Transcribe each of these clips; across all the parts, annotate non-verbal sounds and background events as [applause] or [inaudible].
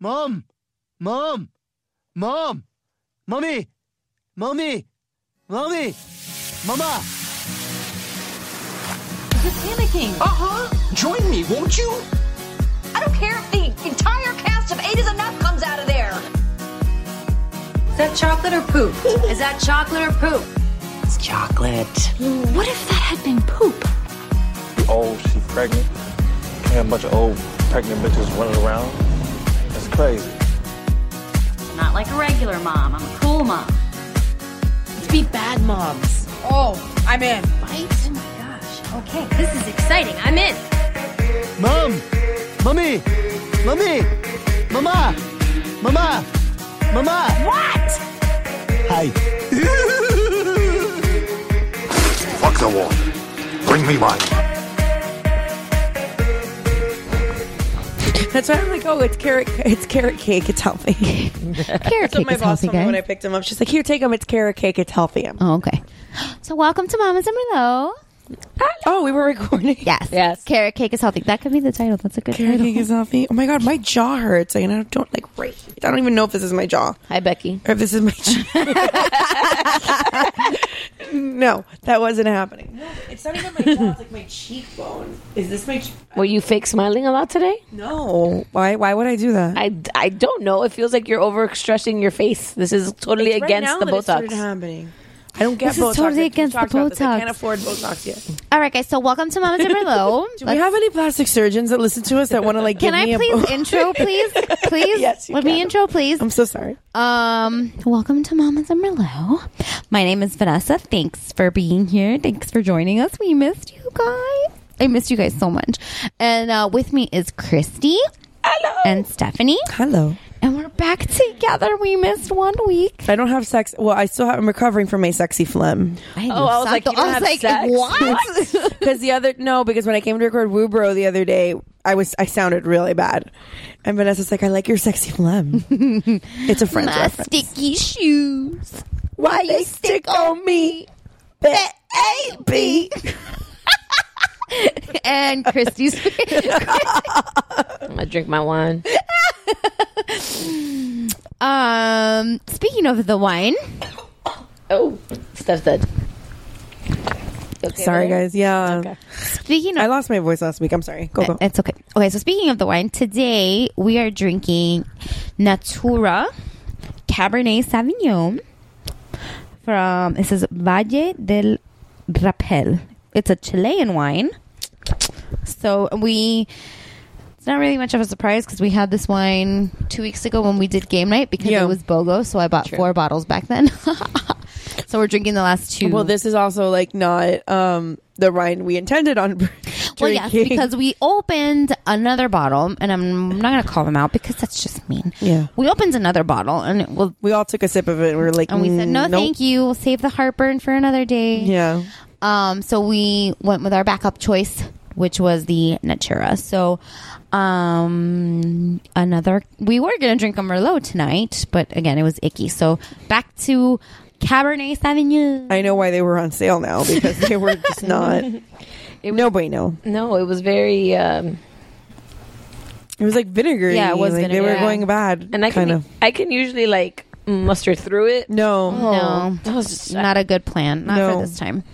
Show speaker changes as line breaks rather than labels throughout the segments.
Mom! Mom! Mom! Mommy! Mommy! Mommy! Mama!
You're panicking.
Uh huh. Join me, won't you?
I don't care if the entire cast of Eight is Enough comes out of there. Is that chocolate or poop? Is that chocolate or poop?
It's chocolate.
What if that had been poop?
old, she pregnant. And a bunch of old pregnant bitches running around. That's crazy.
Not like a regular mom. I'm a cool mom.
Let's be bad moms.
Oh, I'm in.
oh
Right?
Okay, this is exciting. I'm in.
Mom! Mommy! Mommy! Mama! Mama! Mama!
What?
Hi. [laughs]
Fuck the water. Bring me mine.
That's why I'm like, oh, it's carrot, it's carrot cake. It's healthy.
[laughs] Carrot
That's what
cake
my
is
boss
healthy,
told me when I
guys.
picked him up. She's like, here, take him. It's carrot cake. It's healthy. I'm-
Oh, okay. So welcome to Mamas and Merlot.
Oh, we were recording.
Yes. Yes. Carrot cake is healthy. That could be the title. That's a
[laughs]
good
Carrot
title.
cake is healthy. Oh my god, my jaw hurts. Like, and I don't like right. I don't even know if this is my jaw
Hi, Becky.
or if this is my. [laughs] Jaw. no, that wasn't happening. No, it's not even my jaw. It's like my cheekbone. Is this my?
Were you fake smiling a lot today?
No. Why? Why would I do that?
I, I don't know. It feels like you're overstretching your face. This is totally
It's right
against
now
the
that it started
Botox.
happening. I don't get
This is
Botox.
totally
We
against the
talked about this. I
Botox.
can't afford Botox yet.
All right, guys. So welcome to Mamas and Merlot.
[laughs] Do we have any plastic surgeons that listen to us that want to like? give
Can
me
I
a
please
Bo-
intro, please? Please?
Yes, you
Let
can.
me intro,
[laughs]
please.
I'm so sorry.
Um, welcome to Mamas and Merlot. My name is Vanessa. Thanks for being here. Thanks for joining us. We missed you guys. I missed you guys so much. And uh, with me is Christy. Hello. And Stephanie.
Hello.
And we're back together. We missed one week.
I don't have sex. Well, I still have, I'm recovering from my sexy phlegm.
I
Oh, I was like, you don't have sex? [laughs]
what? [laughs]
Because the other no, because when I came to record Woobro the other day, I was I sounded really bad, and Vanessa's like, "I like your sexy [laughs] phlegm." it's a friend's
My
reference.
sticky shoes.
Why you stick on me? Bet A B.
[laughs] And Christy's [laughs]
I'm gonna drink my wine.
Um, speaking of the wine,
[laughs] Oh, Steph said. Okay,
Sorry,
there?
guys. Yeah,
speaking
I
of
lost my voice last week. I'm sorry. Go go.
Uh, It's okay. Okay, so speaking of the wine, today we are drinking Natura Cabernet Sauvignon from it says Valle del Rapel. It's a Chilean wine. So we it's not really much of a surprise because we had this wine two weeks ago when we did game night because
Yeah.
it was BOGO, so I bought four bottles back then. [laughs] so we're drinking the last
[laughs]
two.
Well, this is also like not um the wine we intended on. [laughs]
Well, yes,
drinking.
because we opened another bottle, and I'm not going to call them out because that's just mean.
Yeah.
we opened another bottle, and it will,
we all took a sip of it. and We were like,
and we said, "No, thank you. We'll save the heartburn for another day."
Mm, Yeah,
Um. So we went with our backup choice, which was the Natura. So, um, another. We were going to drink a Merlot tonight, but again, it was icky. So back to Cabernet Sauvignon.
I know why they were on sale now because they were just [laughs] not. no bueno.
No, it was very. Um,
It was like vinegar.
Yeah, it was
Like they were
vinegary.
going bad.
and I can
kind of.
I can usually like muster through it.
No.
No.
That was just,
not a good plan. Not
No.
for this time.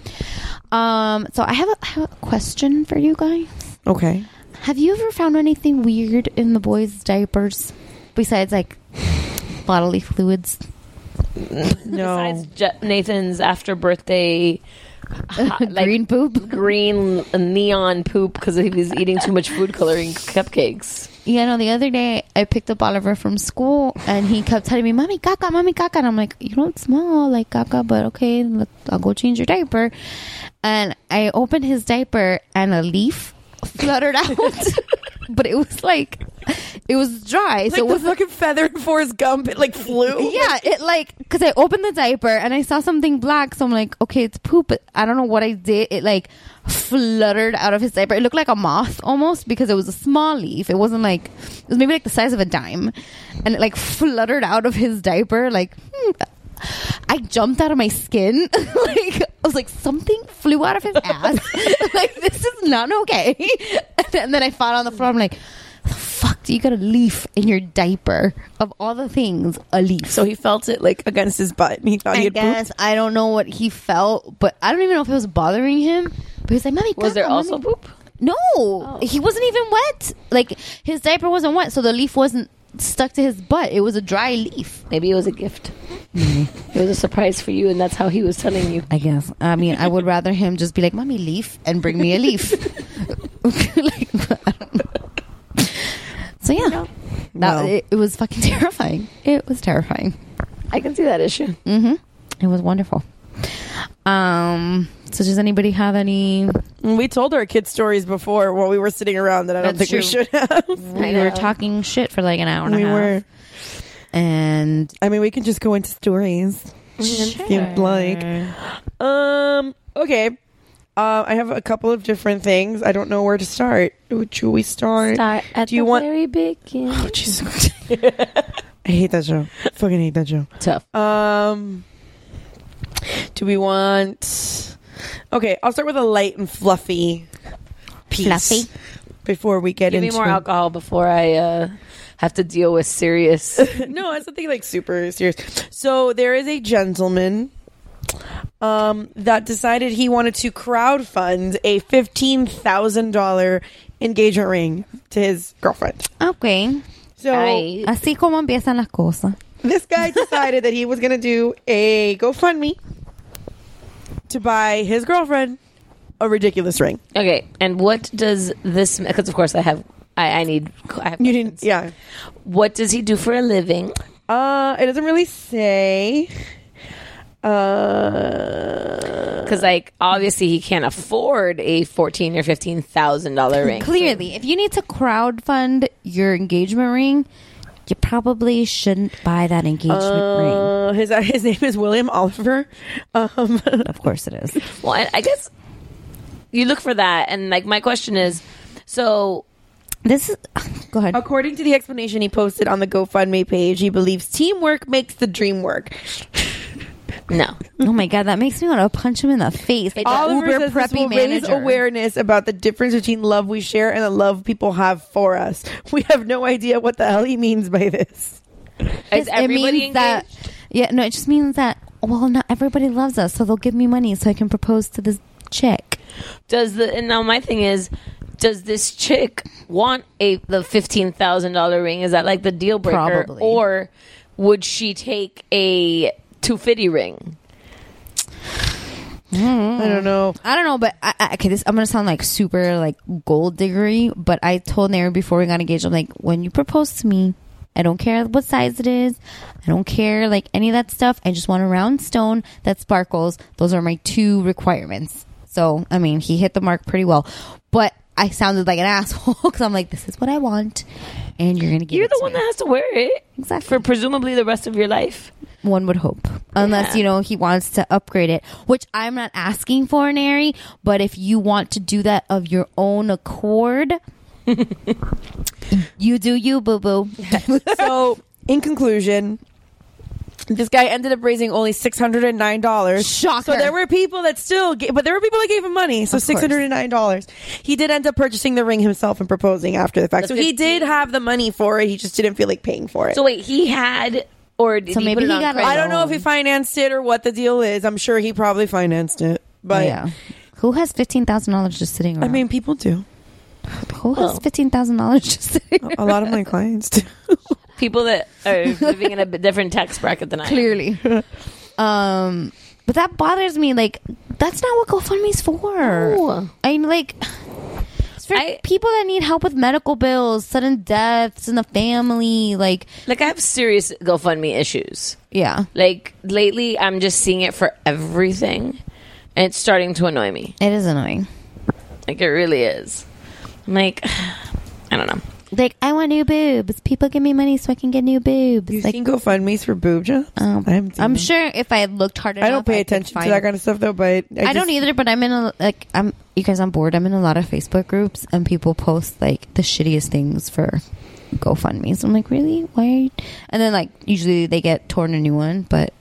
Um, so I have, a, I have a question for you guys. [laughs]
Okay.
Have you ever found anything weird in the boys' diapers besides like [sighs] bodily fluids?
No.
besides Je- Nathan's after
[laughs]
birthday hot, like,
Green poop?
green neon poop because he was eating too much food coloring cupcakes.
You know, the other day I picked up Oliver from school and he kept telling me, Mommy, caca, Mommy, caca. And I'm like, You don't smell like caca, but okay, look, I'll go change your diaper. And I opened his diaper and a leaf [laughs] fluttered
[laughs]
out. but it was like, it was dry. so
Like
it
the
was
fucking feather in Forrest Gump, it like flew.
[laughs] yeah, it like because I opened the diaper and I saw something black, so I'm like, okay, it's poop. But I don't know what I did. It like fluttered out of his diaper. It looked like a moth almost because it was a small leaf. It wasn't like it was maybe like the size of a dime, and it like fluttered out of his diaper. Like hmm. I jumped out of my skin. [laughs] like I was like something flew out of his ass. [laughs] like this is not okay. and then I fell on the floor. I'm like. "The Fuck So you got a leaf in your diaper. Of all the things, a leaf.
So he felt it like against his butt, and he thought he
I
had pooped.
guess I don't know what he felt, but I don't even know if it was bothering him. But he's like, "Mommy,
Was
come,
there also
mommy."
poop? Oh.
No, he wasn't even wet. Like his diaper wasn't wet, so the leaf wasn't stuck to his butt. It was a dry leaf.
Maybe it was a gift.
Mm-hmm.
it was a surprise for you, and that's how he was telling you.
I guess. I mean, I would rather him just be like, "Mommy, leaf," and bring me a leaf. [laughs] like, [laughs] I don't know. So yeah, that,
Well.
it, it was fucking [laughs] terrifying. It was terrifying.
I can see that issue.
Mm-hmm.
hmm It was wonderful. Um. So does anybody have any?
We told our kids stories before while we were sitting around that I don't
That's
think we
true.
should have.
We were talking shit for like an hour and
we
a half.
were.
And
I mean, we can just go into stories. If you'd like. Um. Okay. Uh, I have a couple of different things. I don't know where to start. Should we start?
Start at
Do you
the
want-
very beginning.
Oh, Jesus [laughs] Christ. I hate that show. Fucking hate that show.
Tough.
Um. Do we want? Okay, I'll start with a light and fluffy piece.
Fluffy?
Before we get
Give me
into
more alcohol before I uh, have to deal with serious.
no, it's something like super serious. So there is a gentleman um, that decided he wanted to crowdfund a fifteen thousand dollar engagement ring to his girlfriend.
okay,
So
Aye.
así como empiezan las cosas.
this guy decided that he was going to do a GoFundMe to buy his girlfriend a ridiculous ring.
[laughs] okay, and what does this? Because of course I have. I, I need. I have
You didn't,
questions.
yeah.
What does he do for a living?
Uh, it doesn't really say. Uh,
Because like obviously he can't afford a fourteen or fifteen thousand dollar ring.
Clearly, if you need to crowdfund your engagement ring, you probably shouldn't buy that engagement ring.
uh, his [laughs] his name is William Oliver. Um, [laughs]
Of course, it is.
Well, I- I guess you look for that, and like my question is, so
This is. [laughs] Go ahead.
According to the explanation he posted on the GoFundMe page, he believes teamwork makes the dream work.
no,
Oh my god, that makes me want to punch him in the face. The
Oliver says this will raise awareness about the difference between love we share and the love people have for us. We have no idea what the hell he means by this.
is
it
everybody
means
engaged?
that. Yeah, no, it just means that. Well, not everybody loves us, so they'll give me money so I can propose to this chick.
does the and now my thing is, does this chick want a the fifteen thousand dollar ring? Is that like the deal breaker,
Probably.
or would she take a two fifty ring?
I don't [laughs] know.
I don't know, but I, I, okay, this I'm gonna sound like super like gold diggery, but I told Nair before we got engaged, I'm like, when you propose to me, I don't care what size it is, I don't care like any of that stuff. I just want a round stone that sparkles. Those are my two requirements. So I mean, he hit the mark pretty well, but I sounded like an [laughs] asshole because I'm like, this is what I want, and you're gonna give.
You're
it
the
to
one
me.
that has to wear it
Exactly.
for presumably the rest of your life.
one would hope unless
Yeah.
you know he wants to upgrade it which i'm not asking for nary but if you want to do that of your own accord you do you boo boo
So, in conclusion, this guy ended up raising only six hundred and nine dollars.
Shocker.
So there were people that still, ga- but there were people that gave him money. So
Of course.
six hundred and nine dollars. He did end up purchasing the ring himself and proposing after the fact.
The
so he
15
did have the money for it. He just didn't feel like paying for it.
So wait, he had or did
So
he
maybe
put it
he
on
got a-
credit?
I don't know if he financed it or what the deal is. I'm sure he probably financed it, but
yeah who has $15000 just sitting around
I mean, people do.
who has $15000 just sitting around?
A lot of my clients
[laughs]
do.
people that are living in a bit different tax bracket than I. am.
clearly [laughs] um but that bothers me like that's not what gofundme's for
No.
i mean like it's for
I-
people that need help with medical bills sudden deaths in the family like
Like I have serious GoFundMe issues.
yeah
Like lately, I'm just seeing it for everything, and it's starting to annoy me.
It is annoying.
Like it really is. I'm like, [sighs] I don't know.
Like I want new boobs. People give me money so I can get new boobs.
You
like
seen GoFundMe's for boob jobs?
um,
I haven't seen
I'm
them.
sure if I looked hard enough,
I don't pay
could
attention to
find-
that kind of stuff though, but I,
I don't e-,
just-
either, but I'm in a like I'm you guys on board. I'm in a lot of Facebook groups and people post like the shittiest things for GoFundMe. So I'm like, really? Why? Are you? And then like usually they get torn a new one, but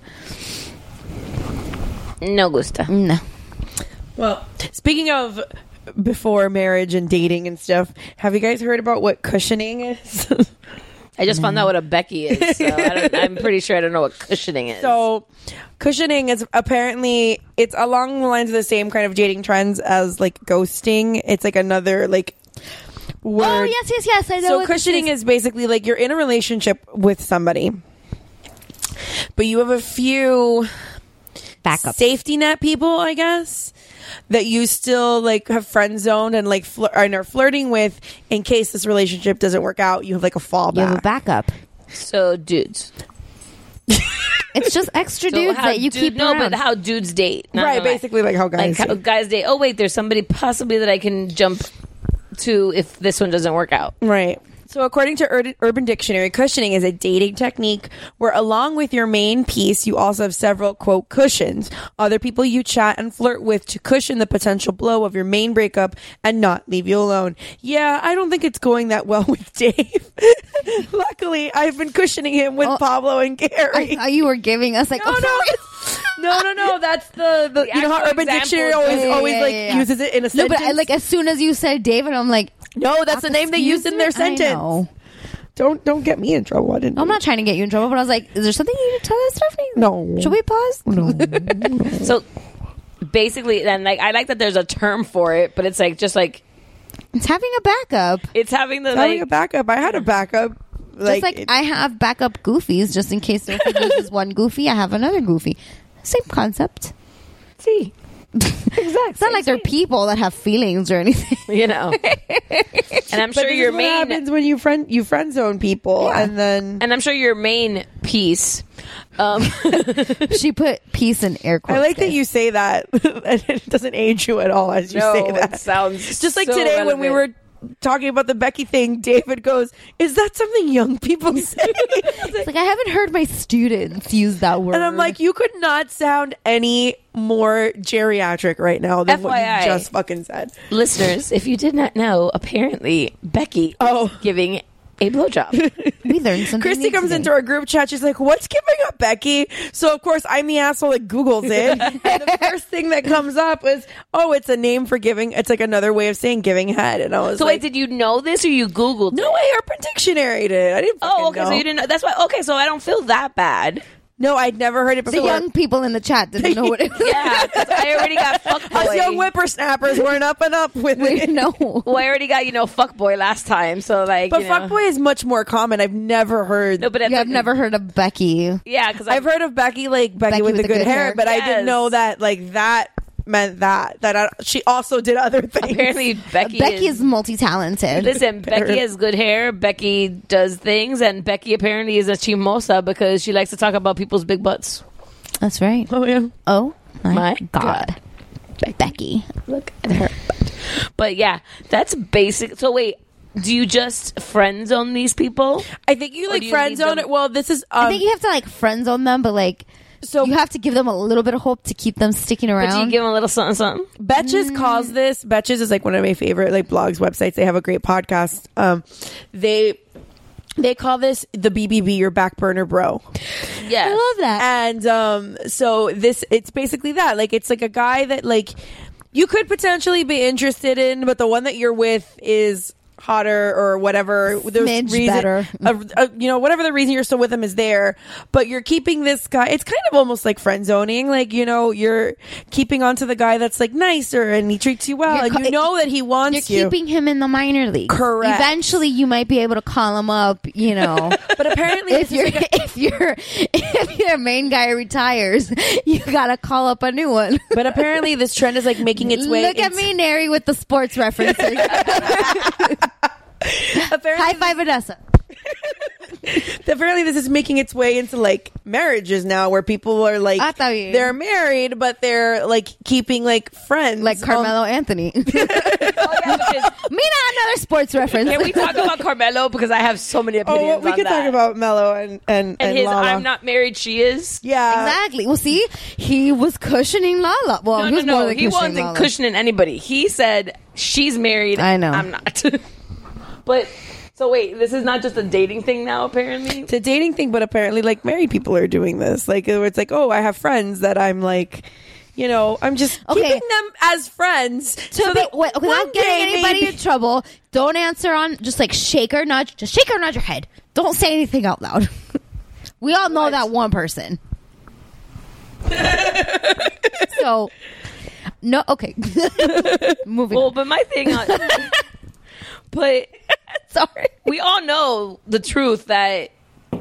No gusta.
no.
Well, speaking of before marriage and dating and stuff. Have you guys heard about what cushioning is? [laughs]
I just found out what a Becky is. So I don't, I'm pretty sure I don't know what cushioning is.
So, cushioning is apparently it's along the lines of the same kind of dating trends as like ghosting. It's like another like word.
Oh yes, yes, yes. I know.
so
what this
cushioning is basically like you're in a relationship with somebody, but you have a few
backup.
safety net people, I guess, that you still like have friend zoned and like flir- and are flirting with in case this relationship doesn't work out. You have like a fallback.
You have a backup.
So dudes.
It's just extra
[laughs]
So
dudes
how
that you
dude-
keep
No,
around.
but how dudes date. Not
right,
gonna lie.
basically like how
Like
guys.
how
do.
guys date. Oh wait, there's somebody possibly that I can jump to if this one doesn't work out.
Right. So, according to Ur- Urban Dictionary, cushioning is a dating technique where, along with your main piece, you also have several, quote, cushions, other people you chat and flirt with to cushion the potential blow of your main breakup and not leave you alone. Yeah, I don't think it's going that well [laughs] with Dave. Luckily, I've been cushioning him with
Oh.
Pablo and
I
Gary.
thought you were giving us like
[laughs] no,
a [laughs]
no. No, no, no. That's the, the, you know how
actual
Urban
example
Dictionary
is-
always
Yeah, yeah,
always
yeah,
like
yeah, yeah.
uses it in a
No,
sentence.
but I, like as soon as you said David, I'm like,
no, that's the name they used in their
"Excuse me?" I
sentence.
know.
Don't don't get me in trouble. I didn't.
I'm
do
not trying to get you in trouble, but I was like, is there something you need to tell us, Stephanie?
No.
Should we pause? No.
So basically, then like I like that there's a term for it, but it's like just like
[laughs] it's having a backup.
it's having the
having
like
a backup. I had a backup. Like,
Just like I have backup goofies just in case Sophie loses one goofy, I have another goofy. Same concept.
see,
[laughs] It's not like they're people that have feelings or anything.
[laughs]
[laughs] you know. and I'm
but
sure
this
your
is what
main
happens when you friend you friend zone people,
Yeah.
and then
and I'm sure your main piece. Um, [laughs]
she put peace in air quotes.
I like that
guys.
you say that, [laughs] and it doesn't age you at all as you
no,
say that.
it sounds
Just like
so
today when we
relevant.
were talking about the Becky thing, David goes, "Is that something young people [laughs] say?"
It's like I haven't heard my students use that word.
and I'm like, "You could not sound any more geriatric right now than what
FYI.
you just fucking said."
listeners, if you did not know, apparently Becky
Oh.
is giving a [laughs] blowjob.
we learned something.
Christy
new
comes
today.
into our group chat. She's like, "What's giving up, Becky?" So of course I'm the asshole that googles
[laughs]
it. and the first thing that comes up is, "Oh, it's a name for giving. It's like another way of saying giving head." And I was
so
like,
wait, did you know this or you Googled?
"No
it?
way, Urban Dictionary did. I didn't. fucking
Oh, okay. So
know.
you didn't know. That's why. Okay, so I don't feel that bad.
No, I'd never heard it
The
before.
young people in the chat
[laughs]
didn't know what it was.
Yeah, 'cause I already [laughs] got fuck
Us young whippersnappers weren't up and up
[laughs]
with
We [laughs]
it.
didn't know.
Well, I already got you know fuck boy last time. So like,
But
you know.
fuckboy is much more common. I've never heard.
No, but
You
at
have
the-
never heard of Becky.
Yeah, because
I've heard of Becky like Becky, with, the good, hair, but I
Yes.
didn't know that like that meant that that I, she also did other things. [laughs]
[laughs] apparently Uh, Becky.
Becky is multi talented.
[laughs] Listen, Becky has good hair. Becky does things, and Becky apparently is a chimosa because she likes to talk about people's big butts.
That's right.
Oh yeah.
Oh my,
My
[laughs] God. Becky.
Look at her butt. But yeah, that's basic. So wait, do you just friend zone these people?
I think you like
do you
friend
leave
zone
them-
it. Well, this is um,
I think you have to like friend zone them, but like so you have to give them a little bit of hope to keep them sticking
But do you
around.
give them a little something, something?
Mm.
Betches calls this. Betches is like one of my favorite like blogs websites. They have a great podcast. Um, they they call this the BBB, your back burner bro.
I
Yes.
love that.
And um, so this it's basically that. Like it's like a guy that like you could potentially be interested in, but the one that you're with is hotter or whatever There's
Smidge better.
a- a- you know whatever the reason you're still with him is there but you're keeping this guy it's kind of almost like friend zoning like you know you're keeping on to the guy that's like nicer and he treats Oh, you well
You're
and
ca-
you know that he
You're
wants you
keeping him in the minor league.
Correct.
Eventually, you might be able to call him up. You know,
[laughs] but apparently
if
this
your
is like a-
[laughs] if your if your main guy retires, you gotta call up a new one.
but apparently this trend is like making
[laughs]
its way
Look at
into-
me, Neri, with the sports references.
[laughs] apparently
High five, Vanessa.
apparently this is making its way into like marriages now where people are like
I thought you-
they're married but they're like keeping like friends
Like
on-
Carmelo
[laughs]
Anthony. Mina, [laughs] another sports reference.
Oh, Can we talk about Carmelo? Because I have so many
oh
opinions.
well, we
on
could
that.
talk about mello and and,
and,
and
his
Lala.
"I'm not married, she is."
yeah
Exactly. Well, see, he was cushioning Lala. Well,
No,
he was more
no, no.
than
He
cushioning
wasn't
Lala.
cushioning anybody. He said she's married.
I know.
I'm not. [laughs] but so wait, this is not just a dating thing now. Apparently,
it's a dating thing but apparently like married people are doing this like it's like oh i have friends that i'm like you know, I'm just
Okay.
keeping them as friends.
to
so
be
that
wait,
one
without
day,
getting anybody
maybe-
in trouble. Don't answer on just like shake or nudge. Just shake or nudge your head. Don't say anything out loud. [laughs] we all know that one person. [laughs] so no, okay. [laughs] Moving.
Well,
on.
but my thing,
[laughs]
on, [laughs] but
Sorry.
we all know the truth that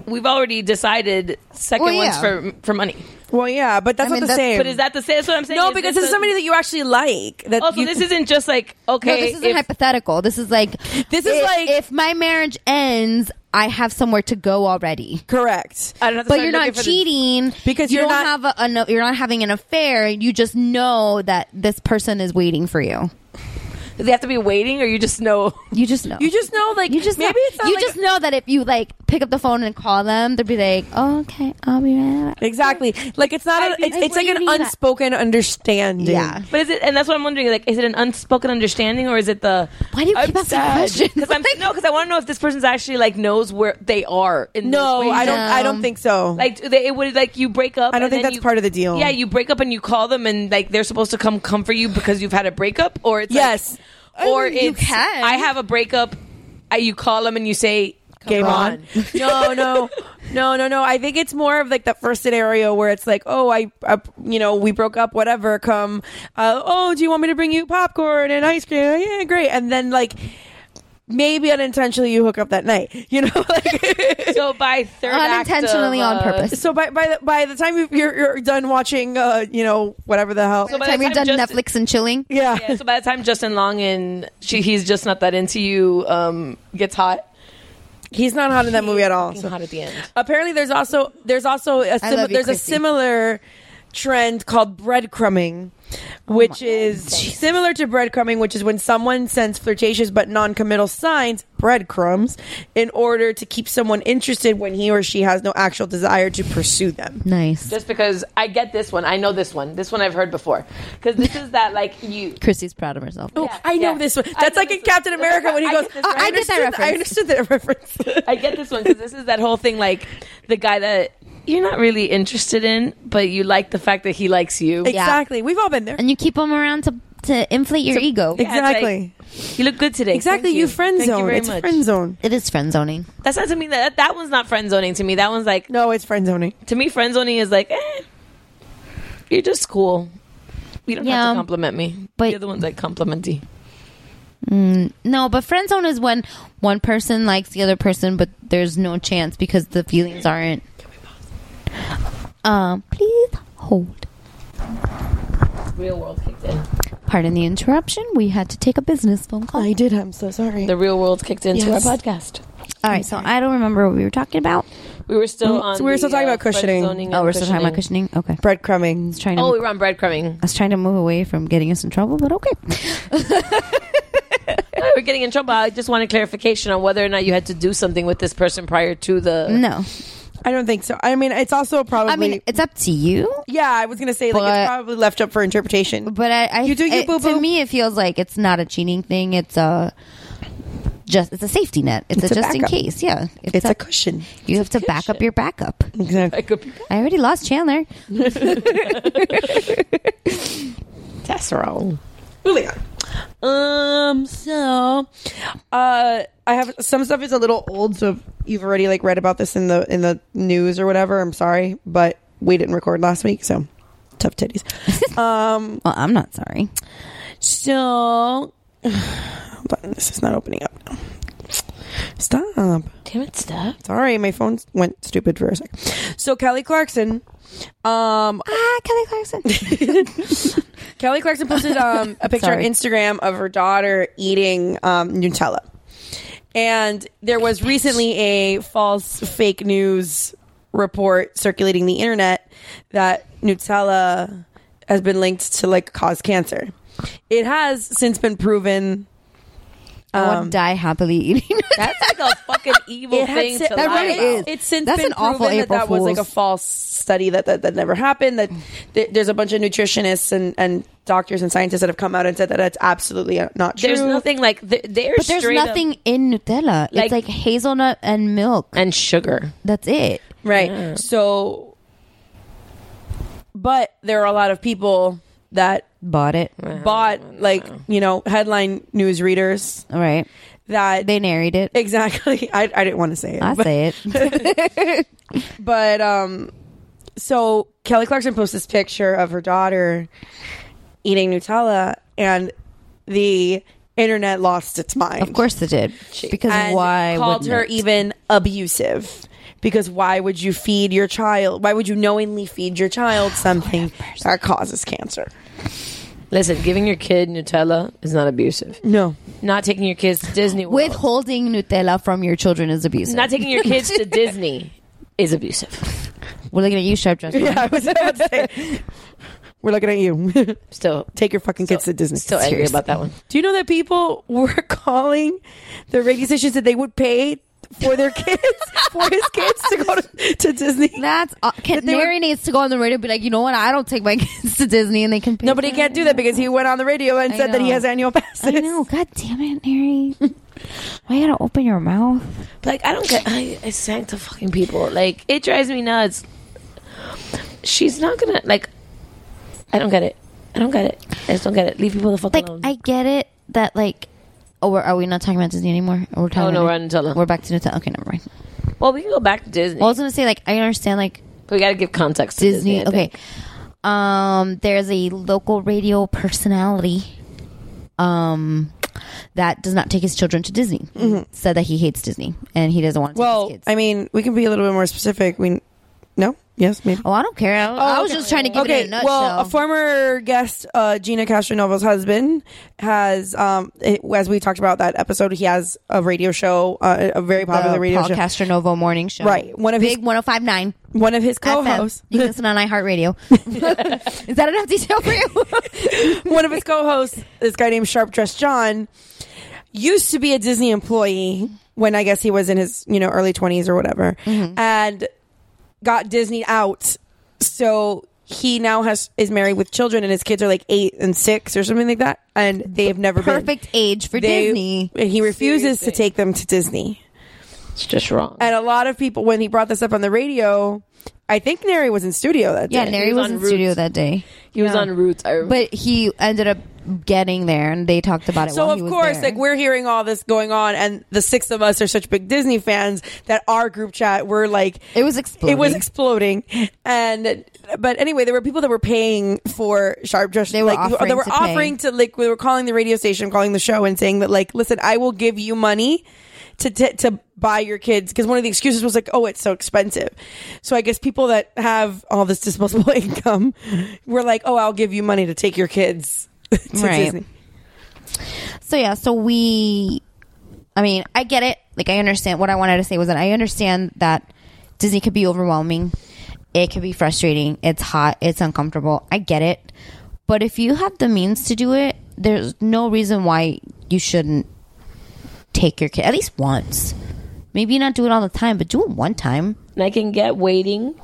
we've already decided second
Well,
ones
yeah.
for for money.
Well, yeah, but that's
I
not
mean,
the
that's-
same.
But is that the same? That's what I'm saying.
no?
Is
Because
this
it's
a-
somebody that you actually like. That
Also,
you-
this isn't just like okay.
No, this isn't
if-
hypothetical. This is like
This is
if-
like-
if my marriage ends, I have somewhere to go already.
correct.
I don't have to
but
start
you're
looking
not
for the-
cheating
Because
you
you're not-
don't have a, a no- you're not having an affair. You just know that this person is waiting for you.
Does it have to be waiting, or you
[laughs]
just know?
You just know.
You just know, like
you just
maybe
know.
it's not
you
like-
just know that if you like pick up the phone and call them, they'll be like, oh, "Okay, I'll be right." back."
exactly like it's not. A,
think
it's, it's
what
like
you
an
need that-
unspoken understanding.
Yeah.
But is it? And that's what I'm wondering. Like, is it an unspoken understanding, or is it the?
Why do you keep asking questions?
Because I'm no, because I want to know if this person's actually like knows where they are. In
No,
those ways.
I don't. I don't think so.
Like do they, it would like you break up.
I don't
and
think
then
that's
you-
part of the deal.
Yeah, you break up and you call them and like they're supposed to come comfort you because you've had a breakup, or it's like-
Yes.
or
mean, you
it's
can.
I have a breakup. I, you call them and you say
game on. [laughs] no, no, no, no, no. I think it's more of like the first scenario where it's like, oh, I, I you know, we broke up, whatever. Come, uh, oh, do you want me to bring you popcorn and ice cream? Oh, Yeah, great. And then like maybe unintentionally you hook up that night, [laughs] you know. like
[laughs]
[laughs]
So by third act
[laughs]
of,
Unintentionally on
uh,
purpose.
So by by the, by the time you- you're, you're done watching, uh, you know, whatever the hell.
So by the
Time you're done
time Justin-
Netflix and chilling.
yeah.
[laughs] Yeah, so by the time Justin Long and she, he's just not that into you um, gets hot,
he's not hot in that movie at all.
fucking
so-
hot at the end.
Apparently, there's also there's also a
I
sim-
love you,
there's a
Chrissy.
similar trend called breadcrumbing,
Oh
which is similar to breadcrumbing, which is when someone sends flirtatious but non-committal signs, breadcrumbs, in order to keep someone interested when he or she has no actual desire to pursue them.
Nice.
Just because I get this one, I know this one. This one I've heard before because this is that like you.
Chrissy's proud of herself.
Yeah,
Oh, I know
yeah.
this one.
I
That's
know
like in
this one.
Captain America when he
I
goes,
get this
"I,
reference.
I get that
understood- I understood that reference.
[laughs] I get this one because this is that whole thing like the guy that you're not really interested in, but you like the fact that he likes you.
Exactly. We've all been there.
And you keep them around to to inflate your ego.
Exactly.
You look good today.
Exactly.
Thank
You friend
Thank you
zone.
very
It's
much.
friend zone.
It is friend zoning.
That's not to me. That that one's not friend zoning to me. That one's like
No, it's friend zoning.
to me. Friend zoning is like, eh, you're just cool. You don't
Yeah.
have to compliment me.
But-
you're the ones that compliment you.
Mm, No, but friend zone is when one person likes the other person, but there's no chance because the feelings aren't. Um, please hold.
Real world kicked in.
Pardon the interruption. We had to take a business phone call.
I did. I'm so sorry.
The real world kicked into
Yes.
our podcast.
All right, so I don't remember what we were talking about.
We were still
Mm-hmm.
Mm,
on.
so we were still
the,
talking
uh,
about cushioning.
friend zoning
Oh,
and
we're still talking about cushioning. Okay, I
breadcrumbing.
was trying to.
Oh, we were on breadcrumbing.
I [laughs] was trying to move away from getting us in trouble, but okay.
No, we're getting in trouble. I just wanted clarification on whether or not you had to do something with this person prior to the.
[laughs] no,
I don't think so. I mean, it's also probably.
I mean it's up to you.
yeah, I was gonna say like
But-
it's probably left up for interpretation.
But I, I
You do you,
it-
boo-boo.
To me, it feels like it's not a cheating thing. It's a just. It's a safety net. It's,
It's
a,
a
just in
backup.
case. Yeah,
It's a cushion.
You have to back up your backup.
Exactly.
It could be
I already lost Chandler.
casserole.
[laughs] Moving on. Um. So, uh, I have some stuff is a little old, so if you've already like read about this in the in the news or whatever. I'm sorry, but we didn't record last week, so tough titties. um.
Well, I'm not sorry.
So, [sighs] hold on. This is not opening up now. Stop.
Damn it, Steph.
Sorry, my phone went stupid for a sec. So Kelly Clarkson, um,
Ah, Kelly Clarkson.
Kelly Clarkson posted um, a picture on
Sorry.
Instagram of her daughter eating um, Nutella, and there was recently a false fake news report circulating the internet that Nutella has been linked to like cause cancer. It has since been proven.
[laughs] I would die happily eating.
That's like a
[laughs]
fucking evil
had
thing
si-
to
that
lie
really
about.
is.
It's since
That's
been
an awful
proven that
April
that was like a
Fool's.
false study that that, that never happened. That th- there's a bunch of nutritionists and, and doctors and scientists that have come out and said that that's absolutely not true.
There's nothing like th- they're
But there's
straight up-
nothing in Nutella.
Like-
it's like hazelnut and milk.
and sugar.
That's it.
right? So, but there are a lot of people that
Bought it.
bought like you know headline news readers
All right.
that
They narrate it.
[laughs] exactly I, I didn't want to say it
I
but,
say it.
but um so kelly clarkson posts this picture of her daughter eating nutella and the internet lost its mind
of course it
[laughs]
did. Because
and
why?
called
wouldn't
her
it?
even abusive because why would you feed your child why would you knowingly feed your child something that causes cancer
Listen, giving your kid Nutella is not abusive.
no
Not taking your kids to Disney World.
Withholding Nutella from your children is abusive.
[laughs] not taking your kids
[laughs]
to Disney is abusive.
We're looking at you, Chef Justin.
[laughs]
yeah i was about to say we're looking at you
Still,
[laughs] take your fucking kids to disney
still angry
Seriously.
about that one.
do you know that people [laughs] were calling the radio stations that they would pay for their kids
[laughs]
for his kids to go to, to disney
That's uh, can,
they were-
Mary needs to go on the radio and be like, you know what? I don't take my [laughs] kids to Disney, and they can. Pay
no but he
for
can't
it."
do that because he went on the radio and
I
said that he
know.
has annual passes
I know. Oh, God damn it, Mary. Why you gotta open your mouth?
Like I don't get. I, I sang to fucking people. Like it drives me nuts. She's not gonna like. I don't get it. I don't get it. I just don't get it. Leave people the fuck
Like,
alone.
I get it that like. Oh, we're, are we not talking about Disney anymore? Or we're talking
Oh, no,
about-
we're on Nutella.
We're back to Nutella. Okay, never mind.
well, we can go back to Disney.
Well, I was gonna say like I understand like
but we got to give context. To Disney.
Disney.
I
okay,
think.
um, there's a local radio personality, um, that does not take his children to Disney. Said that he hates Disney and he doesn't want to. take
Well,
his kids.
I mean, we can be a little bit more specific. We no, yes, maybe.
Oh, I don't care. I, I was
okay.
just trying to give
okay.
it in a nutshell.
well, a former guest, uh, Gina Castronovo's husband, has, um, it- as we talked about that episode, he has a radio show, uh, a very popular
the
radio
Paul
show.
Castronovo morning show.
Right. One of his-
big 105.9
One of his
FM.
co-hosts,
You can listen on iHeartRadio. [laughs] Is that enough detail for you?
one of his co-hosts, this guy named Sharp Dress John, used to be a Disney employee when I guess he was in his you know early twenties or whatever,
Mm-hmm.
and got Disney out. So he now has is married with children, and his kids are like eight and six or something like that, and they've never been.
Perfect age for
They-
Disney.
and he refuses to take them to Disney.
it's just wrong.
And a lot of people, when he brought this up on the radio, I think Neri was in studio that
Yeah,
day.
Neri was,
was
in
on
studio
Roots.
that day,
he was on Roots. I remember.
but he ended up getting there, and they talked about it.
So
while
of
he was
course,
there.
like we're hearing all this going on, and the six of us are such big Disney fans that our group chat were like,
It was exploding.
It was exploding, and but anyway, there were people that were paying for sharp dress.
They were
like,
offering
they were
to pay.
offering to like we were calling the radio station, calling the show, and saying that like, listen, I will give you money to to, to buy your kids because one of the excuses was like, oh, it's so expensive. So I guess people that have all this disposable [laughs] income were like, oh, I'll give you money to take your kids [laughs] to
Right.
Disney.
So yeah, so we I mean, I get it. Like I understand what I wanted to say was that I understand that Disney could be overwhelming. It could be frustrating. It's hot, it's uncomfortable. I get it. But if you have the means to do it, there's no reason why you shouldn't take your kid at least once. Maybe not do it all the time, but do it one time.
and I can get waiting.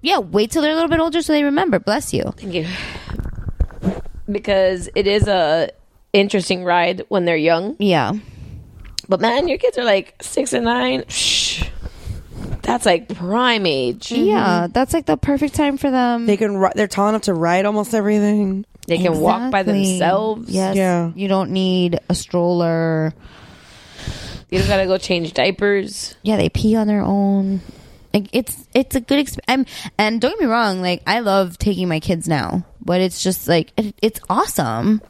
Yeah, wait till they're a little bit older so they remember. Bless you.
Thank you. Because it is a interesting ride when they're young.
Yeah.
But man, your kids are like six and nine. Shh. That's like prime age.
Yeah, Uh, that's like the perfect time for them.
They can. ri- They're tall enough to ride almost everything.
They can walk by
Exactly.
themselves.
Yes.
Yeah.
You don't need a stroller.
You don't gotta go change diapers.
Yeah, they pee on their own. Like it's it's a good experience. And don't get me wrong, like I love taking my kids now, but it's just like it, it's awesome.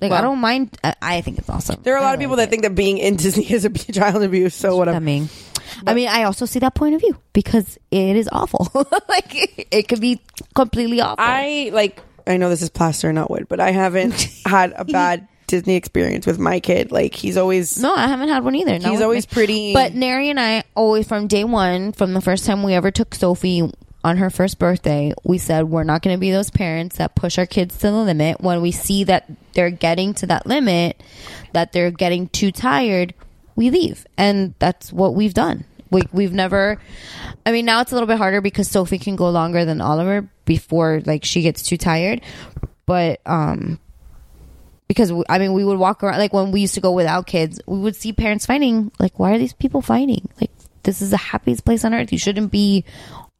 Like I
Well-
don't mind. I, I think it's awesome.
There are a
I
lot of
really
people
like
that think that being in [laughs] Disney is a child abuse. So
it. I
whatever.
mean, I mean, I also see that point of view because it is awful. [laughs] like it, it could be completely awful.
I like. I know this is plaster, not wood, but I haven't
[laughs]
had a bad Disney experience with my kid. Like he's always
No, I haven't had one either. Not
He's
with
always pretty-
But Nary and I always, from day one, from the first time we ever took Sophie on her first birthday, we said we're not going to be those parents that push our kids to the limit. When we see that they're getting to that limit, that they're getting too tired, we leave, and that's what we've done. We, we've never. I mean, now it's a little bit harder because Sophie can go longer than Oliver before like she gets too tired, but um, because I mean, we would walk around like when we used to go without kids, we would see parents fighting. Like, why are these people fighting? Like, this is the happiest place on earth. You shouldn't be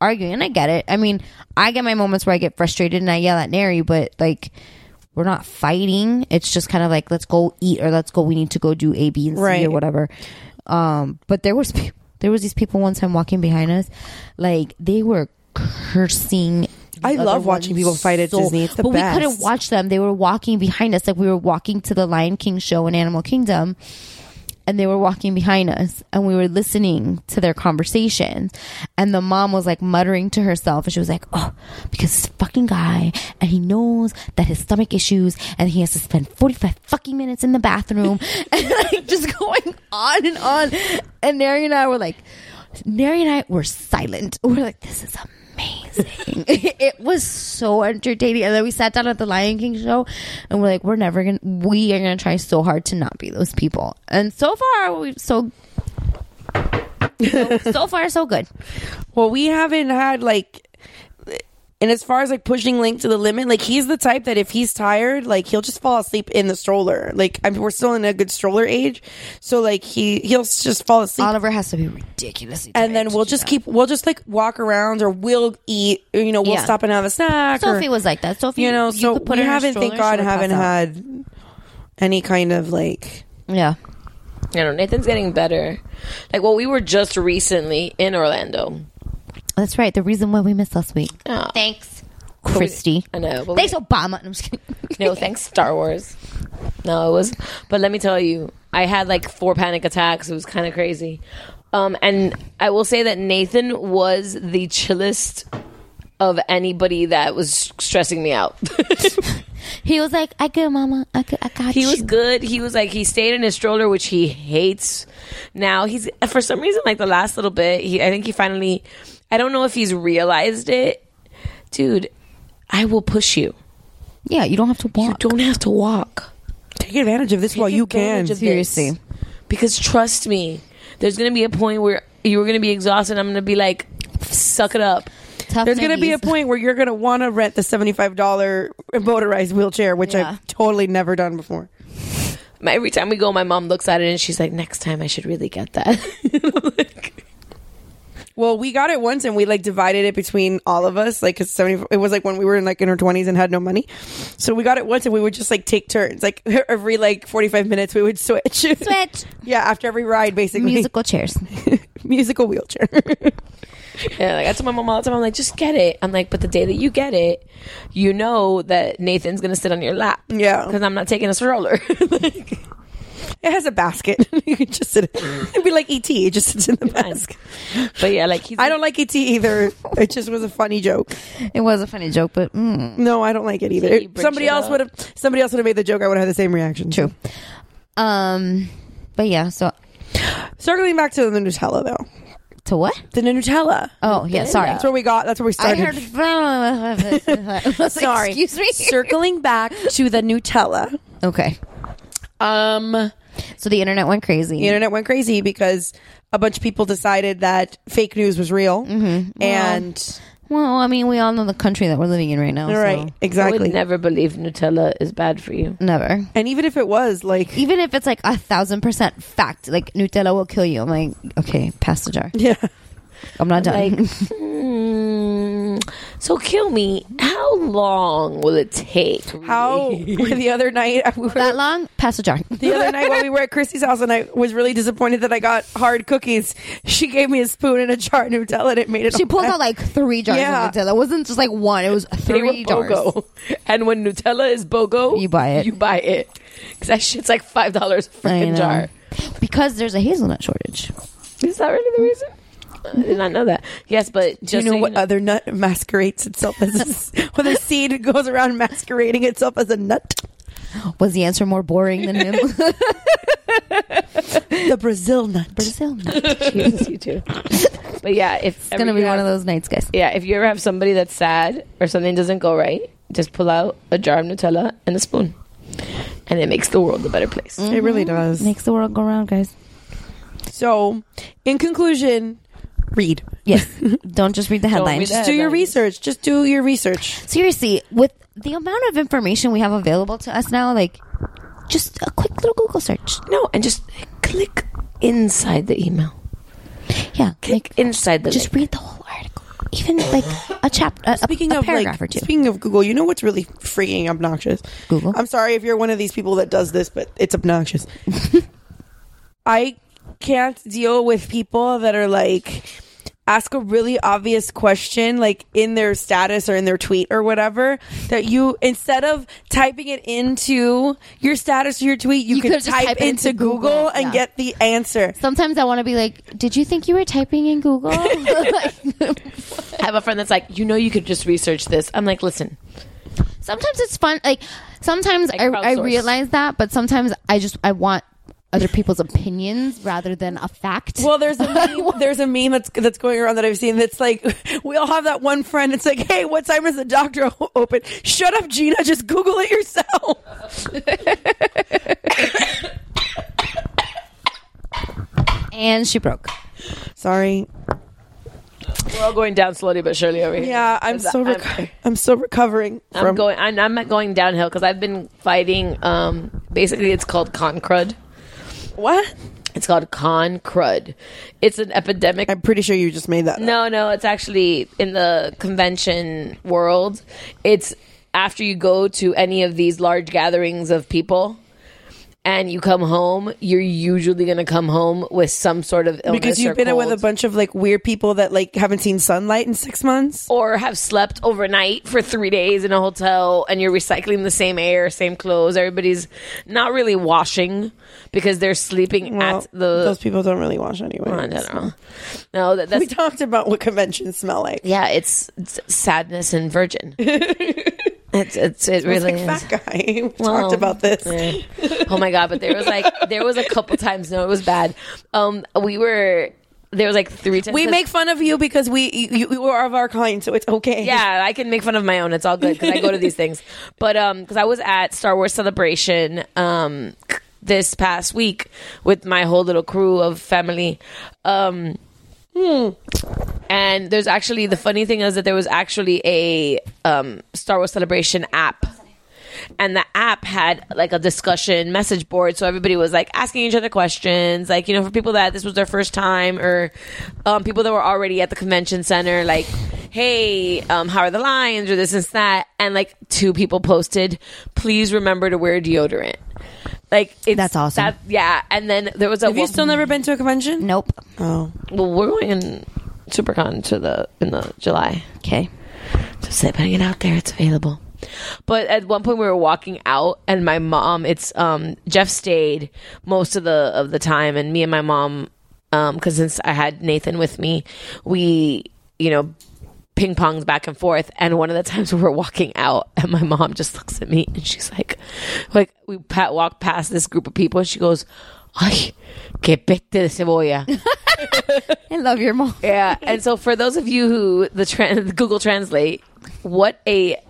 arguing. And I get it. I mean, I get my moments where I get frustrated and I yell at Neri, but like, we're not fighting. It's just kind of like, let's go eat or let's go. We need to go do A, B, and C
Right.
or whatever. Um, but there was pe- there was these people one time walking behind us, like they were cursing. the
I
other
love watching
one
people fight at Disney. It's the
but we couldn't
best.
watch them. They were walking behind us, like we were walking to the Lion King show in Animal Kingdom and they were walking behind us and we were listening to their conversation and the mom was like muttering to herself and she was like oh because this fucking guy and he knows that his stomach issues and he has to spend 45 fucking minutes in the bathroom [laughs] and like just [laughs] going on and on and Nary and I were like Nary and I were silent [laughs] we're like this is amazing [laughs] it was so entertaining and then we sat down at the Lion King show and we're like we're never gonna we are gonna try so hard to not be those people and so far we've so [laughs] so, so far so good
Well, we haven't had like, and as far as like pushing Link to the limit, like he's the type that if he's tired, like he'll just fall asleep in the stroller. Like I mean, we're still in a good stroller age, so like he he'll s- just fall asleep.
Oliver has to be ridiculously
and then we'll just keep we'll just like walk around or we'll eat or, you know we'll
Yeah.
stop and have a snack or,
Sophie was like that Sophie
you know so
could put
we
her in a
haven't thank
stroller, she
God haven't
would pass out.
had any kind of like
yeah
I don't know. Nathan's getting better. Like, well, we were just recently in Orlando.
that's right the reason why we missed last week
Oh.
thanks Christy
I know. But we-
thanks Obama [laughs] no, I'm just kidding
no, thanks Star Wars. No, it was. But let me tell you, I had like four panic attacks. It was kind of crazy. Um, and I will say that Nathan was the chillest of anybody that was stressing me out. [laughs]
he was like I good mama I, good, I got
he
you
was good. He was like he stayed in his stroller, which he hates. Now he's for some reason like the last little bit. He I think he finally. I don't know if he's realized it, dude. I will push you.
yeah you don't have to
You
walk
don't have to walk.
take advantage of this while you can.
advantage of this.
seriously
Because trust me, there's gonna be a point where you're gonna be exhausted. I'm gonna be like, suck it up.
Tough
There's going to be a
niggies.
point where you're going to want to rent the $75 motorized wheelchair, which
Yeah.
I've totally never done before.
My- Every time we go, my mom looks at it and she's like, next time I should really get that. [laughs] I'm like,
Well, we got it once and we like divided it between all of us. Like, cause 70, it was like when we were in like in our 20s and had no money. So we got it once and we would just like take turns. Like [laughs] every like 45 minutes, we would switch. [laughs]
switch
yeah, after every ride, basically.
musical chairs
[laughs] Musical wheelchair. [laughs]
yeah, like I tell my mom all the time, I'm like, just get it. I'm like, but the day that you get it, you know that Nathan's gonna sit on your lap.
Yeah.
because I'm not taking a stroller. [laughs] like,
it has a basket. [laughs] you can just sit It'd be like E.T. It just sits in the basket.
but yeah, like he's
I don't like E.T. either. It just was a funny joke.
it was a funny joke but mm.
No, I don't like it either.
you
It-
bring
somebody
shit
else
up.
would have somebody else would have made the joke. I would have had the same reaction.
True. Um, but yeah. So
Circling back to the Nutella though.
to what?
The Nutella.
Oh yeah. Sorry.
That's where we got. That's where we
I
uh, started. [laughs]
heard.
Sorry.
Excuse me.
[laughs] Circling back to the Nutella.
Okay.
Um, the
So the internet went crazy.
internet went crazy because a bunch of people decided that fake news was real,
Mm-hmm.
and
well, I mean, we all know the country that we're living in right now. so-
right,
I would
exactly.
never believe Nutella is bad for you.
Never.
And even if it was like,
Even if it's like a thousand percent fact, like Nutella will kill you. I'm like, okay, pass the jar.
yeah,
I'm not done.
Like, mm, so kill me. How long will it take?
[laughs]
how the other night [laughs] we were
[laughs] that long? Pass the jar.
The other night while we were at Christy's house and I was really disappointed that I got hard cookies, [laughs] she gave me a spoon and a jar of Nutella and it made it
She
all
pulled
bad.
out like three jars
Yeah.
of Nutella. It wasn't just like one. It was
They were
three jars.
BOGO. [laughs] And when Nutella is BOGO,
You buy it.
You buy it. Because that shit's like $5 a
I
freaking
know.
jar.
Because there's a hazelnut shortage.
Is that really the reason? I did not know that. Yes, but
Do you
just
know
so
what other nut masquerades itself as [laughs] a, when the seed goes around masquerading itself as a nut?
Was the answer more boring than him? [laughs]
The Brazil nut.
Brazil. It's
Jesus, [laughs] you too. But yeah, if it's
gonna be one of those nights, guys.
Yeah, if you ever have somebody that's sad or something doesn't go right, just pull out a jar of Nutella and a spoon, and it makes the world a better place.
It really does.
Makes the world go round, guys.
So, in conclusion, read.
Yes. Don't just read the
read
headlines.
that.
Just do your
Headlines.
research. Just do your research.
Seriously, with the amount of information we have available to us now, like just a quick little Google search.
No, and just click inside the email.
Yeah.
Click inside the
Just read
link.
the whole article. Even within like a chapter, a,
Speaking
a
of
paragraph
like,
or two.
speaking of Google, you know what's really freaking obnoxious?
Google?
I'm sorry if you're one of these people that does this, but it's obnoxious. I can't deal with people that are like ask a really obvious question like in their status or in their tweet or whatever that you instead of typing it into your status or your tweet you,
You
could
could've just
type,
typed
into,
into
google,
Google,
and
yeah.
get the answer
Sometimes I want to be like, "Did you think you were typing in Google?" [laughs] Like,
I have a friend that's like, you know, you could just research this. I'm like, listen,
sometimes it's fun. Like sometimes
Like
I, I
crowdsource.
realize that, but sometimes I just I want other people's opinions rather than a fact.
Well, there's
[laughs]
a meme, there's a meme that's that's going around that I've seen that's like [laughs] we all have that one friend. It's like, hey, what time is the doctor [laughs] o- open? Shut up, Gina. Just Google it yourself.
and she broke.
Sorry.
we're all going down slowly but surely over here.
Yeah, I'm still
Uh, I'm-
reco- I'm, still recovering.
I'm
from-
going. I'm, I'm going downhill because I've been fighting. Um, basically, it's called con crud.
What?
It's called con crud. It's an epidemic.
I'm pretty sure you just made that. up.
No, no, it's actually in the convention world. It's after you go to any of these large gatherings of people and you come home, you're usually going to come home with some sort of illness
because
or
you've been
cold,
with a bunch of like weird people that like haven't seen sunlight in six months.
or have slept overnight for 3 days in a hotel and you're recycling the same air, same clothes. Everybody's not really washing because they're sleeping
Well,
at the
those people don't really wash anyway.
I don't know. No, that,
We
that's
talked about what conventions smell like.
yeah, it's, it's sadness
[laughs]
and virgin. it's, it's it
It's
really
like
is.
fat guy. [laughs] We
Wow.
talked about this.
Yeah. Oh my god! But there was like there was a couple times. No, it was bad. Um, we were there was like three times.
We make fun of you because we you, you are of our kind, so it's okay.
Yeah, I can make fun of my own. It's all good because I go to these things. But um, because I was at Star Wars Celebration um this past week with my whole little crew of family, um. And there's actually the funny thing is that there was actually a um, Star Wars Celebration app and the app had like a discussion message board so everybody was like asking each other questions like you know for people that this was their first time or um, people that were already at the convention center like hey um, how are the lines or this and that and like two people posted please remember to wear deodorant like it's,
That's awesome.
that- yeah and then there was a
Have you still never been to a convention?
Nope.
Oh,
well we're going in supercon to the in the july
Okay.
just it, putting it out there. It's available. But at one point we were walking out, and my mom. It's um Jeff stayed most of the of the time, and me and my mom, um, because since I had Nathan with me, we you know ping pongs back and forth. And one of the [laughs] times we were walking out, and my mom just looks at me, and she's like, like we pat walk past this group of people, and she goes, "Ay, que peste de cebolla."
I love your mom.
Yeah, and so for those of you who the, tran [laughs] the Google Translate, what a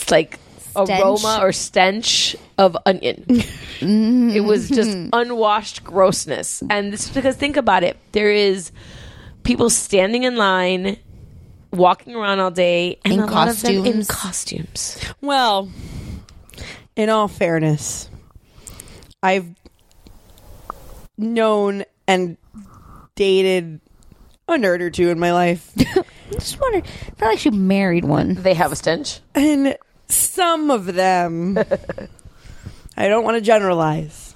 it's like
Stench.
aroma or stench of
[laughs]
onion.
Mm-hmm.
It was just unwashed grossness, and this because think about it, there is people standing in line, walking around all day, and
In
a lot of them in
costumes.
costumes.
well. In all fairness, I've known and dated a nerd or two in my [laughs] life,
I just wondered. I felt like she married one.
They have a stench.
and some of them, [laughs] I don't want to generalize.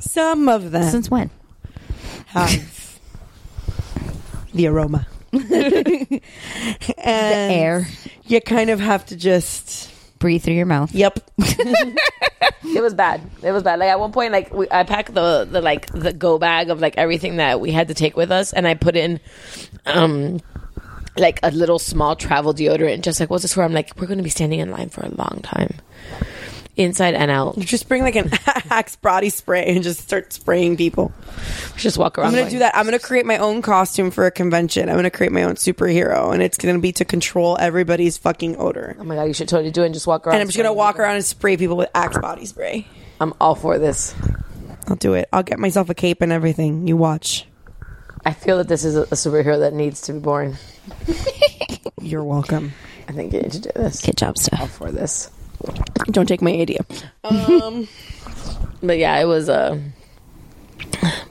Some of them
Since when?
have the aroma. and
Air.
You kind of have to just.
Breathe through your mouth.
Yep.
It was bad. It was bad. Like at one point, like we, I packed the the like the go bag of like everything that we had to take with us, and I put in, um, like a little small travel deodorant. Just like what's this for? I'm like, we're going to be standing in line for a long time, inside and out. [laughs]
You just bring like an [laughs] axe body spray and just start spraying people.
Just walk around.
I'm gonna
going,
do that. I'm gonna create my own costume for a convention. I'm gonna create my own superhero, and it's gonna be to control everybody's fucking odor.
Oh my god, you should totally do it and just walk around.
And I'm just gonna walk around and spray people with axe body spray.
I'm all for this.
I'll do it. I'll get myself a cape and everything. You watch.
I feel that this is a, a superhero that needs to be born.
You're welcome.
I think you need to do this.
Good job,
All
stuff.
for this. Um,
Don't take my idea.
[laughs] But yeah, it was Uh,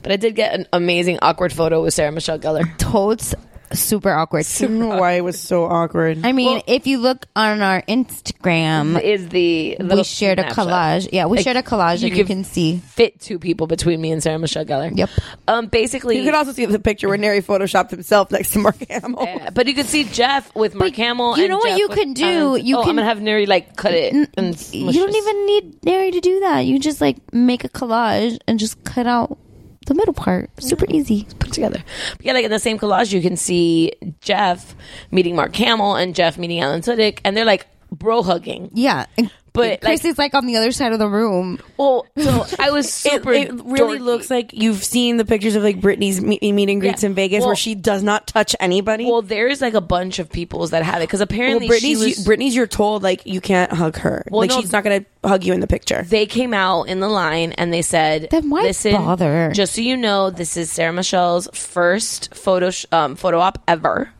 but I did get an amazing awkward photo with Sarah Michelle Gellar.
Totes super awkward.
I don't know why it was so awkward.
I mean, if you look on our Instagram,
is the
we
little
shared a
snapshot.
collage. Yeah, we
Like,
shared a collage,
you
and you
give-
can see.
Fit two people between me and Sarah Michelle Gellar.
Yep.
Um, basically,
You could also see the picture where Neri photoshopped himself next to Mark Hamill.
Yeah, but you could see Jeff with Mark Hamill.
Oh. you
and
know what
Jeff
you
with
could do?
Alan.
You
oh, I'm
can-
gonna have Neri like cut it. And
you
smush
don't
this.
even need Nary to do that. You just like make a collage and just cut out the middle part. Super easy.
put together. But yeah, like in the same collage, you can see Jeff meeting Mark Hamill and Jeff meeting Alan Tudyk, and they're like bro hugging.
Yeah, and
But,
Chris
like-
is like on the other side of the room.
Well, so I
[laughs]
was super.
it really
dorky.
looks like you've seen the pictures of like Britney's meet, meet and greets
Yeah.
in Vegas
Well-
where she does not touch anybody.
Well, there's like a bunch of peoples that have it because
Well,
apparently she
Britney's
was.
Britney's you're told like you can't hug her. like
no,
she's not gonna hug you in the picture.
they came out in the line and they said,
Then why
"Listen,
bother?"
just so you know, this is Sarah Michelle's first photo sh- um, photo op ever.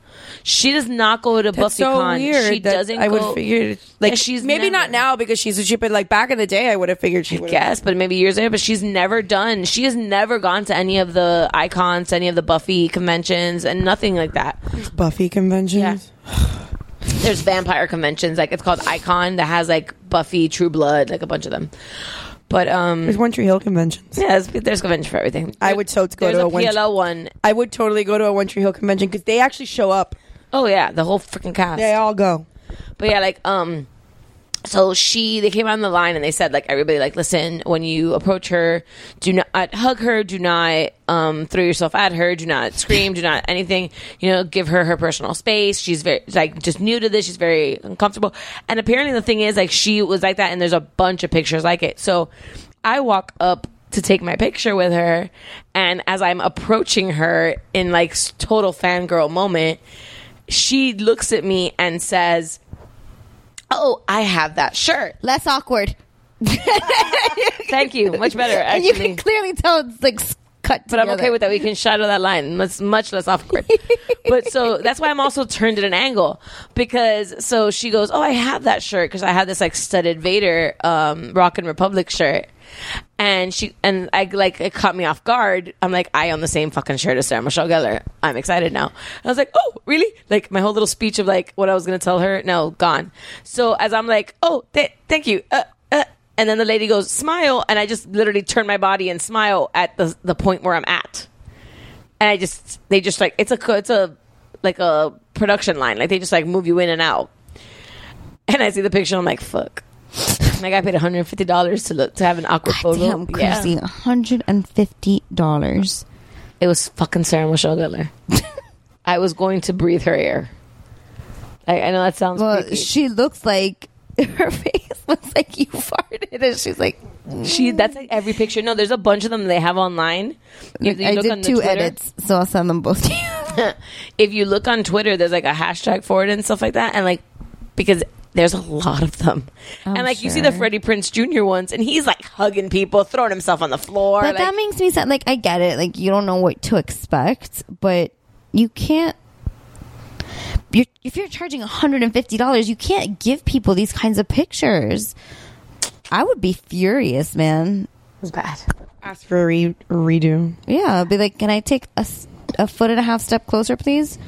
She does not go to
That's so
BuffyCon.
weird.
she
that
doesn't.
I would
go-
have figured like
And she's
maybe
never-
not now because she's a stupid. Like back in the day, I would have figured she would.
guess, but maybe years later. But she's never done. She has never gone to any of the icons, any of the Buffy conventions, and nothing like that.
Buffy conventions.
There's vampire conventions, like it's called Icon, that has like Buffy, True Blood, like a bunch of them. But um,
There's One Tree Hill conventions.
yeah, there's, there's convention for everything.
I would so go
There's
to
a
a one.
PLL one.
I would totally go to a One Tree Hill convention because they actually show up.
Oh yeah, the whole freaking cast.
They all go.
But yeah, like um so she they came on the line and they said like everybody like listen when you approach her do not uh, hug her do not um throw yourself at her do not scream do not anything you know give her her personal space she's very like just new to this she's very uncomfortable and apparently the thing is like she was like that and there's a bunch of pictures like it so i walk up to take my picture with her and as i'm approaching her in like s- total fangirl moment she looks at me and says Oh, I have that shirt.
Less awkward.
Thank you. Much [laughs] better,
and
actually.
you can clearly tell it's like s- cut.
but I'm okay with that. We can shadow that line. That's much less awkward. but so that's why I'm also turned at an angle because so she goes, "Oh, I have that shirt because I have this like studded Vader um, Rock and Republic shirt." And she and I like it caught me off guard. I'm like, I own the same fucking shirt as Sarah Michelle Gellar. I'm excited now. And I was like, oh, really? Like my whole little speech of like what I was gonna tell her, no, gone. So as I'm like, oh, th- thank you. Uh, uh, and then the lady goes, smile, and I just literally turn my body and smile at the the point where I'm at and I just they just like it's a co- it's a like a production line like they just like move you in and out. And I see the picture, I'm like, fuck. [laughs] Like I paid 150 dollars to look to have an awkward photo.
Damn, Chrissy, hundred and fifty dollars.
it was fucking Sarah
[laughs]
Michelle Gellar. I was going to breathe her air. I, I know that sounds.
Well,
creepy.
she looks like [laughs] her face looks like you farted, and she's like,
she that's like every picture. No, there's a bunch of them they have online. You- you
I
look on
did
the
two
Twitter.
edits, so I'll send them both to you.
[laughs] if you look on Twitter, there's like a hashtag for it and stuff like that, and like because there's a lot of them,
I'm
and like you see the
Oh, sure.
Freddie Prince Jr. ones, and he's like hugging people, throwing himself on the floor.
But that
like-
makes me sad. Like I get it. Like you don't know what to expect, but you can't. You're, if you're charging hundred and fifty dollars, you can't give people these kinds of pictures. I would be furious, man.
Ask for a re- redo.
Yeah, I'd be like, can I take a, s- a foot and a half step closer, please?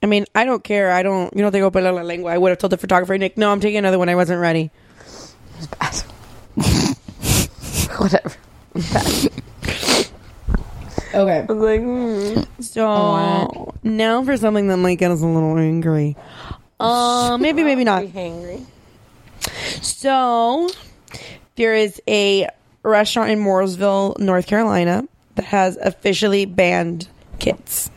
I mean, I don't care. I don't. You know, they go la la lengua. I would have told the photographer, Nick, no, I'm taking another one. I wasn't ready.
[laughs]
whatever.
Okay. like, so now for something that might get us a little angry. Um, maybe, maybe not. So there is a restaurant in Mooresville, North Carolina, that has officially banned kids.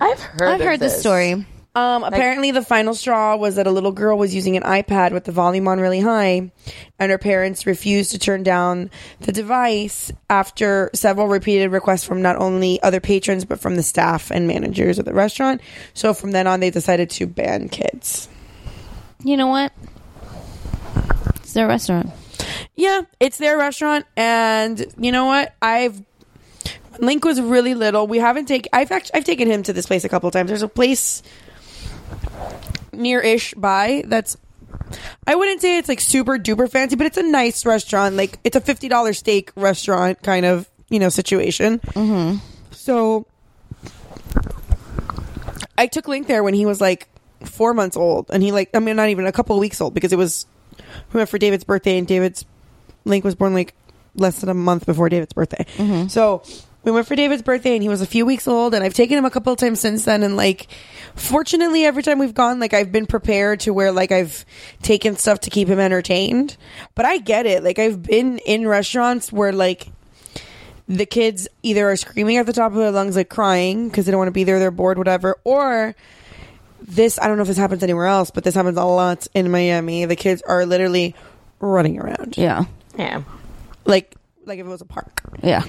I've heard.
I've heard this story.
Um, apparently, the final straw was that a little girl was using an iPad with the volume on really high, and her parents refused to turn down the device after several repeated requests from not only other patrons, but from the staff and managers of the restaurant. So, from then on, they decided to ban kids.
You know what? It's their restaurant.
Yeah, it's their restaurant, and you know what? I've Link was really little. We haven't taken. I've actually I've taken him to this place a couple of times. There's a place near-ish by that's. I wouldn't say it's like super duper fancy, but it's a nice restaurant. Like it's a fifty dollar steak restaurant kind of you know situation. Mm-hmm. So I took Link there when he was like four months old, and he like I mean not even a couple of weeks old because it was we went for David's birthday, and David's Link was born like less than a month before David's birthday. So we went for David's birthday, and he was a few weeks old, and I've taken him a couple of times since then, and like fortunately every time we've gone, like I've been prepared to where like I've taken stuff to keep him entertained. But I get it, like I've been in restaurants where like the kids either are screaming at the top of their lungs, like crying because they don't want to be there, they're bored, whatever, or this, I don't know if this happens anywhere else, but this happens a lot in Miami. The kids are literally running around.
Yeah.
Yeah.
Like, like if it was a park.
Yeah.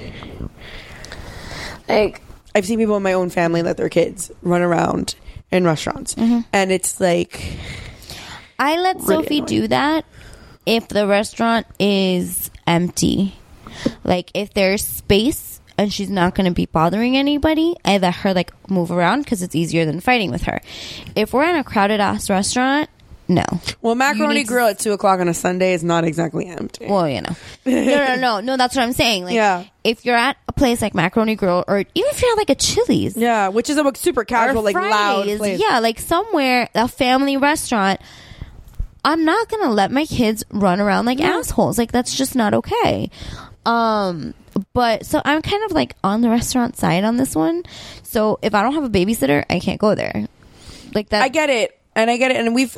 Like,
I've seen people in my own family let their kids run around in restaurants.
Mm-hmm.
And it's like,
I let Sophie
annoying.
do that if the restaurant is empty. Like if there's space and she's not going to be bothering anybody, I let her like move around because it's easier than fighting with her. If we're in a crowded ass restaurant, no.
well, Macaroni
need to-
Grill at 2 o'clock on a Sunday is not exactly empty.
Well, you know, no, no,
[laughs]
no, no. That's what I'm saying. Like,
Yeah.
if you're at a place like Macaroni Grill, or even if you're at like a Chili's,
yeah, which is a super
or
casual, like loud
Fridays,
place.
Yeah, like somewhere a family restaurant. I'm not gonna let my kids run around like assholes. Like that's just not okay. Um, but so I'm kind of like on the restaurant side on this one. So if I don't have a babysitter, I can't go there. Like that.
I get it, and I get it, and we've.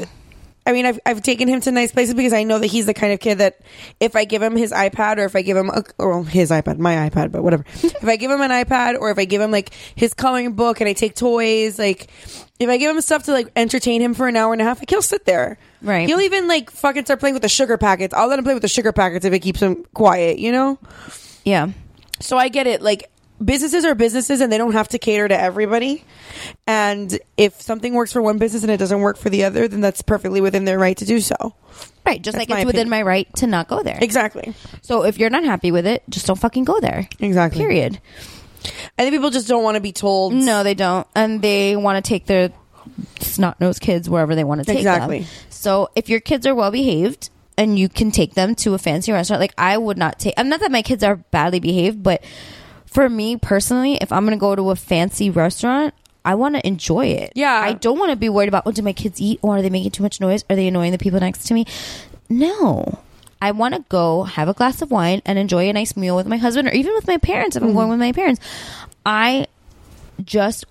I mean, I've, I've taken him to nice places because I know that he's the kind of kid that if I give him his iPad or if I give him a, or well, his iPad, my iPad, but
[laughs]
whatever. if I give him an iPad or if I give him like his coloring book and I take toys, like if I give him stuff to like entertain him for an hour and a half, like he'll sit there.
Right.
He'll even like fucking start playing with the sugar packets. I'll let him play with the sugar packets if it keeps him quiet, you know?
yeah.
So I get it. Like businesses are businesses and they don't have to cater to everybody. And if something works for one business and it doesn't work for the other, then that's perfectly within their right to do so.
Right. Just
That's
like
my
it's within
opinion.
my right to not go there.
Exactly.
So if you're not happy with it, just don't fucking go there.
Exactly.
Period.
I think people just don't want to be told.
No, they don't, and they want to take their snot nosed kids wherever they want to take
Exactly.
them. So if your kids are well behaved and you can take them to a fancy restaurant, like I would not take. I'm not that my kids are badly behaved, but for me personally, if I'm going to go to a fancy restaurant. I want to enjoy it.
Yeah.
I don't want to be worried about, oh, did my kids eat? Or are they making too much noise? Are they annoying the people next to me? No. I want to go have a glass of wine and enjoy a nice meal with my husband or even with my parents if I'm
Mm.
going with my parents. I just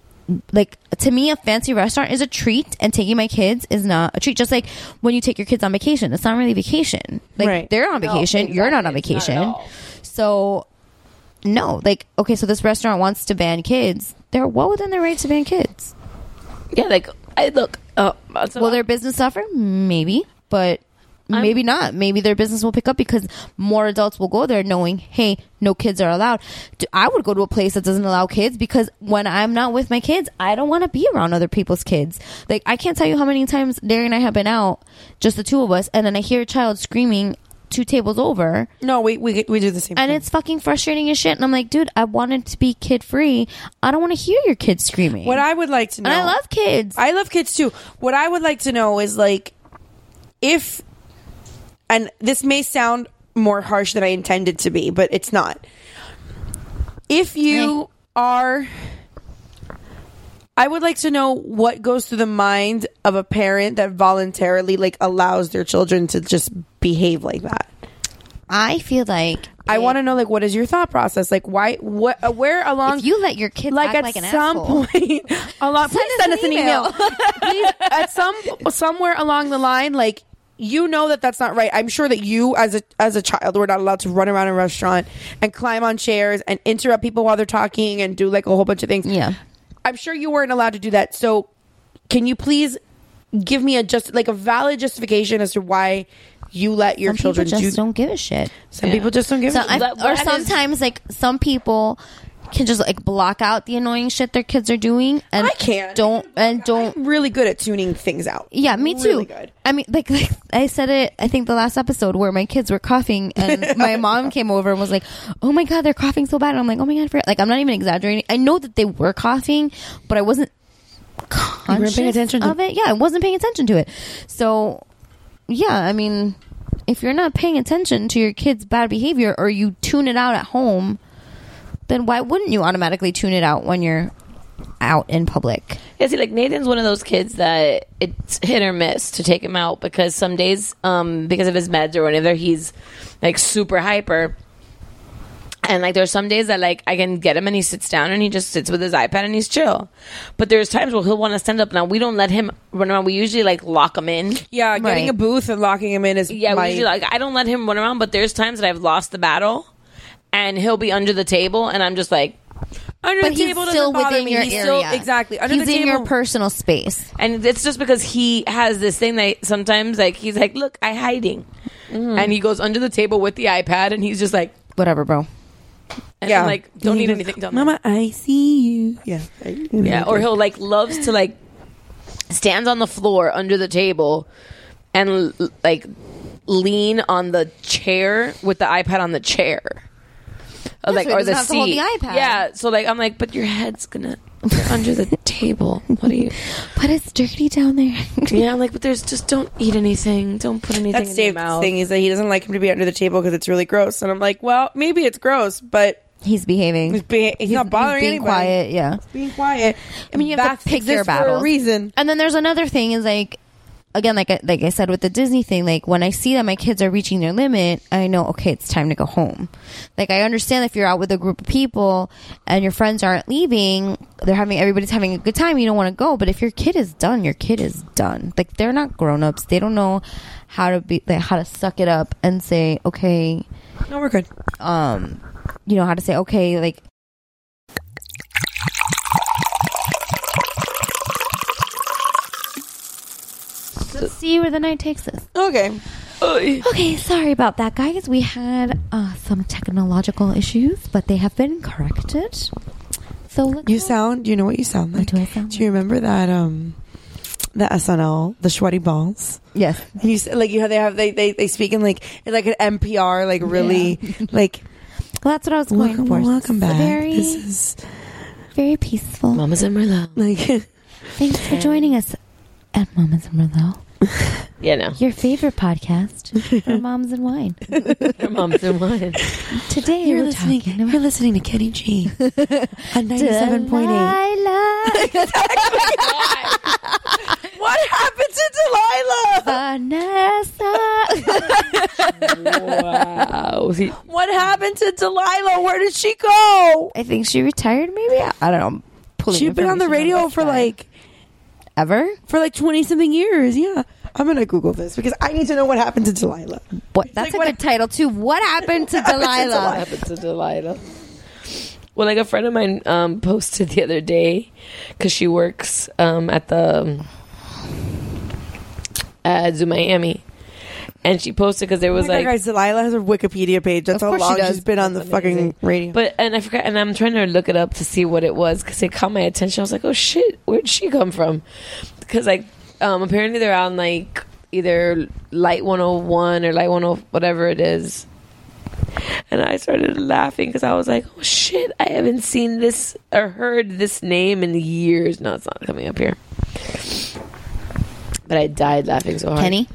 like to me a fancy restaurant is a treat and taking my kids is not a treat just like when you take your kids on vacation it's not really vacation like
Right.
they're on vacation you're not on vacation so no like okay so this restaurant wants to ban kids they're well within their rights to ban kids
yeah, like, I look. Uh,
will their business suffer maybe but maybe not maybe their business will pick up because more adults will go there knowing hey no kids are allowed D- i would go to a place that doesn't allow kids because when i'm not with my kids i don't want to be around other people's kids like i can't tell you how many times Derry and i have been out just the two of us and then i hear a child screaming two tables over
No, we, we, we do the same
and
thing.
it's fucking frustrating as shit and i'm like dude i wanted to be kid free i don't want to hear your kids screaming
what I would like to know.
and i love kids
I love kids too. What I would like to know is like if and this may sound more harsh than I intended to be, but it's not. If you are I would like to know what goes through the mind of a parent that voluntarily like allows their children to just behave like that.
i feel like
I want to know like what is your thought process? Like why what uh, where along
If you let your kids
like
act
at
like an
some [laughs]
asshole.
point along please
us
send
an
us an email,
email.
please, at some somewhere along the line like you know that that's not right i'm sure that you as a as a child were not allowed to run around a restaurant and climb on chairs and interrupt people while they're talking and do like a whole bunch of things
Yeah.
i'm sure you weren't allowed to do that so can you please give me a just like a valid justification as to why you let your
some
children
people just
do
do- not give a shit.
some people just don't give
So
a
I,
That-
or
that is-
sometimes like some people can just like block out the annoying shit their kids are doing and
I can't.
don't and don't
I'm really good at tuning things out
yeah me too
Really good.
i mean like, [laughs] like i said it i think the last episode where my kids were coughing
[laughs]
and my mom came over and was like oh my god they're coughing so bad and i'm like oh my god I forgot. like i'm not even exaggerating i know that they were coughing but i wasn't conscious
attention to-
of it yeah i wasn't paying attention to it so yeah i mean if you're not paying attention to your kids bad behavior or you tune it out at home then why wouldn't you automatically tune it out when you're out in public
Yeah, see, like Nathan's one of those kids that it's hit or miss to take him out because some days, um, because of his meds or whatever, he's like super hyper. And like, there's some days that like I can get him and he sits down and he just sits with his iPad and he's chill. But there's times where he'll want to stand up. Now we don't let him run around. We usually like lock him in.
Yeah, getting
Right.
a booth and locking him in is
Yeah,
my-
we usually like I don't let him run around. But there's times that I've lost the battle, and he'll be under the table, and I'm just like,
under
But
the
he's
table
still
doesn't bother
within
me.
your
he's
area.
Still, exactly. Under
he's
the
in
table.
your personal space.
and it's just because he has this thing that sometimes like he's like look i hiding and he goes under the table with the ipad and he's just like
Whatever, bro.
and
yeah.
I'm like don't
He
need
just-
anything done
Mama, I see you. Yeah.
yeah or he'll like loves to like stands on the floor under the table and l- like lean on the chair with the ipad on the chair Or,
Yeah,
like
so he
or
doesn't
the
have to
seat
hold the iPad.
yeah so like i'm like but your head's gonna you're under the table what are you [laughs]
But it's dirty down there.
yeah i'm like but there's just don't eat anything don't put anything
That's
in your
Dave's
mouth
thing. Is that he doesn't like him to be under the table because it's really gross. And I'm like, well, maybe it's gross, but
[laughs] He's behaving.
he's, being, he's, not bothering
being
anybody.
quiet. Yeah.
Being quiet.
I mean, you have
Bats
to pick
exist
your
for
battles.
a reason.
And then there's another thing is like, again, like I, like I said with the Disney thing, like when I see that my kids are reaching their limit, I know okay, it's time to go home. Like I understand if you're out with a group of people and your friends aren't leaving, they're having everybody's having a good time. You don't want to go, but if your kid is done, your kid is done. Like they're not grown ups. They don't know how to be like how to suck it up and say okay,
No, we're good.
um, you know how to say okay, like Let's see where the night takes us.
Okay.
Okay, sorry about that, guys. We had uh, some technological issues, but they have been corrected. So let's
You sound. You know what you sound like.
What do I sound
Do you remember that? Um, the SNL, the sweaty balls.
yes,
And you s- like you have they have they they, they speak in like in like an NPR like really like
well, that's what I was going
welcome
for.
welcome
It's
back.
Very,
This is
very peaceful.
mama's in merlot
like
Thanks for joining us at Moms and Merlot,
yeah no
your
[laughs]
favorite podcast for moms and wine.
[laughs] Your mom's in [laughs] wine.
Today
you're
we're
listening
talking about
you're listening to Kenny [laughs] G on ninety seven point eight.
[laughs] Delilah.
[laughs] What happened to Delilah?
Vanessa.
Wow. See,
What happened to Delilah? Where did she go?
I think she retired. Maybe I I don't know. I'm pulling
She'd been on the
information out
radio
of
for
my sky.
like
ever.
for like twenty something years. Yeah, I'm gonna Google this because I need to know what happened to Delilah.
What? That's
like,
a
what-
good title too. What
[laughs]
happened to
happened to
Delilah?
happened to Delilah? Well, like a friend of mine um, posted the other day because she works um, at the um, at Zoo Miami, and she posted because there was
Like,
like,
guys, Delilah has a Wikipedia page. That's how
Of course she
long she
does.
has been on the fucking radio.
but and I forgot, and I'm trying to look it up to see what it was because it caught my attention. I was like, oh shit, where'd she come from? Because like um, apparently they're on like either Light 101 or Light 10 whatever it is. And I started laughing because I was like, oh shit, I haven't seen this or heard this name in years. No, it's not coming up here. But I died laughing so hard.
Kenny.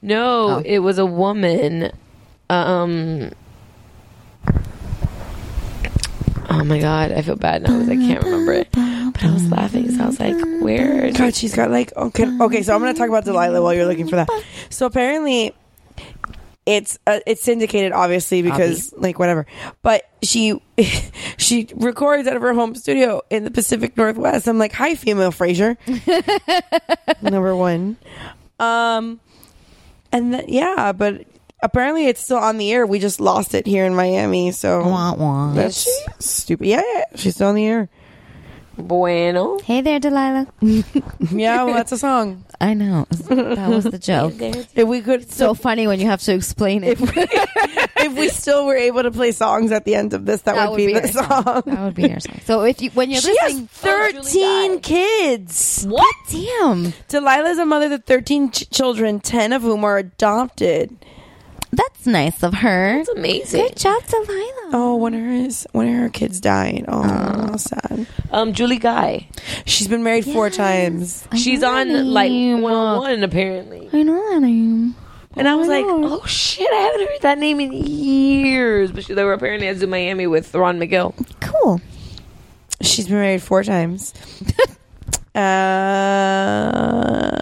No,
Oh.
it was a woman. Um. Oh my god, I feel bad now because I can't remember it. But I was laughing, so I was like, "Where?"
God, she's got like okay. Okay, so I'm gonna talk about Delilah while you're looking for that. So apparently, it's uh, it's syndicated, obviously, because like whatever. But she [laughs] she records out of her home studio in the Pacific Northwest. I'm like, hi, female [laughs] Fraser, number one. Um, and th- yeah, but apparently it's still on the air. We just lost it here in Miami, so
Wah, wah.
that's stupid. Yeah, yeah, she's still on the air.
Bueno.
Hey there, Delilah.
Yeah, well, that's a song.
I know that was the joke.
If we could
so funny when you have to explain it.
if we still were able to play songs at the end of this, that, would, be,
our
the song.
That would be our song. So if you when you're
She has 13
listening,
kids.
what? Damn,
Delilah's a mother to 13 ch- children, 10 of whom are adopted.
that's nice of her.
That's amazing.
Good job, Delilah.
Oh, one of her, is, one of her kids died. Oh, how sad.
Um, Julie Guy.
She's been married four times.
I
She's
know that
on like
name.
101 apparently,
I know that name.
and I was like,
know.
"Oh shit, I haven't heard that name in years." But she, they were apparently at Zoo Miami with Ron McGill.
Cool.
[laughs] She's been married four times. Uh,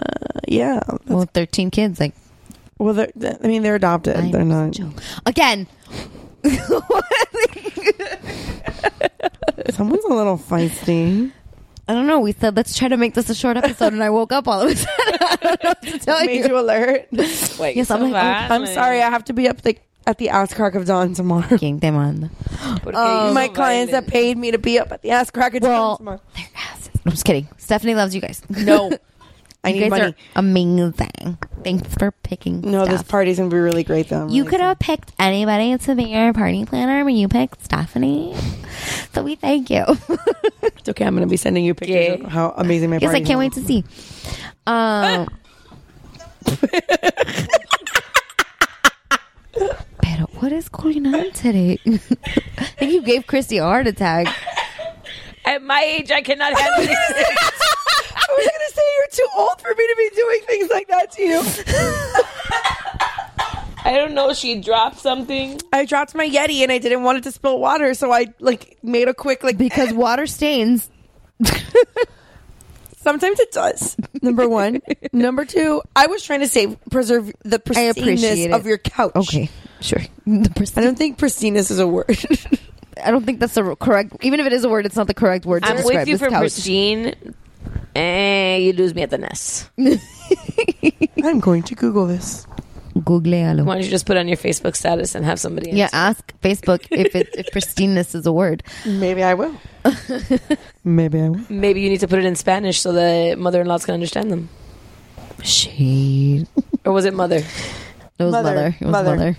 yeah.
Well, 13 kids, like,
Well, they're, I mean, they're adopted.
I'm
they're
just
not.
joking. Again,
[laughs] Someone's a little feisty.
I don't know. We said let's try to make this a short episode, and I woke up all of a sudden. [laughs] I don't know what to tell
Made
you.
you alert.
Wait,
Yes, I'm like, oh,
I'm sorry. I have to be up like at the ass crack of dawn tomorrow.
Fucking te mando. Oh,
my clients that [laughs] paid me to be up at the ass crack of
Well,
dawn tomorrow.
Their asses. I'm just kidding. Stephanie loves you guys. [laughs]
No, I
you
need
guys
money.
are amazing. Thanks for picking.
no, this
stuff.
party's gonna be really great though. I'm
You
really
could have picked anybody to be your party planner, but you picked Stephanie. So we thank you. [laughs]
It's okay. I'm gonna be sending you pictures
Yeah.
of how amazing my.
Yes, I
parties
can't
are.
wait to see. Um, Pero what is going on today? [laughs] I think you gave Christy a heart attack.
At my age, I cannot
[laughs]
handle this.
I was gonna say you're too old for me to be doing things like that to you.
I don't know. She dropped something.
[laughs] I dropped my Yeti and I didn't want it to spill water, so I like made a quick like
Because water stains.
Sometimes it does. Number [laughs] one. Number two, I was trying to save preserve the pristineness
appreciate
of
it.
your couch.
Okay,
[laughs]
sure. The
I
percent-
don't think pristineness is a word.
I don't think that's the correct. Even if it is a word, it's not the correct word to
I'm
describe
with you
this
for
couch.
pristine. Eh, you lose me at the nest.
I'm going to Google this.
Googlealo.
Why don't you just put it on your Facebook status and have somebody?
Yeah,
answer?
ask Facebook if it, if pristineness is a word.
Maybe I
[laughs]
will. Maybe I will.
Maybe you need to put it in Spanish so the mother-in-laws can understand them.
Shade.
Or was it mother?
It was
Mother.
mother. It was
Mother.
mother.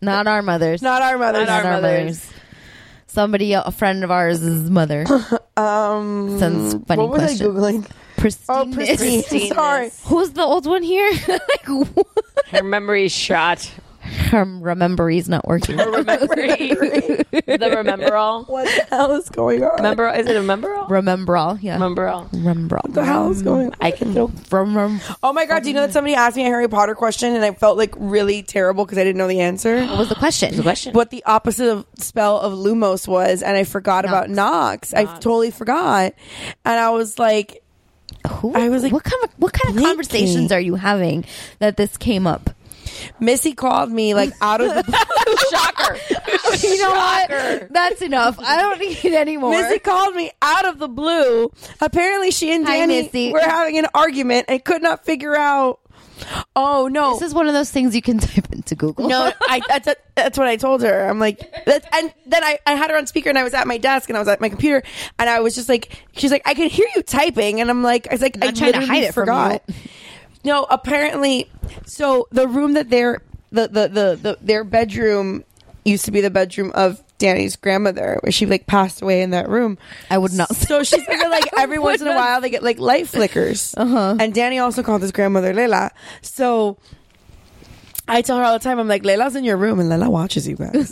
Not our mothers.
[laughs] Not our mothers.
Not our mothers.
Somebody, a friend of ours, is mother.
[coughs] Um
Sounds funny
What was
question.
I Googling?
Pristine.
Oh pristine.
Pristineness.
Sorry.
[laughs] Who's the old one here? [laughs] like, what?
[laughs] Her memory is shot.
Her memory's not working.
Her
[laughs]
memory. the remember all.
What the hell is going on?
Remember? Is it a remember all?
Remember all. Yeah.
Remember all.
Remember
what the
all.
hell is going on?
I can throw.
From, from,
Oh my god, do you know that somebody asked me a Harry Potter question and I felt like really terrible because I didn't know the answer?
what was the question?
Question.
[gasps] what the opposite of spell of Lumos was, and I forgot about Nox. I totally forgot, and I was like,
Who,
I was like,
what kind of what kind of
blinking.
conversations are you having that this came up?
Missy called me like out [laughs] of the
Shocker.
You know what? That's enough. I don't need any more.
Missy called me out of the blue. Apparently, she and
Hi,
Danny
Missy.
were having an argument and could not figure out. Oh no.
This is one of those things you can [laughs] type into Google. [laughs]
no, I, that's that's what I told her. I'm like, that's, and then I, I had her on speaker, and I was at my desk, and I was at my computer, and I was just like, she's like, I can hear you typing, and I'm like, I was like, I
Not trying to
literally
hide it from
forgot. No, apparently, so the room that their the the the, the their bedroom used to be the bedroom of Danny's grandmother, where she like passed away in that room.
I would not.
So she's figured
[laughs]
like every once in a while they get like light flickers. Uh-huh. And Danny also called his grandmother Leila. So I tell her all the time, I'm like, Leila's in your room and Leila watches you guys.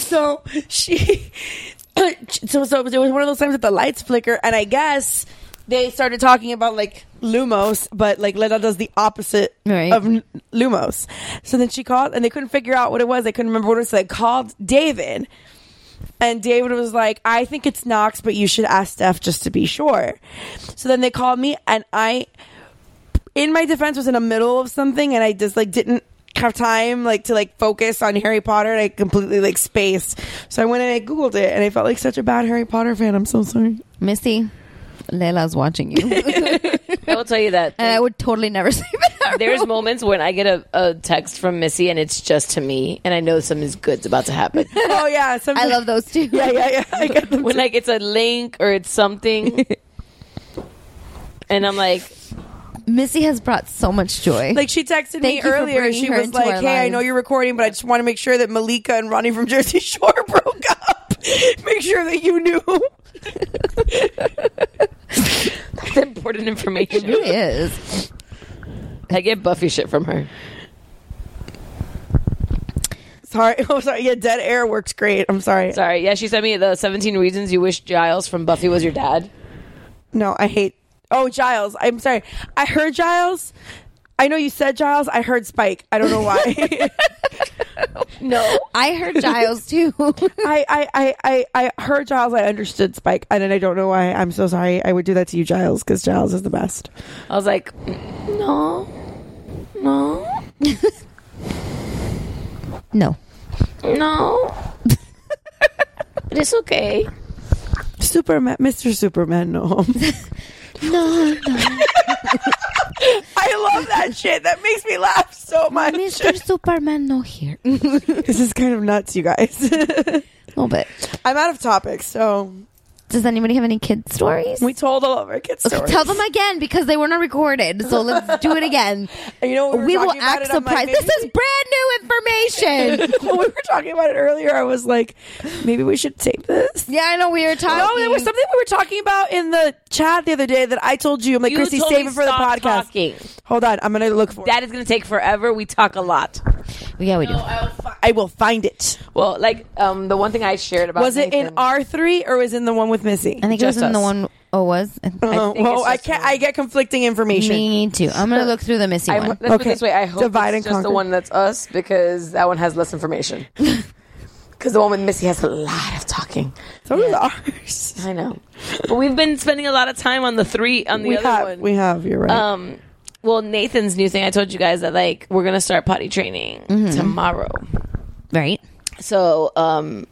so she [coughs] so so it was one of those times that the lights flicker and I guess they started talking about like Lumos, but like Leila does the opposite
Right.
of N- Lumos. So then she called and they couldn't figure out what it was. They couldn't remember what it was. So they called David. And David was like, I think it's Knox, but you should ask Steph just to be sure. So then they called me, and I, in my defense, was in the middle of something, and I just like didn't have time like to like focus on Harry Potter, and I completely like spaced. So I went and I googled it, and I felt like such a bad Harry Potter fan. I'm so
[laughs]
sorry.
Missy, Leila's watching you. [laughs] and
I will tell you that.
I would totally never say that.
There's moments when I get a, a text from Missy and it's just to me, and I know something's good's about to happen.
Oh yeah, some-
I love those [laughs] two.
[laughs] Yeah, yeah, yeah. I get
[laughs]
them.
when like it's a link or it's something, and I'm like,
Missy has brought so much joy.
[laughs] Like she texted
Thank
me
you for
earlier.
bringing
She
her
was
into
like,
our
"Hey, I know
lives."
you're recording, but I just want to make sure that Malika and Ronnie from Jersey [laughs] Shore broke up. make sure that you knew." [laughs]
that's important information.
it is.
I get Buffy shit from her.
Sorry. [laughs] Oh, sorry. Yeah, dead air works great. I'm sorry.
Sorry, yeah, she sent me the 17 reasons you wish Giles from Buffy was your dad.
No, I hate. Oh, Giles. I'm sorry. I
[laughs]
heard Giles. I know you said Giles. I heard Spike. I don't know why.
No.
I heard Giles too. [laughs]
I, I, I, I, I heard Giles. I understood Spike, and then I don't know why. I'm so sorry. I would do that to you, Giles, because Giles is the best.
I was like, no, no,
no.
no. but it's okay.
Superman, Mr. Superman, no. no, [laughs] I love that shit. That makes me laugh so much. [laughs]
Mr. Superman, no [laughs] here.
This is kind of nuts, you guys. [laughs]
no, but
I'm out of topics, so
does anybody have any kid stories?
we told all of our kids
Okay,
stories.
tell them again because they were not recorded. So let's do
[laughs]
it again.
And you know, what we, were
we will
talking about
act
it, I'm like,
surprised. This
maybe-
is brand
[laughs]
new information.
when we were talking about it earlier, I was like, maybe we should tape this.
yeah, I know we were talking.
No, Oh, there was something we were talking about in the chat the other day that I told you. I'm like,
You
Christy,
told
save
me
it for the
stop
podcast.
talking.
Hold on, I'm gonna look for
That is going to take forever. We talk a lot.
Yeah, we do.
it. I will find it.
Well, like um, the one thing I shared about
Was it in
Nathan-
R three or was it in the one with Missy?
I think it was
Just
in the
us.
one oh was. I-
Oh,
think
well,
it's
I
just
can't. I get conflicting information.
Me too. I'm gonna look through the missing
I,
one.
let's put it
Okay.
this way. I hope
Divide and
it's just
conquer.
the one that's us because that one has
[laughs]
less information. Because the one with Missy has a lot of talking.
So does ours.
I know, but we've been spending a lot of time on the three on [laughs] the
We
other
have.
one.
We have. You're right.
um, well, Nathan's new thing. I told you guys that like we're gonna start potty training
Mm-hmm.
tomorrow.
Right?
So um,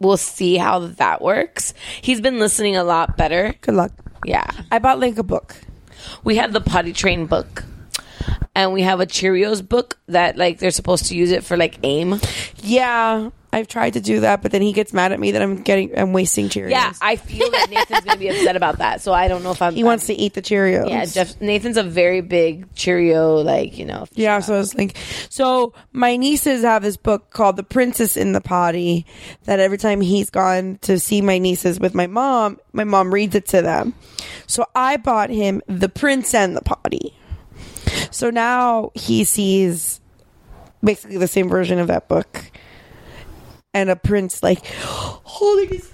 we'll see how that works. He's been listening a lot better.
Good luck.
Yeah,
I bought Link a book.
we have the potty train book. And we have a Cheerios book that like they're supposed to use it for like aim.
Yeah, I've tried to do that, but then he gets mad at me that I'm getting. I'm wasting Cheerios.
Yeah, I feel that Nathan's gonna be upset about that. So I don't know if I'm.
he wants to eat the Cheerios.
Yeah, Jeff, Nathan's a very big Cheerio, like you know.
Yeah, so I was like, so my nieces have this book called The Princess in the Potty that every time he's gone to see my nieces with my mom, my mom reads it to them. So I bought him The Prince and the Potty. So now he sees basically the same version of that book and a prince like holding his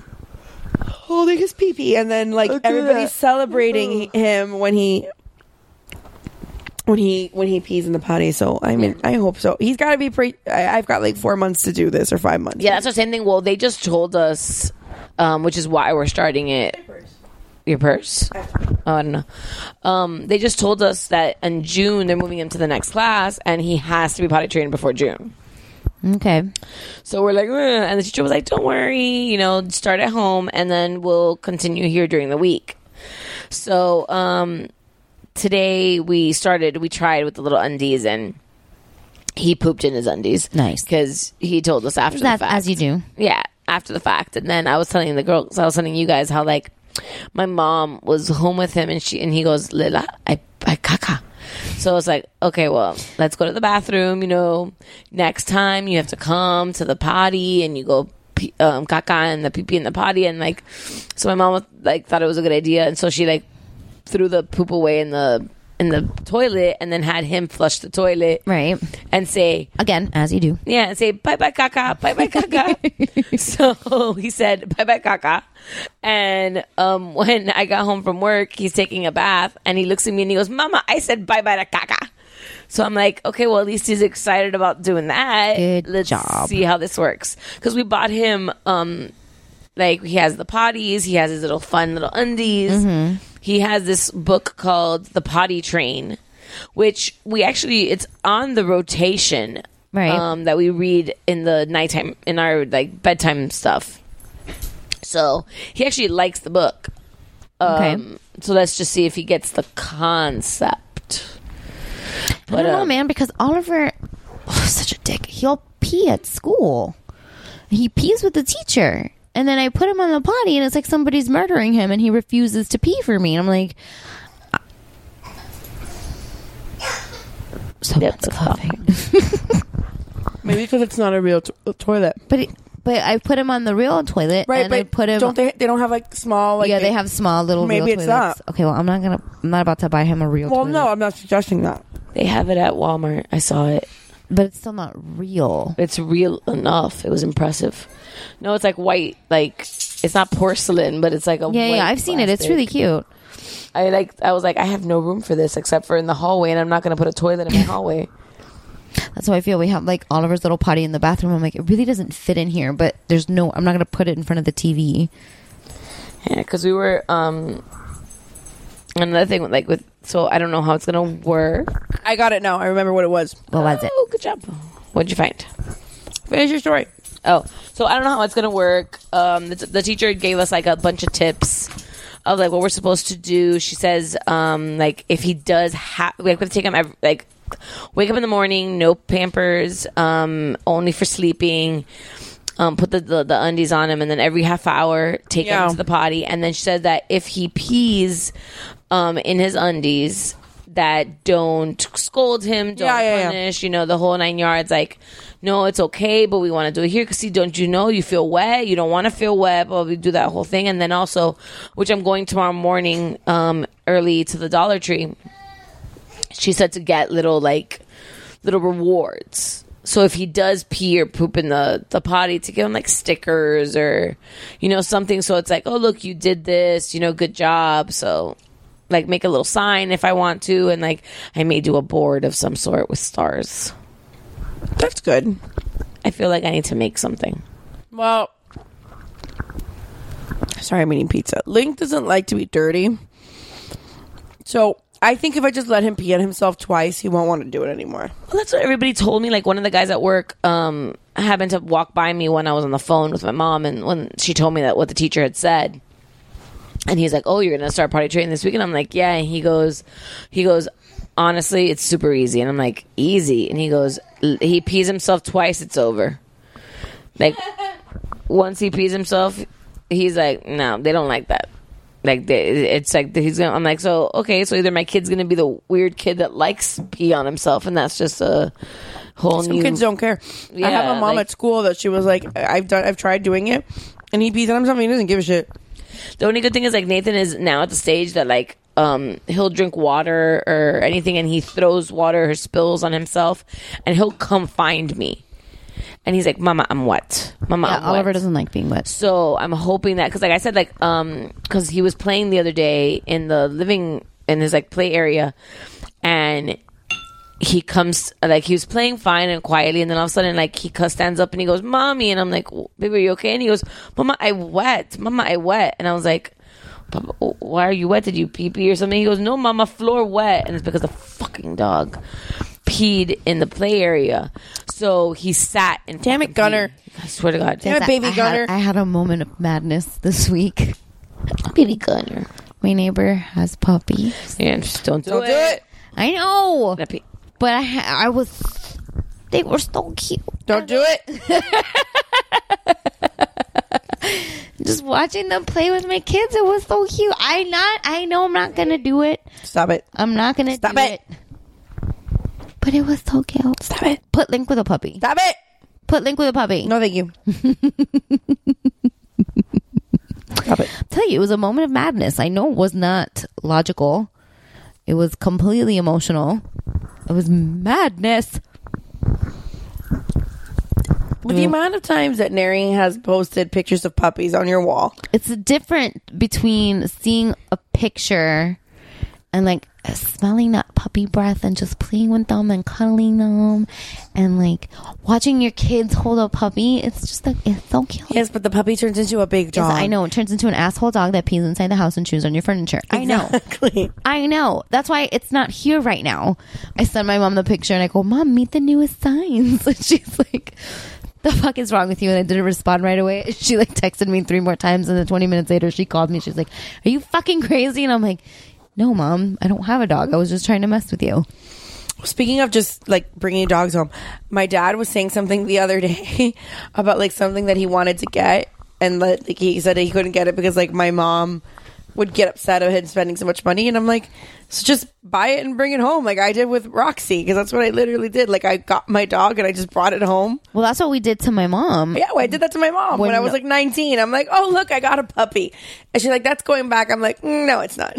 holding his pee pee and then like everybody's celebrating him when he when he when he pees in the potty. So I mean, I hope so. He's got to be pretty. I, I've got like four months to do this or five months.
Yeah, that's the same thing. Well, they just told us, um, which is why we're starting it. Your purse? Oh, I don't know. Um, they just told us that in June they're moving him to the next class, and he has to be potty trained before June.
Okay.
So we're like, "Ugh," and the teacher was like, "Don't worry, you know, start at home, and then we'll continue here during the week." So um, today we started, we tried with the little undies, and he pooped in his undies.
Nice.
because he told us after the
That's
fact.
as you do.
yeah, after the fact. And then I was telling the girls, I was telling you guys how like my mom was home with him, and she and he goes, "Lila, I I caca." So I was like, okay, well, let's go to the bathroom. You know, next time you have to come to the potty and you go pee- um, caca and the pee pee in the potty. And like, so my mom like thought it was a good idea, and so she like threw the poop away in the in the toilet, and then had him flush the toilet
Right.
and say,
Again, as you do.
yeah, and say bye bye caca, bye
[laughs]
bye caca. so he said bye bye caca, and um, [laughs] when I got home from work, he's taking a bath, and he looks at me and he goes, "Mama, I said bye bye to caca." So I'm like, okay, well at least he's excited about doing that.
Good
Let's
job.
see how this works because we bought him um, like he has the potties, he has his little fun little undies.
Mm-hmm.
He has this book called The Potty Train, which we actually it's on the rotation
Right.
um, that we read in the nighttime in our like bedtime stuff. So he actually likes the book.
Okay.
Um, So let's just see if he gets the concept.
I don't know,
um,
man, because Oliver [sighs] oh, such a dick. He'll pee at school. He pees with the teacher. And then I put him on the potty and it's like somebody's murdering him and he refuses to pee for me. And I'm like I- Someone's coughing.
maybe because it's not a real toilet.
But it, but I put him on the real toilet
Right,
and
but
I put him
don't they? They don't have like small. Like
yeah, they have small little
Maybe
real
it's
toilets. Okay, well, I'm not gonna. I'm not about to buy him a real.
Well,
toilet.
no, oh, I'm not suggesting that.
They have it at Walmart. I saw it.
but it's still not real.
It's real enough. It was impressive. No, it's like white. Like it's not porcelain, but it's like a
Yeah,
white
yeah, I've seen it. It's
plastic.
really cute.
I like. I was like, I have no room for this except for in the hallway, and I'm not going to put a toilet in my hallway.
That's how I feel. We have like Oliver's little potty in the bathroom. I'm like, it really doesn't fit in here, but there's no, I'm not going to put it in front of the TV.
Yeah, because we were. um Another thing, like with so I don't know how it's gonna work.
I got it now. I remember what it was.
What was it?
Oh, good job. What'd you find?
Finish your story.
Oh, so I don't know how it's gonna work. Um, the, the teacher gave us like a bunch of tips of like what we're supposed to do. She says, um, like if he does have, like we have to take him ev like wake up in the morning, no Pampers, um, only for sleeping. Um, put the, the the undies on him, and then every half hour take
Yeah.
him to the potty. And then she said that if he pees, um, in his undies. That don't scold him, don't
Yeah, yeah, yeah.
punish, you know, the whole nine yards. Like, no, it's okay, but we want to do it here because see, don't you know you feel wet? You don't want to feel wet, but we do that whole thing. And then also, which I'm going tomorrow morning um, early to the Dollar Tree. She said to get little like little rewards. So if he does pee or poop in the, the potty, to give him like stickers or you know something. So it's like, oh look, you did this. You know, good job. So like make a little sign if I want to, and like I may do a board of some sort with stars.
That's good.
I feel like I need to make something.
Well, sorry, I'm eating pizza. Link doesn't like to be dirty. So I think if I just let him pee on himself twice, he won't want to do it anymore.
Well, that's what everybody told me. Like one of the guys at work um, happened to walk by me when I was on the phone with my mom, and when she told me that what the teacher had said, and he's like, "Oh, you're gonna start potty training this weekend?" I'm like, "Yeah." And he goes, he goes, honestly, it's super easy, and I'm like, "Easy?" And he goes, "L- he pees himself twice, it's over. Like [laughs] once he pees himself, he's like, no, they don't like that. Like they, it's like he's gonna. I'm like, so okay, so either my kid's gonna be the weird kid that likes pee on himself, and that's just a whole
Some
new.
kids don't care. I have a
Yeah,
mom
like-
at school that she was like, I've done, I've tried doing it, and he pees on himself and he doesn't give a shit.
The only good thing is like Nathan is now at the stage that like um he'll drink water or anything, and he throws water or spills on himself, and he'll come find me, and he's like, "Mama, I'm wet. Mama,
Yeah,
I'm
Oliver
wet.
doesn't like being wet.
so I'm hoping that because like I said like um because he was playing the other day in the living in his like play area and he comes like he was playing fine and quietly and then all of a sudden like he cu- stands up and he goes mommy and I'm like "W- baby are you okay and he goes mama I wet mama I wet and I was like Papa, w- why are you wet did you pee pee or something he goes no mama floor wet and it's because the fucking dog peed in the play area so he sat and
Damn it,
fucking peed.
Gunner.
I swear to God
Damn it, baby
I
Gunner.
Had, I had a moment of madness this [laughs] week.
baby Gunner
My neighbor has puppies.
Yeah, just don't do
Don't
it.
do it.
I know,
That pe-
but I, ha- I was. They were so cute.
Don't do it.
Just watching them play with my kids, it was so cute. I not. I know I'm not gonna do it.
Stop it.
I'm not gonna
Stop
do
it.
it. But it was so cute. Stop
it.
Put Link with a puppy.
Stop it.
Put Link with a puppy.
No, thank you. Stop it.
tell you, it was a moment of madness. I know it was not logical. It was completely emotional. It was madness.
With the amount of times that Nary has posted pictures of puppies on your wall,
It's different between seeing a picture and like smelling that puppy breath and just playing with them and cuddling them and like watching your kids hold a puppy. It's just like, it's so cute.
yes, but the puppy turns into a big
Yes,
dog.
I know. It turns into an asshole dog that pees inside the house and chews on your furniture. I know.
[laughs] Exactly.
I know. That's why it's not here right now. I send my mom the picture and I go, Mom, meet the newest signs. [laughs] And she's like, The fuck is wrong with you? And I didn't respond right away. [laughs] She like texted me three more times and then 20 minutes later she called me. She's like, Are you fucking crazy? And I'm like, No, mom, I don't have a dog. I was just trying to mess with you.
Speaking of just like bringing dogs home, my dad was saying something the other day [laughs] about like something that he wanted to get, and like like, he said he couldn't get it because like my mom would get upset at him spending so much money, and I'm like, so just buy it and bring it home, like I did with Roxy, because that's what I literally did. Like I got my dog and I just brought it home.
Well, that's what we did to my mom.
Yeah, well, I did that to my mom when,
When-
I was like 19. I'm like, oh look, I got a puppy, and she's like, that's going back. I'm like, "Mm, no, it's not.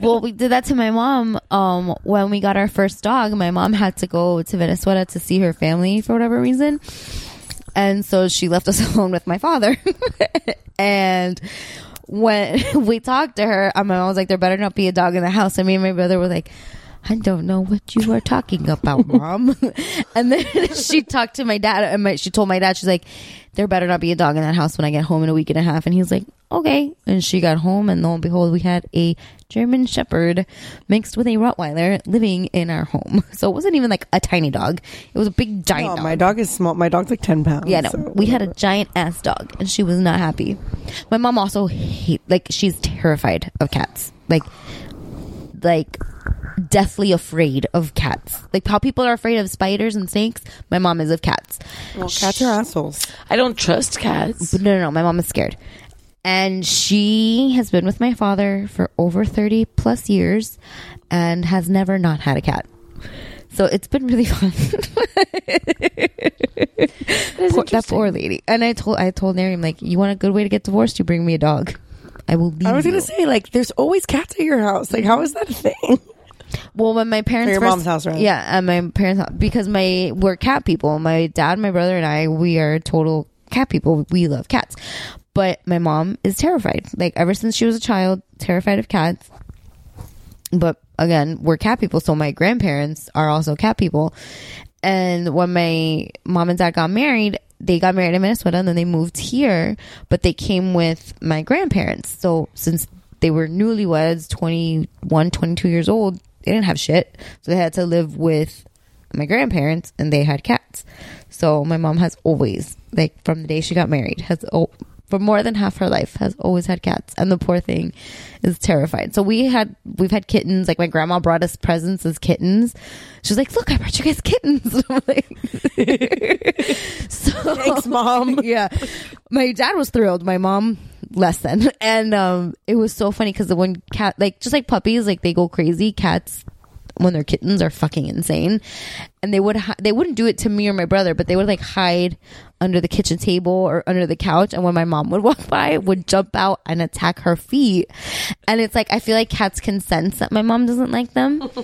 [laughs]
well, we did that to my mom. Um, when we got our first dog, my mom had to go to Venezuela to see her family for whatever reason, and so she left us [laughs] alone with my father. and [laughs] when we talked to her, uh, my mom was like, "There better not be a dog in the house." And me and my brother were like. I don't know what you are talking about, mom. [laughs] and then she talked to my dad, and my, she told my dad, she's like, there better not be a dog in that house when I get home in a week and a half. And he was like, okay. And she got home, and lo and behold, we had a German Shepherd mixed with a Rottweiler living in our home. [laughs] So it wasn't even like a tiny dog; it was a big giant.
Oh,
dog.
my dog is small. My dog's like ten pounds.
Yeah, no,
so
we had a giant ass dog, and she was not happy. My mom also hate like she's terrified of cats, like like deathly afraid of cats. Like how people are afraid of spiders and snakes, my mom is of cats.
Well, cats are assholes.
I don't trust cats.
But no, no, no, my mom is scared. And she has been with my father for over 30 plus years and has never not had a cat. So it's been really [laughs] fun. Poor- that poor lady. And I told I told Nary, I'm like, you want a good way to get divorced? You bring me a dog. I will leave.
I was gonna
you."
say like, there's always cats at your house. Like, how is that a thing?
Well, when my parents
At your
first-
mom's house, right?
Yeah, at my parents' house because my we're cat people. My dad, my brother, and I we are total cat people. We love cats, but my mom is terrified. Like ever since she was a child, terrified of cats. But again, we're cat people, so my grandparents are also cat people. And when my mom and dad got married, they got married in Minnesota and then they moved here, but they came with my grandparents. So since they were newlyweds, 21, 22 years old, they didn't have shit. So they had to live with my grandparents and they had cats. So my mom has always, like from the day she got married, has oh, for more than half her life has always had cats and the poor thing is terrified. So we had we've had kittens. Like my grandma brought us presents as kittens. She was like, "Look, I brought you guys kittens." [laughs] I'm like- so
[laughs] Thanks, Mom.
[laughs] yeah. My dad was thrilled. My mom, less than. And um, it was so funny because the one cat, like, just like puppies, like, they go crazy. Cats, when they're kittens, are fucking insane. And they would, hi- they wouldn't do it to me or my brother, but they would, like, hide under the kitchen table or under the couch. And when my mom would [laughs] walk by, would jump out and attack her feet. And it's like, I feel like cats can sense that my mom doesn't like them.
[laughs]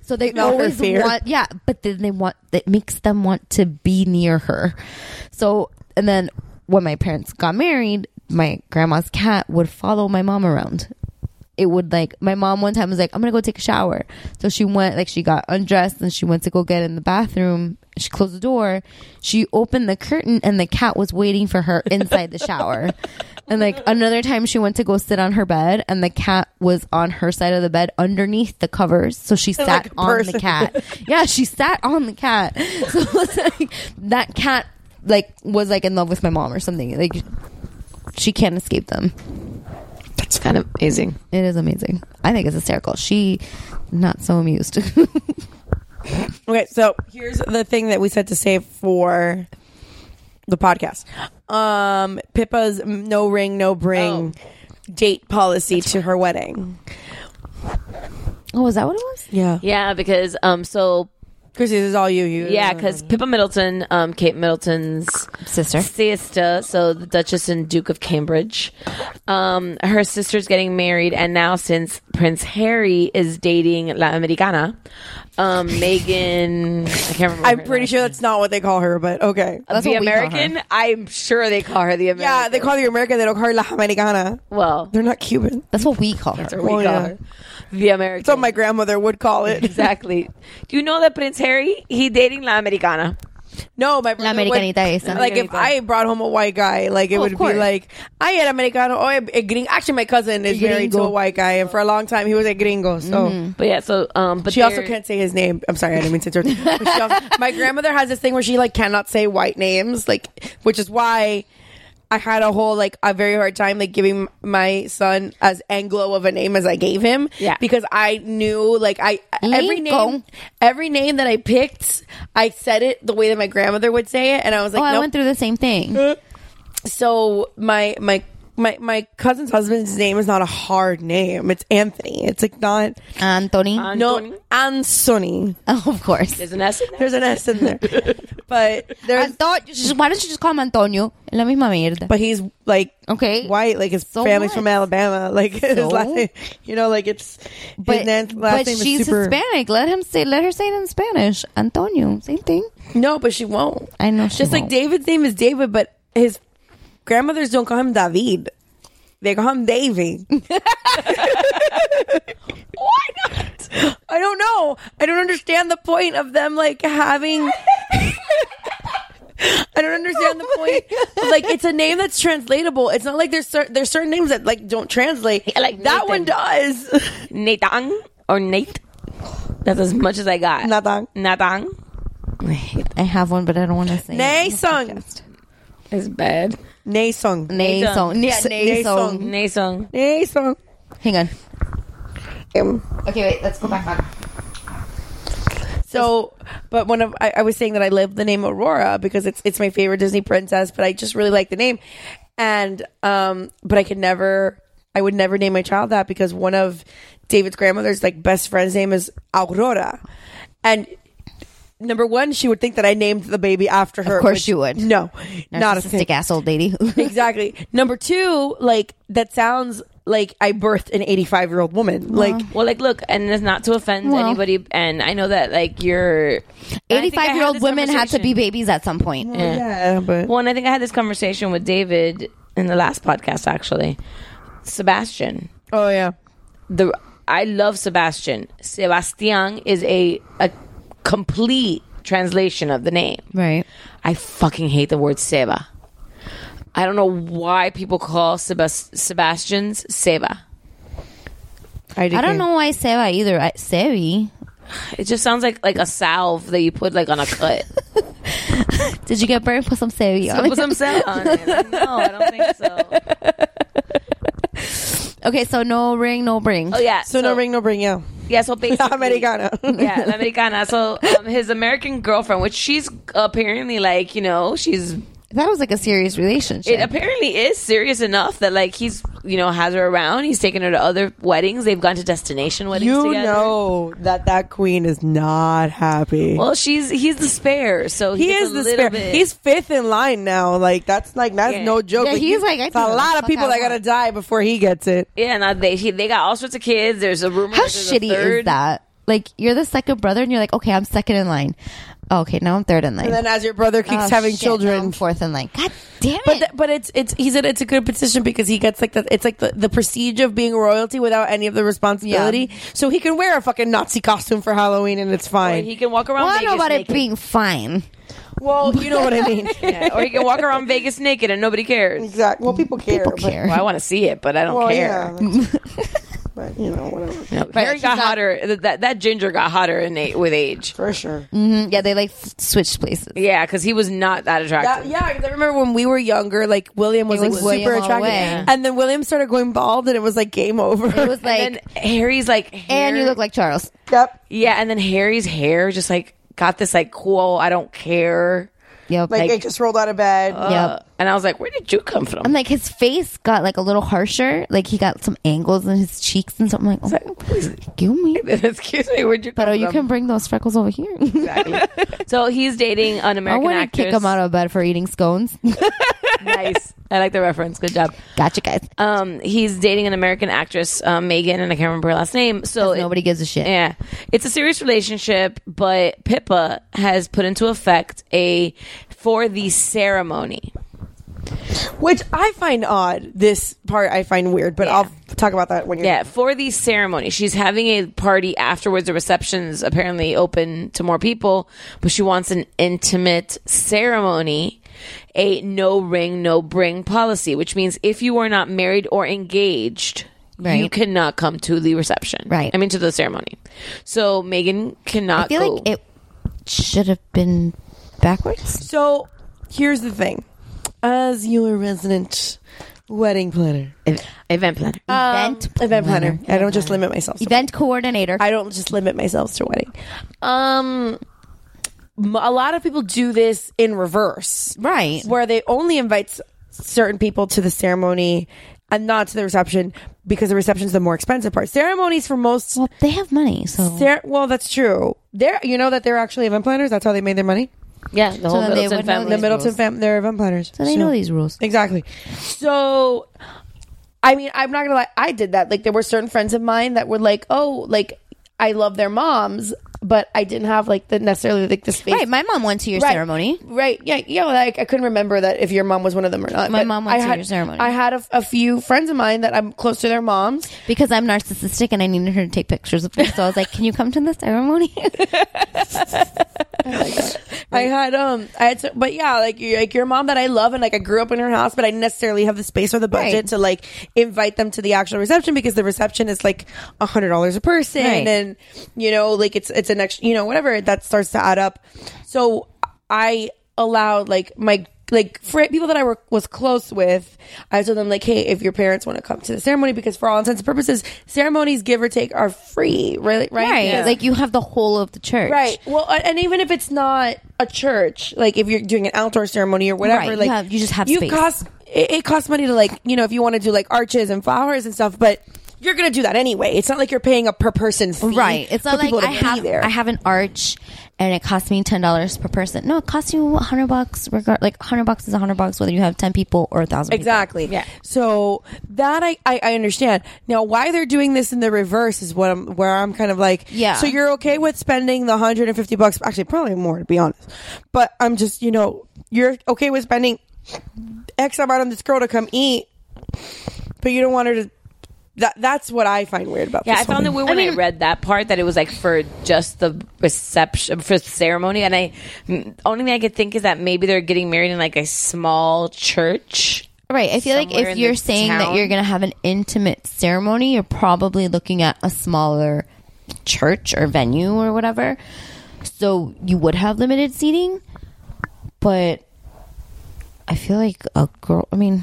So they
Not her
always
fear.
want, yeah, but then they want it makes them want to be near her. So and then when my parents got married, my grandma's cat would follow my mom around. It would like my mom one time was like, "I'm gonna go take a shower," so she went like she got undressed and she went to go get in the bathroom. She closed the door. She opened the curtain and the cat was waiting for her inside the
[laughs]
shower. And like another time, she went to go sit on her bed, and the cat was on her side of the bed underneath the covers. So she
[laughs]
sat
Like a
on the
person. [laughs]
cat. yeah, she sat on the cat. [laughs] So it was like that cat like was like in love with my mom or something. Like she can't escape them.
That's kind of amazing.
It is amazing. I think it's hysterical. She not so amused.
[laughs]
[laughs]
Okay, so here's the thing that we said to save for the podcast. Um, Pippa's no ring, no bring date policy to her wedding.
oh, is that what it was?
Yeah,
Yeah, because um, so
Chrissy, this is all you. you
yeah, because Pippa Middleton, um, Kate Middleton's
Sister.
sister, so the Duchess and Duke of Cambridge. Um, her sister's getting married, and now since Prince Harry is dating La Americana, um, Megan, I can't remember.
I'm
her
pretty
last
sure
name.
that's not what they call her, but okay.
That's
the
what we call her.
American. I'm sure they call her the American.
Yeah, they call her American. They don't call her La Americana.
well,
They're not Cuban.
That's what we call her.
we
Oh,
call
yeah.
her the American.
That's what my grandmother would call it.
exactly. Do you know that Prince Harry he dating La Americana?
[laughs] No, my
La
brother would-
Americanita esa.
Like if
Americanita.
I brought home a white guy, like it
Oh, of
would be
course.
like I had Americano or a gringo. Actually, my cousin is married to
Gringo. Mm-hmm.
a white guy, and for a long time he was a gringo. So
But yeah, so um, but
she also
they're-
can't say his name. I'm sorry, I didn't mean to interrupt.
[laughs]
But she also- my grandmother has this thing where she like cannot say white names, like which is why. I had a whole like a very hard time like giving my son as Anglo of a name as I gave him.
Yeah.
Because I knew like I every
Lingo.
name every name that I picked, I said it the way that my grandmother would say it, and I was like,
oh, I
nope.
went through the same thing.
so my my my my cousin's husband's name is not a hard name. It's Anthony. It's like not
Anthony.
Anthony?
no Anthony.
Oh, [laughs] of course.
There's an S in there?
There's an S in there, but there's
Anto- just- why don't you just call him Antonio? La misma mierda.
but he's like
Okay.
white. Like his
So
family's
what?
from Alabama. Like [laughs] his
So?
last name, you know, like it's his
but,
nan- last
but
name
she's
is super.
Hispanic. Let him say. Let her say it in Spanish. Antonio. Same thing.
No, but she won't.
I know she
Just like
won't.
David's name is David, but his grandmothers don't call him David. They call
[laughs]
him Davy. Why not? I don't know. understand the point of them like having. I don't understand the
[laughs]
point.
Oh
But, like it's a name that's translatable. It's not like there's cer- there's certain names that like don't translate.
Yeah, like
that one
Nathan.
does.
Natang or Nate. That's as much as I got.
Natang.
Natang
I have one, but I don't want to say.
Nay
it.
sung.
is bad.
Nay sung.
Nay
Nathan.
song. Yeah,
S-
nay
nay
song.
song.
Nasong.
Nay song.
Hang on. Okay, wait. Let's go back on.
So, but one of I, I was saying that I love the name Aurora because it's it's my favorite Disney princess, but I just really like the name, and um, but I could never, I would never name my child that because one of David's grandmother's like best friend's name is Aurora, and number one, she would think that I named the baby after her.
course
which-
she would.
No, not a thing
Narcissistic ass old lady. [laughs]
exactly. Number two, like that sounds like I birthed an eighty-five-year-old woman. Like
Well, like, look, and it's not to offend
Well.
anybody, and I know that, like, you're. and I think I
85
had
year old
this
women had to
conversation.
be babies at some point.
yeah, but
Well, and I think I had this conversation with David in the last podcast, actually. Sebastian.
oh yeah,
the I love Sebastian. Sebastian is a a complete translation of the name.
Right.
I fucking hate the word Seba. I don't know why people call Sebas- Sebastians Seba.
I don't know why Seva either. I, Sevi.
It just sounds like like a salve that you put like on a [laughs] cut.
Did you get burned? Put some Sevi on. [laughs]
put some salve on it. [laughs] No, I don't think so.
Okay, so no ring, no bring.
Oh yeah.
So, no ring, no bring. [laughs] Yeah,
Yeah. So [laughs] basically,
[laughs] Americano.
yeah, La Americana. So um, his American girlfriend, which she's apparently like, you know, she's
That was like a serious relationship.
it apparently is serious enough that like he's you know has her around. He's taken her to other weddings. They've gone to destination weddings.
You
together.
know that that queen is not happy.
Well, she's he's the spare, so
he is
gets a
the
little
spare.
Bit,
He's fifth in line now. Like that's like that's
Yeah.
no joke.
Yeah, he's like, I
it's
do
a
what the
lot of
fuck
people
I
that gotta
want.
die before he gets it.
yeah. Now they he, they got all sorts of kids. There's a rumor.
How
that there's a
shitty is
third.
that? Like, you're the second brother, and you're like, okay, I'm second in line. Oh, Okay, now I'm third in line.
And then as your brother keeps
Oh,
having
shit, now I'm
children.
fourth in line. God damn it.
But th- but it's it's he said it's a good position because he gets like the it's like the, the prestige of being royalty without any of the responsibility. So he can wear a fucking Nazi costume for Halloween and it's
Or
fine.
he can walk around.
well, I don't
Vegas
know about
naked.
it being fine.
well, you know what I mean.
Yeah, or he can walk around Vegas naked and nobody cares.
[laughs] Exactly. Well, people care.
People
but-
care.
Well, I want to see it, but I don't
Well,
care.
Oh, yeah.
[laughs]
but you know whatever.
No, Harry
she
got,
got-
hotter. That that ginger got hotter in a, with age.
For sure.
Mm, yeah, they like f- switched places.
Yeah, because he was not that
That,
attractive.
yeah, 'cause I remember when we were younger, like William was,
It was
like
William
super
all the
attractive,
way.
and then William started going bald, and it was like game over.
It was like,
And then Harry's like,
and you
hair-
look like Charles.
[laughs] yep,
Yeah, and then Harry's hair just like got this like cool, I don't care.
Yep.
like, it just rolled out of bed.
yep.
And I was like, where did you come from?
I'm like his face got like a little harsher. Like he got some angles in his cheeks and something. I'm like, oh, excuse me.
[laughs] Excuse me, where'd you come
But oh,
from?
you can bring those freckles over here.
so he's dating
[laughs]
an
I
American
want to
actress.
kick him out of bed for eating scones. [laughs]
nice. I like the reference. Good job.
gotcha, guys.
Um, he's dating an American actress, um, Megan, and I can't remember her last name. So it-
Nobody gives a shit.
Yeah. It's a serious relationship, but Pippa has put into effect a for the ceremony.
Which I find odd. This part I find weird, but I'll talk about that when you're.
Yeah, for the ceremony. She's having a party afterwards. The reception's apparently open to more people, but she wants an intimate ceremony, a no ring, no bring policy, which means if you are not married or engaged, you
Right.
cannot come to the reception.
Right.
I mean, to the ceremony. So Megan cannot
I feel
go.
like it should have been backwards.
So here's the thing: as your resident wedding planner, Um,
Ev- event planner.
event
event planner, I don't just limit myself. To
event coordinator.
I don't just limit myself to wedding. Um, m- a lot of people do this in reverse,
Right.
Where they only invite s- certain people to the ceremony and not to the reception because the reception's the more expensive part. Ceremonies for most,
well, they have money, so
cer- well, that's true. They're you know that they're actually event planners. That's how they made their money.
yeah, the whole
then they
Middleton
would know
family.
The
These
Middleton
rules.
fam, they're event planners.
so they know these rules.
Exactly. So, I mean, I'm not gonna lie. I did that. Like, there were certain friends of mine that were like, "Oh, like." I love their moms, but I didn't have like the necessarily like the space.
Right, my mom went to your
Right.
ceremony.
Right. Yeah. Yeah. Like I couldn't remember that if your mom was one of them or not.
My
but
mom went
I
to
had,
your ceremony.
I had a, a few friends of mine that I'm close to their moms.
because I'm narcissistic and I needed her to take pictures of me. So I was like, "Can you come to the ceremony?" [laughs]
I had um I had to, but yeah like you like your mom that I love and like I grew up in her house but I didn't necessarily have the space or the budget
Right.
to like invite them to the actual reception because the reception is like a hundred dollars a person
Right.
and you know like it's it's an extra you know whatever that starts to add up so I allowed like my like for people that I were, was close with, I told them like, hey, if your parents want to come to the ceremony, because for all intents and purposes, ceremonies give or take are free, really, right?
right?
Because-
Like you have the whole of the church,
Right. Well, a- and even if it's not a church, like if you're doing an outdoor ceremony or whatever,
Right. You
like
have- you just have
you
space.
cost it, it costs money to like you know if you want to do like arches and flowers and stuff, but you're gonna do that anyway. It's not like you're paying a per person fee,
Right. It's not
for
like
people to
I
be
have
there.
I have an arch and it costs me ten dollars per person. No, it costs you hundred bucks regard like hundred bucks is hundred bucks whether you have ten people or a thousand
Exactly. Yeah. So that I, I I understand now why they're doing this in the reverse is what I'm where I'm kind of like
Yeah.
So you're okay with spending the 150 bucks? Actually, probably more to be honest. But I'm just you know you're okay with spending X amount on this girl to come eat, but you don't want her to. That that's what I find weird about.
Yeah,
this
I found
whole
the
thing.
weird when I, read that part that it was like for just the reception for the ceremony, and I m- only thing I could think is that maybe they're getting married in like a small church.
people. Right. I feel like
Somewhere
if
in
you're
the
saying that
town.
you're gonna have an intimate ceremony, you're probably looking at a smaller church or venue or whatever. So you would have limited seating, but I feel like a girl. I mean,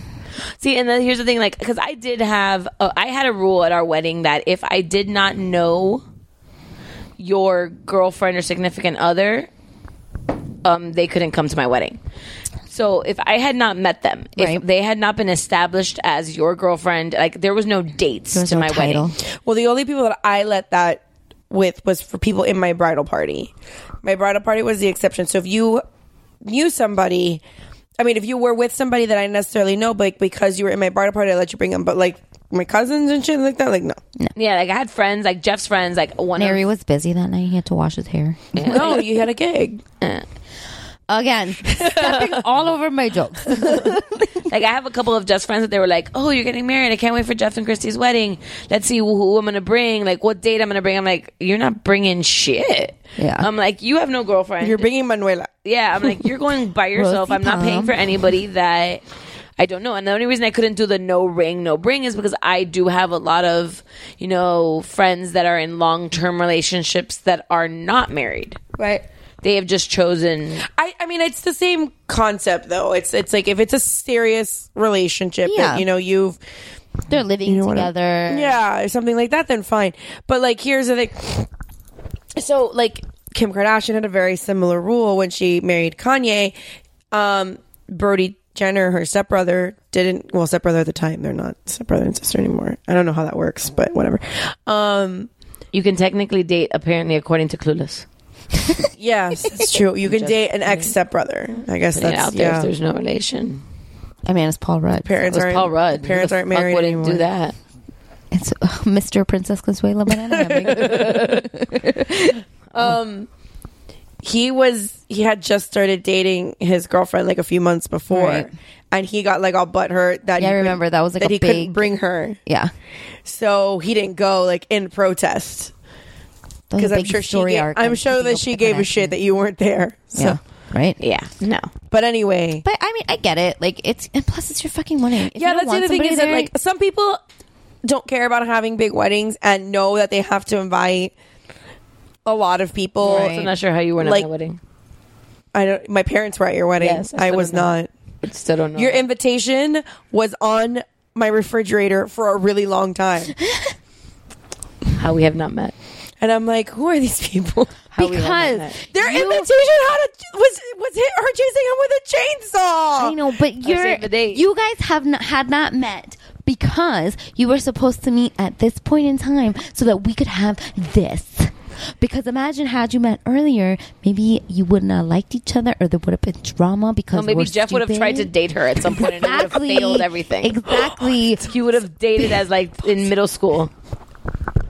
See, and then here's the thing, like because I did have uh, I had a rule at our wedding that if I did not know your girlfriend or significant other, um, they couldn't come to my wedding. So if I had not met them, if
Right.
they had not been established as your girlfriend, like there was no dates
there's
to
no
my
title.
wedding.
Well, the only people that I let that with was for people in my bridal party. My bridal party was the exception. So if you knew somebody, I mean, if you were with somebody that I necessarily know, but because you were in my bridal party, I let you bring them. But like my cousins and shit like that, like no.
Yeah, like I had friends, like Jeff's friends, like one. of-
Neri was busy that night. He had to wash his hair.
[laughs] No, you had a gig.
[laughs] Again, stepping all over my jokes.
[laughs] like I have a couple of Jeff's friends that they were like, "Oh, you're getting married! I can't wait for Jeff and Christy's wedding. Let's see who, who I'm gonna bring. Like, what date I'm gonna bring." I'm like, "You're not bringing shit."
Yeah.
I'm like, "You have no girlfriend."
You're bringing Manuela.
yeah. I'm like, "You're going by
[laughs]
yourself.
Rosie
I'm not paying
Palm.
for anybody that." I don't know. And the only reason I couldn't do the no ring, no bring is because I do have a lot of, you know, friends that are in long term relationships that are not married.
Right.
They have just chosen
I, I mean it's the same concept though. It's it's like if it's a serious relationship
Yeah.
that you know you've
They're living together.
yeah, or something like that, then fine. But like, here's the thing. So like, Kim Kardashian had a very similar rule when she married Kanye. Um, Brody Jenner, her stepbrother, didn't. Well, stepbrother at the time, they're not stepbrother and sister anymore. I don't know how that works, but whatever. Um,
you can technically date apparently according to Clueless.
yes, it's true. You
[laughs]
can date an ex stepbrother. I guess that's
out there
yeah.
if there's no relation.
I mean, it's Paul Rudd.
Parents
It was
aren't
Paul Rudd.
Parents
Who the
aren't
fuck
married
Wouldn't
anymore.
do that.
It's [laughs] uh, Mr. Princess Consuela Banana
[laughs]
Hammock.
he was he had just started dating his girlfriend like a few months before
Right.
and he got like all butthurt that he
Yeah, I
couldn't-
remember. That was, like,
that
a
he couldn't
big-
bring her
yeah,
so he didn't go like in protest
That was
because
a
i'm
big
sure she
story
gave,
arc
i'm
on
sure
keeping up
that
with
she
the
gave a
Kardashians.
shit that you weren't there so
Yeah, right.
Yeah. No.
but anyway
But I mean, I get it. Like it's and plus it's your fucking wedding. If
yeah
you don't
that's the
want
other thing
somebody
is that
there-
like some people don't care about having big weddings and know that they have to invite a lot of people
Right.
I'm not sure how you were at
Like-
my wedding.
i don't my parents were at your wedding
Yes, I
i
still
was
don't know.
not
I still don't know.
Your invitation was on my refrigerator for a really long
[laughs]
time.
how we have not met.
And I'm like, who are these people?
How we have not
because
met.
Their
you-
invitation had a, was was hit her chasing him with a chainsaw.
I know, but you're
saved the date.
you guys have not, had not met because you were supposed to meet at this point in time so that we could have this. Because imagine had you met earlier, maybe you would not have liked each other, or there would have been drama. Because
No, maybe
we're
Jeff would have tried to
stupid.
date her at some point and it would
Exactly.
have failed
[laughs]
everything.
Exactly.
He would have dated as like in middle school.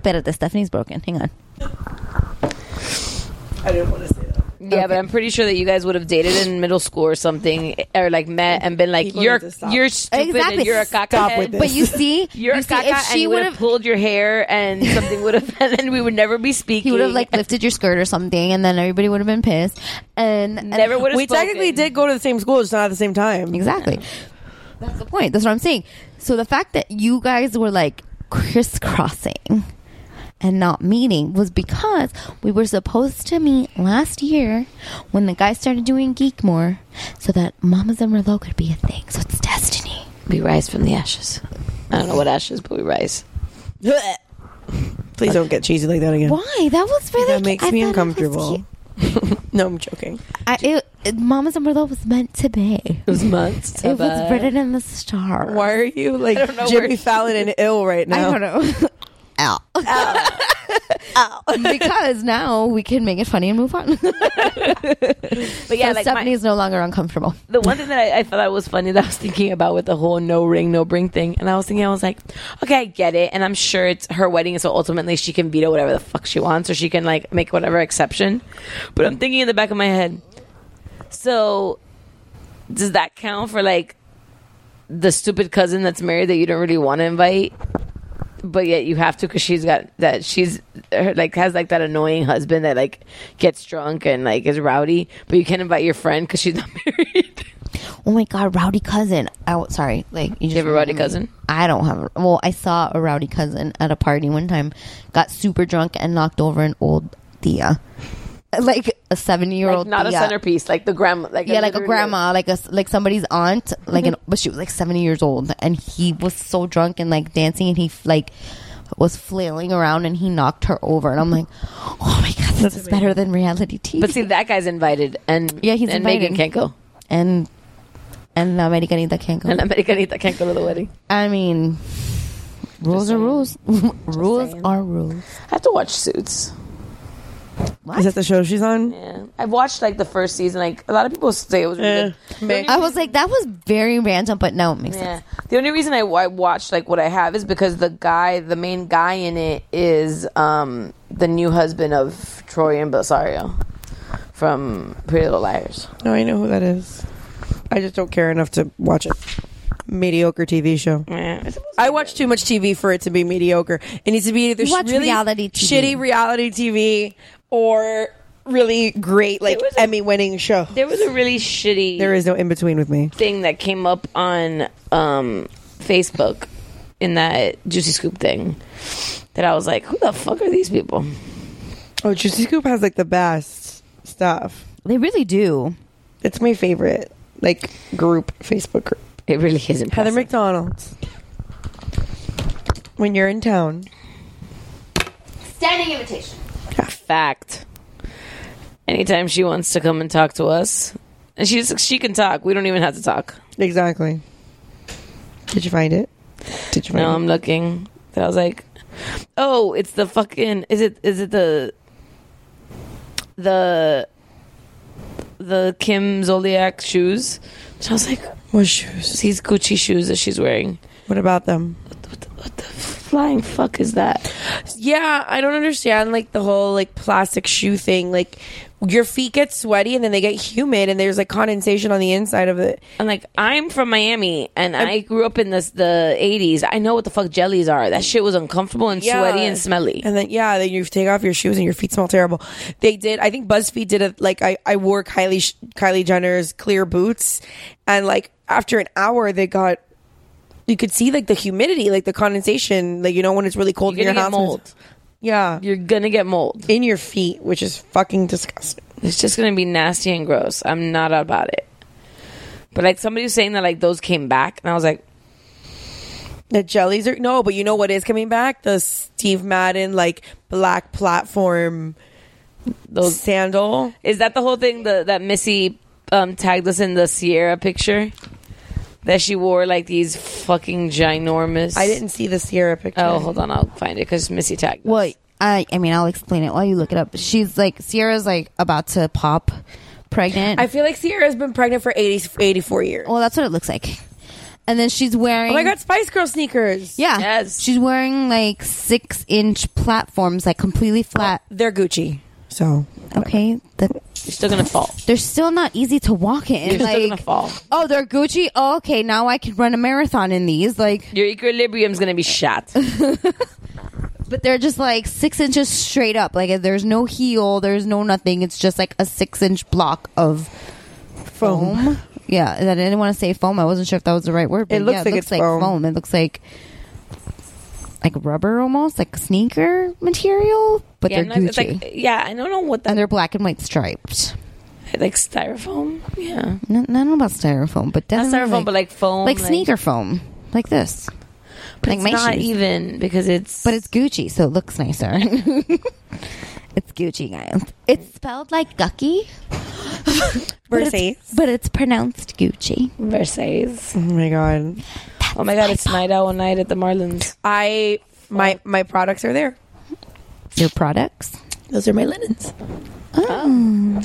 Better that Stephanie's broken. Hang on.
I didn't want to say that.
Yeah, but I'm pretty sure that you guys would have dated in middle school or something, or like met and been like,
People
"You're
need to stop.
you're stupid, and
Exactly.
you're a
Stop with
caca."
this.
But you [laughs] see,
You're
you
a
see,
caca,
if
and
she
you
would
would have
have,
pulled your hair, [laughs] and something would have, and then we would never be speaking.
he would have like lifted your skirt or something, and then everybody would have been pissed. And and-
never would have.
We technically did go to the same school, just not at the same
[laughs]
time.
Exactly. That's the point. That's what I'm saying. So the fact that you guys were like crisscrossing and not meeting was because we were supposed to meet last year when the guy started doing Geek More so that Mamas and Merlot could be a thing. So it's destiny.
We rise from the ashes. I don't know what ashes, but we rise.
Please don't get cheesy like that again.
Why? That was really
That makes
I
me
thought it was
uncomfortable.
cute.
no, I'm joking.
I, it, it- Mamas and Merlot was meant to be.
It was months.
It was written in the stars.
Why are you like
know
Jimmy
where-
Fallon and ill right now?
I don't
Oh.
know. [laughs] Ow. [laughs] because now we can make it funny and move on. [laughs]
But yeah,
so
like my,
Stephanie's no longer uncomfortable.
the one thing that I, I thought was funny that I was thinking about with the whole no ring, no bring thing, and I was thinking, I was like, okay, I get it, and I'm sure it's her wedding, so ultimately she can veto whatever the fuck she wants, or she can like make whatever exception. But I'm thinking in the back of my head, so does that count for like the stupid cousin that's married that you don't really want to invite? But yet you have to because she's got that she's her, like has like that annoying husband that like gets drunk and like is rowdy, but you can't invite your friend because she's not [laughs] married.
Oh my god, rowdy cousin. I w- sorry, like you, just
have a rowdy
reminded
cousin?
I don't have. A, well, I saw a rowdy cousin at a party one time. Got super drunk and knocked over an old tia, [laughs] like a seventy-year-old.
like not a
tia.
centerpiece, like the grandma, like
Yeah, like a
literal-
grandma, like a s- like somebody's aunt, like an
Mm-hmm.
but she was like seventy years old, and he was so drunk and like dancing, and he f- like was flailing around, and he knocked her over, and I'm like, oh my god, this is better than reality TV.
But see, that guy's invited, and
Yeah, he's
and
invited.
Megan can't go,
and and La Americanita can't go.
and Americanita can't go to the wedding.
I mean, rules are rules. [laughs] rules are
[laughs]
rules.
I have to watch Suits.
Is that the show she's on?
Yeah, I watched like the first season. Like a lot of people say it was really
Eh.
good. The only
I was like, that was very random, but now it makes
Yeah.
sense.
The only reason I, I watched like what I have is because the guy, the main guy in it, is um the new husband of Troy and Belisario from Pretty Little Liars.
No, I know who that is. I just don't care enough to watch it. Mediocre TV show. I watch too much TV for it to be mediocre. It needs to be either
You watch
really
reality TV.
shitty reality TV or really great, like
There was a-
Emmy-winning show.
There was a really shitty.
There is no in between with me.
thing that came up on um, Facebook in that Juicy Scoop thing that I was like, who the fuck are these people?
Oh, Juicy Scoop has like the best stuff.
They really do.
It's my favorite, like group Facebook group.
It really isn't.
Heather McDonald's. When you're in town,
Standing invitation.
fact. Anytime she wants to come and talk to us, and she's she can talk. We don't even have to talk.
exactly. Did you find it? Did you find
No,
it?
I'm looking. So I was like, oh, it's the fucking. Is it? Is it the the the Kim Zolciak shoes? So I was like,
What shoes?
these Gucci shoes that she's wearing.
What about them?
what the, what the flying fuck is that?
Yeah, I don't understand like the whole like plastic shoe thing. Like your feet get sweaty and then they get humid and there's like condensation on the inside of it.
I'm like, I'm from Miami and i grew up in this the 80s. I know what the fuck jellies are. That shit was uncomfortable and
Yeah.
sweaty and smelly.
And then yeah, then you take off your shoes and your feet smell terrible. They did. I think BuzzFeed did a like I I wore Kylie sh- Kylie Jenner's clear boots, and like after an hour they got. You could see like the humidity, like the condensation, like you know when it's really cold
You're
in
gonna
your
get
house.
mold.
Yeah,
You're gonna get mold.
in your feet, which is fucking disgusting.
It's just gonna be nasty and gross. I'm not about it. But like somebody was saying that like those came back, and I was like,
The jellies are no, but you know what is coming back? The Steve Madden like black platform
those
sandal.
is that the whole thing? The that Missy um, tagged us in the Sierra picture that she wore like these fucking ginormous.
I didn't see the Sierra picture.
Oh, hold on, I'll find it because Missy tagged. us.
Well, I, I mean, I'll explain it while you look it up. She's like, Sierra's like about to pop pregnant.
I feel like Sierra's been pregnant for 80, 84 years.
Oh.
well, that's what it looks like. And then she's wearing.
Oh my god, Spice Girl sneakers.
Yeah.
Yes.
She's wearing like six inch platforms, like completely flat.
They're Oh, Gucci. So
Okay, the,
You're still gonna fall.
they're still not easy to walk in.
You're still gonna
Like,
fall.
oh, they're Gucci. Oh, okay, now I can run a marathon in these. Like,
Your equilibrium's gonna be shot.
but they're just like six inches straight up. Like, there's no heel. There's no nothing. It's just like a six inch block of foam. Yeah, and I didn't want to say foam. I wasn't sure if that was the right word. But
It looks
yeah,
like it's foam.
It looks like like rubber almost, like sneaker material, but
yeah,
they're
I'm not-
Gucci.
it's like, yeah, I don't know what
and
that
they're black and white striped.
like styrofoam. Yeah,
No, I don't know about styrofoam, but
not
definitely
styrofoam,
like,
but like foam,
like sneaker foam, like this.
But
like
it's
my
not
shoes.
even because it's.
But it's Gucci, so it looks nicer. [laughs] it's Gucci, guys. It's spelled like Gucky, but
Versace.
it's, but it's pronounced Gucci.
Versailles.
Oh my god.
Oh my god, it's night owl night at the Marlins.
I my my products are there.
Your products.
Those are my linens.
Oh.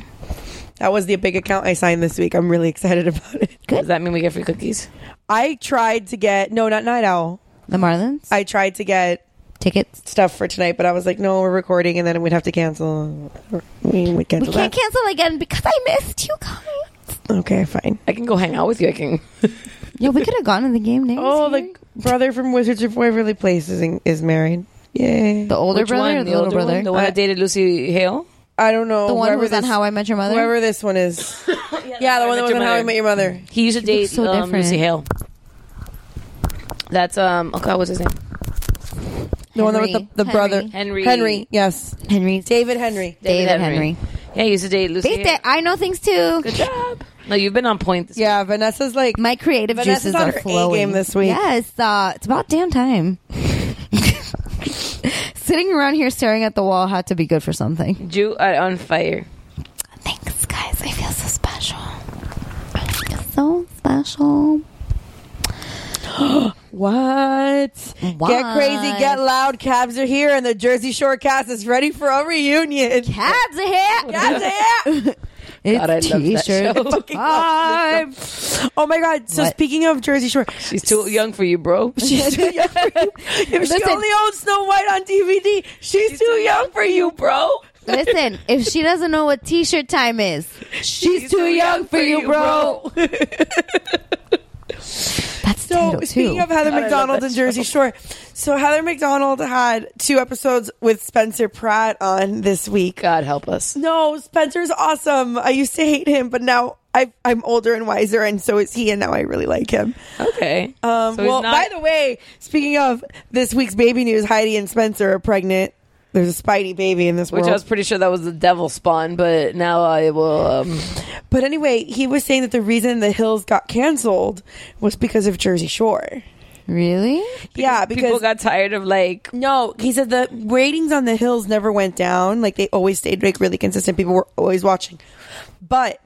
That was the big account I signed this week. I'm really excited [laughs] about it.
Does that mean we get free cookies?
I tried to get no, not Night Owl.
The Marlins
I tried to get
tickets.
stuff for tonight, but I was like, no, we're recording, and then we'd have to cancel. We would
We
cancel
can't
that.
cancel again because I missed you guys.
okay, fine.
I can go hang out with you. I can.
Yeah, we could have gone to the game next.
Oh, the brother from Wizards of Waverly Place is, is married. Yay!
the older
Which
brother,
one?
or the little
older
brother, Uh,
one? the one that dated Lucy Hale.
I don't know.
the one who
whoever
was on
this-
How I Met Your Mother.
Whoever this one is. yeah, the one that was on How I Met Your Mother.
He used to date
looks so
um,
different.
Lucy Hale. That's um. Okay, what's his name?
The one that was the, the
Henry.
brother.
Henry.
Henry, yes.
Henry's
David Henry.
David, Henry.
Yeah, he used to date Lucy.
They
Hale.
say, I know things too.
Good job. No, you've been on point. This
Yeah, Vanessa's like
My creative
Vanessa's
juices
on
are
her A
flowing.
game this week.
Yeah, it's, uh, it's about damn time. [laughs] Sitting around here staring at the wall had to be good for something.
Jew uh, on fire.
Thanks, guys. I feel so special. I feel so special.
What? Get crazy, get loud. Cabs are here, and the Jersey Shore cast is ready for a reunion.
Abs are here.
Cabs are here.
It's
God, I
[laughs]
[laughs]
love that
t-shirt
show.
time.
Oh my God. So,
What?
speaking of Jersey Shore,
She's too young for you,
[laughs]
bro.
she's too young for you. If she
Listen.
only owns Snow White on DVD, she's, too, young for you, bro.
Listen, if she doesn't know what t-shirt time is, she's, too, young, for you, bro. [laughs] That's
So
title
speaking
too.
of Heather McDonald and Jersey Shore, so Heather McDonald had two episodes with Spencer Pratt on this week.
[laughs] God help us.
No, Spencer's awesome. I used to hate him, but now I, I'm older and wiser, and so is he, and now I really like him.
Okay.
Um,
So he's
well,
not-
by the way, speaking of this week's baby news, Heidi and Spencer are pregnant. There's a Spidey baby in this
Which I was
world.
pretty sure that was the devil spawn, but now I will. Um,
But anyway, he was saying that the reason The Hills got canceled was because of Jersey Shore.
really?
yeah, because
people got tired of like
No, he said the ratings on the hills never went down. Like they always stayed like really consistent. People were always watching. But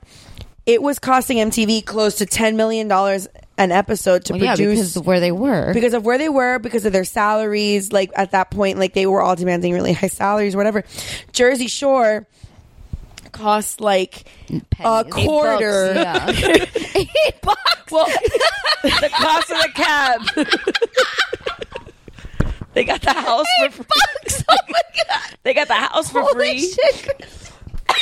it was costing MTV close to ten million dollars an episode to
Well, yeah,
produce
because of where they were.
because of where they were, because of their salaries. Like at that point, like they were all demanding really high salaries, whatever. Jersey Shore cost like a
Pennies.
quarter.
Yeah. Eight bucks. [laughs]
well the cost of the cab. they got the house for free.
bucks. Oh my god.
They got the house for
Holy
free.
shit. Oh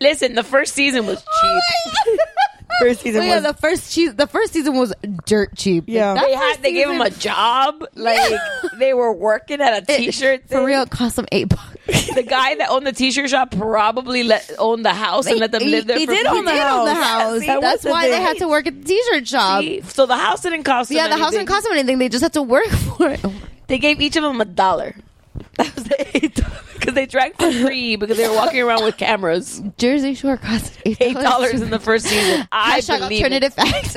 Listen, the first season was cheap.
First season
Well, Oh, yeah,
was
the first che- the first season was dirt cheap.
Yeah.
Like, that
They had
first
they gave
season-
them a job. Like they were working at a
it-
t-shirt
for
thing.
real. It cost them eight bucks.
The guy that owned the t-shirt shop probably let owned the house and let them
He-
live there.
he
for
did
free.
own the
He did
house.
own the house.
See,
That was
That's
the
why they
thing.
had to work at the t-shirt job.
See? So the house didn't cost. them
yeah, the house
anything.
didn't cost them anything. They just had to work [laughs] for it.
They gave each of them a dollar. That was the [laughs] eight because they drank for free because they were walking around
[laughs]
with cameras.
Jersey Shore cost eight
Eight dollars in the first season.
[laughs]
I
Hashtag
believe it.
alternative facts.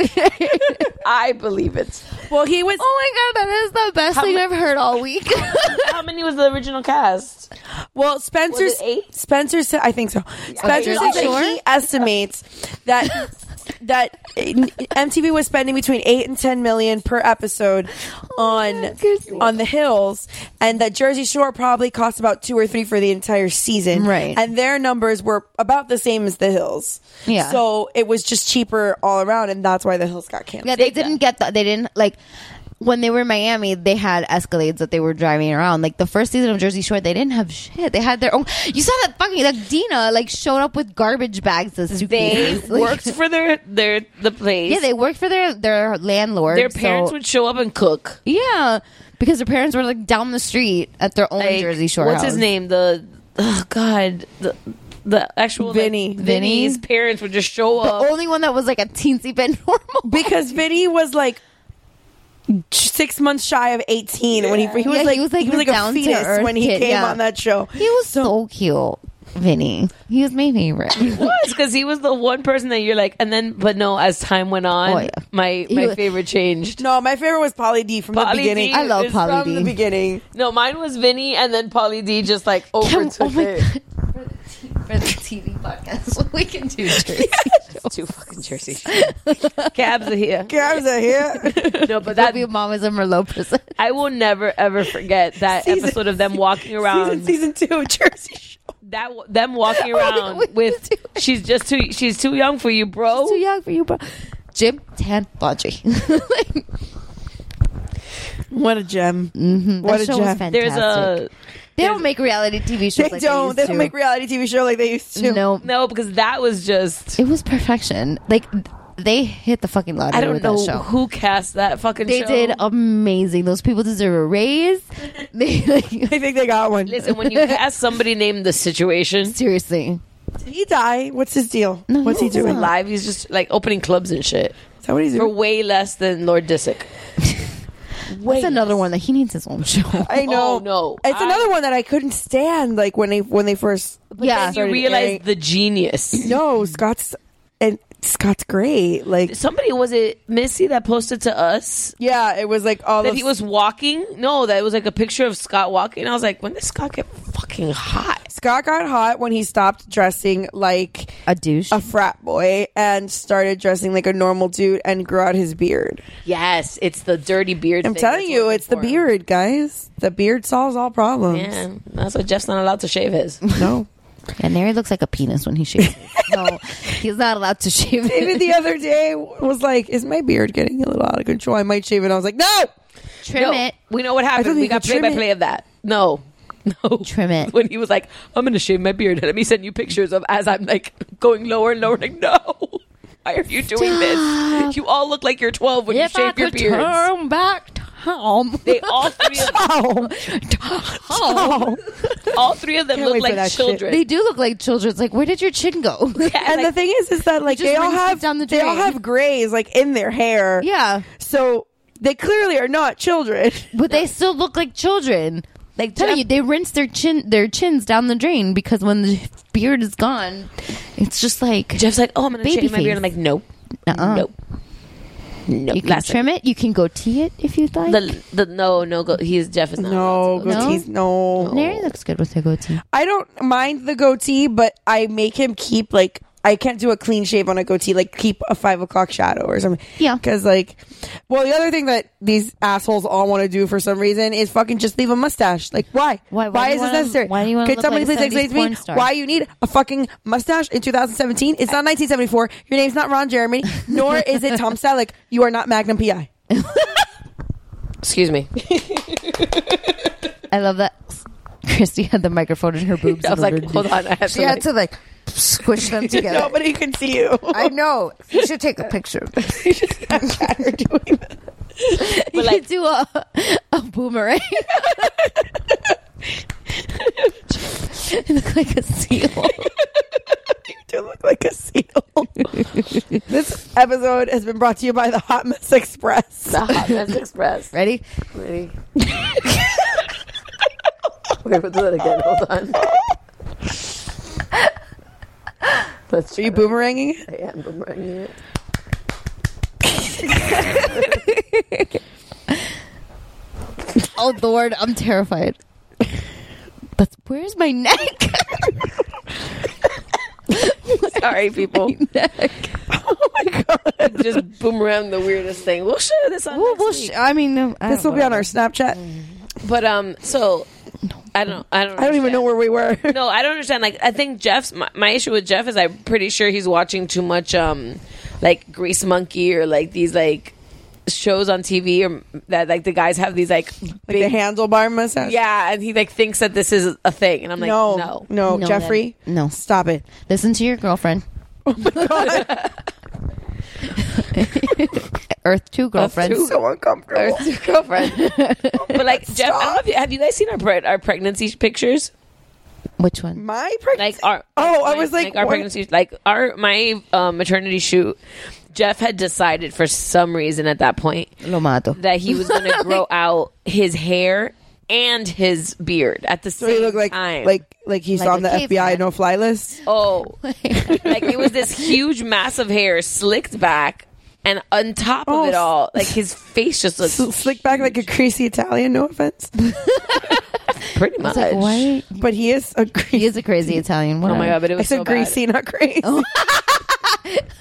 [laughs] I believe it.
well. He was
oh my god, that is the best
How
thing
mu-
I've heard all
[laughs]
week.
How many was the original cast?
Well, Spencer.
Was it eight?
Spencer said, I think so. Spencer
Okay,
says
you're
that
sure?
he estimates that that MTV was spending between eight and ten million per episode on on the hills, and that Jersey Shore probably cost about two or three for the entire season.
Right.
and their numbers were about the same as the hills.
Yeah.
so it was just cheaper all around, and that's why the hills got canceled.
yeah, they didn't get that. They didn't like. when they were in Miami, they had Escalades that they were driving around. Like the first season of Jersey Shore, they didn't have shit. They had their own. You saw that fucking like Dina like showed up with garbage bags as
They
suitcases. [laughs] Like,
worked for their their the place.
Yeah, they worked for their their landlord.
their parents
so-
would show up and cook.
Yeah, because their parents were like down the street at their own
Like,
Jersey Shore.
What's his
house.
name? The oh god, the the actual
Vinny.
Like, Vinny's
Vinny?
parents would just show
The
up.
only one that was like a teensy bit [laughs] normal.
because Vinny was like six months shy of 18 when he, he, was
Yeah,
like,
he was, like,
he was like
the
a fetus
down-to-earth
when he
kid,
came
yeah.
on that show.
he was so cute, Vinny. He was my favorite.
was because he was the one person that you're like, and then, but no, as time went on,
Oh, yeah.
my
He
my
was-
favorite
[laughs]
changed.
No, my favorite was Polly D from
Pauly
the beginning.
D I
love is Pauly
from
D.
the beginning.
No, mine was Vinny, and then Polly D just like
Can-
overtook
oh my
it.
god. For the t- for the TV podcast, we can [laughs] do Jersey.
Two fucking Jersey [laughs] cabs are here.
Girls are
[laughs]
here.
No,
That'd
but that
be Mama's a Merlot person.
I will never ever forget that
Season-
episode of them walking
[laughs]
around.
season, season two, Jersey Shore.
That them
[laughs]
walking
Oh my
around
God, we
with
do it.
she's just too she's too young for you, bro.
Too young for you, bro. Jim tan laundry. [laughs] like,
What a gem! Mm-hmm. What
that
a
show was
gem!
fantastic.
There's a
they don't make reality TV shows.
[laughs] They
like
don't. They
They,
don't make reality TV show like they used to.
reality. No,
no because that was just
it was perfection. Like th- they hit the fucking lottery
I don't
with
know
that show.
who cast that fucking
they
show.
did amazing. Those people deserve a
[laughs]
raise. They like [laughs]
I think they got one.
Listen, when you cast somebody named the situation,
seriously.
Did he die? What's his deal? What's he
no,
doing?
live he's just like opening clubs and shit
Is that what he's
for
doing?
way less than Lord Disick.
That's another one that he needs his own
[laughs]
show.
I know.
Oh, no.
it's
I-
another one that I couldn't stand. Like when they when they first.
yeah,
You
Started
realize
airing.
the genius.
No, Scott's and Scott's great. Like
Somebody was it Missy that posted to us
yeah, it was like all
that
of
he was walking? No, that it was like a picture of Scott walking. I was like, when did Scott get fucking hot?
Scott got hot when he stopped dressing like
a douche.
a frat boy and started dressing like a normal dude and grew out his beard.
Yes, it's the dirty beard.
I'm
thing
telling
that's
you,
working
it's the
for him.
beard, guys. The beard solves all problems.
Yeah, that's why Jeff's not allowed to shave his.
[laughs] No.
And Nary looks like a penis when he shaves.
[laughs]
no, he's not allowed to shave. it.
David the other day was like, "Is my beard getting a little out of control? I might shave it." I was like, "No."
[laughs] Trim
No,
it.
We know what
I thought
happened.
you
We got
could trim
play by play
it.
of that. No. [laughs] No.
Trim it.
When he was like, I'm going to shave my beard. Let me send you pictures of as I'm like going lower and lower. Like, no. Why are you doing this? You all look like you're 12 when you shave your beards.
back Tom.
They all three of
[laughs]
Oh,
Tom.
all three of them
Can't
look
wait for
like
that shit.
[laughs]
children.
They do look like children. It's like, where did your chin go? [laughs]
Yeah,
and
like,
the thing is, is that like
just
they all
rinsed it
have
down the
they all
drain.
have grays like in their hair.
yeah.
So they clearly are not children.
But they still look like children. Like tell
Jeff-
you, they rinse their chin their chins down the drain because when the beard is gone, it's just like
Jeff's like, oh, I'm going to
Baby
shave my
face.
beard. I'm like, nope.
Uh.
uh-uh.
Nope. Nope.
You can
That's it.
trim it. You can goatee it if you'd like.
The, the, no, no, go, he's Jeff is not.
No, [laughs]
allowed to go.
goatees. No,
Nary looks good with a goatee.
I don't mind the goatee, but I make him keep like I can't do a clean shave on a goatee. Like keep a five o'clock shadow or something.
Yeah.
because like, well, the other thing that these assholes all want to do for some reason is fucking just leave a mustache. Like, why?
Why- why do you
is this
wanna-
necessary?
why do you wanna
Could
look
somebody
like a
please
70s
explain to
porn
me
star?
why you need a fucking mustache in 2017? It's not 1974. Your name's not Ron
[laughs]
Jeremy, nor is it Tom Selleck. You are not Magnum PI.
Excuse me.
I love that. Christy had the microphone in her boobs.
I was
in
like,
order to-
hold on. I have
She
to,
had
like-
to like
[laughs]
squish
[laughs]
them together.
Nobody can see you.
I know. You should take a picture.
[laughs]
you
like-
could [laughs] do a, a boomerang. [laughs] you look like a seal.
do look [laughs] like a
[laughs]
seal. this episode has been brought to you by the Hot Mess Express.
The Hot Mess Express.
Ready?
Ready? Wait, we'll do that again. Hold on. Let's
Are
try
you boomeranging?
I am boomeranging it.
Oh Lord, I'm terrified. That's where's my neck? [laughs]
Sorry, people.
neck.
Oh my god!
[laughs] Just boomerang the weirdest thing. We'll share this on
Well,
next
well,
week.
sh- I mean, um, I
This
don't
will be on
know.
our Snapchat.
But um, so I don't. I don't.
I don't even know where we were. [laughs]
No, I don't understand. Like, I think Jeff's my, my issue with Jeff is I'm pretty sure he's watching too much um, like Grease Monkey or like these like shows on TV or that like the guys have these like
Like the handlebar massage.
yeah, and he like thinks that this is a thing, and I'm like,
no,
no,
no, no,
[laughs]
No,
Jeffrey,
that- no.
stop it.
Listen to your girlfriend.
Oh
[laughs] Earth two girlfriend.
Earth two.
So uncomfortable.
Earth to girlfriend.
[laughs]
but like Jeff, I don't know if you, have you guys seen our pre- our pregnancy pictures?
Which one?
My pregnancy.
Like our
oh, I
my-
was like,
our
what-
pregnancy, like our my um, maternity shoot. Jeff had decided for some reason at that point
Lomato.
that he was going
[laughs]
to grow out his hair and his beard at the
So
same
he looked like
time.
like like he's
Like
on the
a
FBI
caveman.
no fly
[laughs]
list. [laughs]
oh, like it was this huge mass of hair slicked back, and on top
Oh,
of
s-
it all, like his face just
[laughs]
looks
S- Slick back like a greasy Italian. No offense,
pretty much.
Like, why?
but he is a [laughs] greasy.
He is a
[laughs]
crazy Italian. What
Oh my god! But it
I
was
said
so bad. Oh,
greasy, not crazy.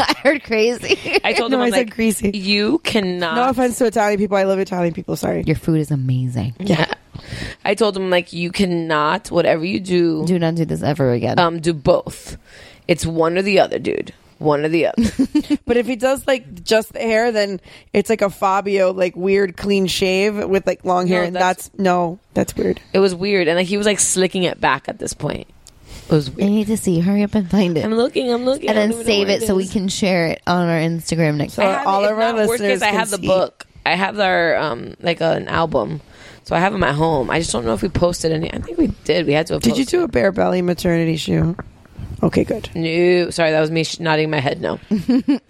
I heard
[laughs]
crazy.
I told
No,
him
I
I'm
said
like,
greasy.
You cannot.
No offense to Italian people. I love Italian people. Sorry.
Your food is amazing.
[laughs] Yeah. I told him like you cannot whatever you do
Do not do this ever again.
um do both. It's one or the other, dude. One or the other.
But if he does like just the hair, then it's like a Fabio, like weird clean shave with like long hair,
No,
and
that's-
that's no, that's weird.
it was weird and like he was like slicking it back at this point. It was
I
weird.
need to see. Hurry up and find it.
I'm looking, I'm looking.
and
I don't
then
even know
save
where
it so we
is.
can share it on our Instagram next
So
I have
all
it.
of
If
our
not, worst
listeners
case, I
can
have the
see.
book. I have our um like an album. So I have them at home. I just don't know if we posted any. I think we did. We had to have
Did you
posted.
do a bare belly maternity shoe? Okay, good.
No. Sorry, that was me sh- nodding my head no. No,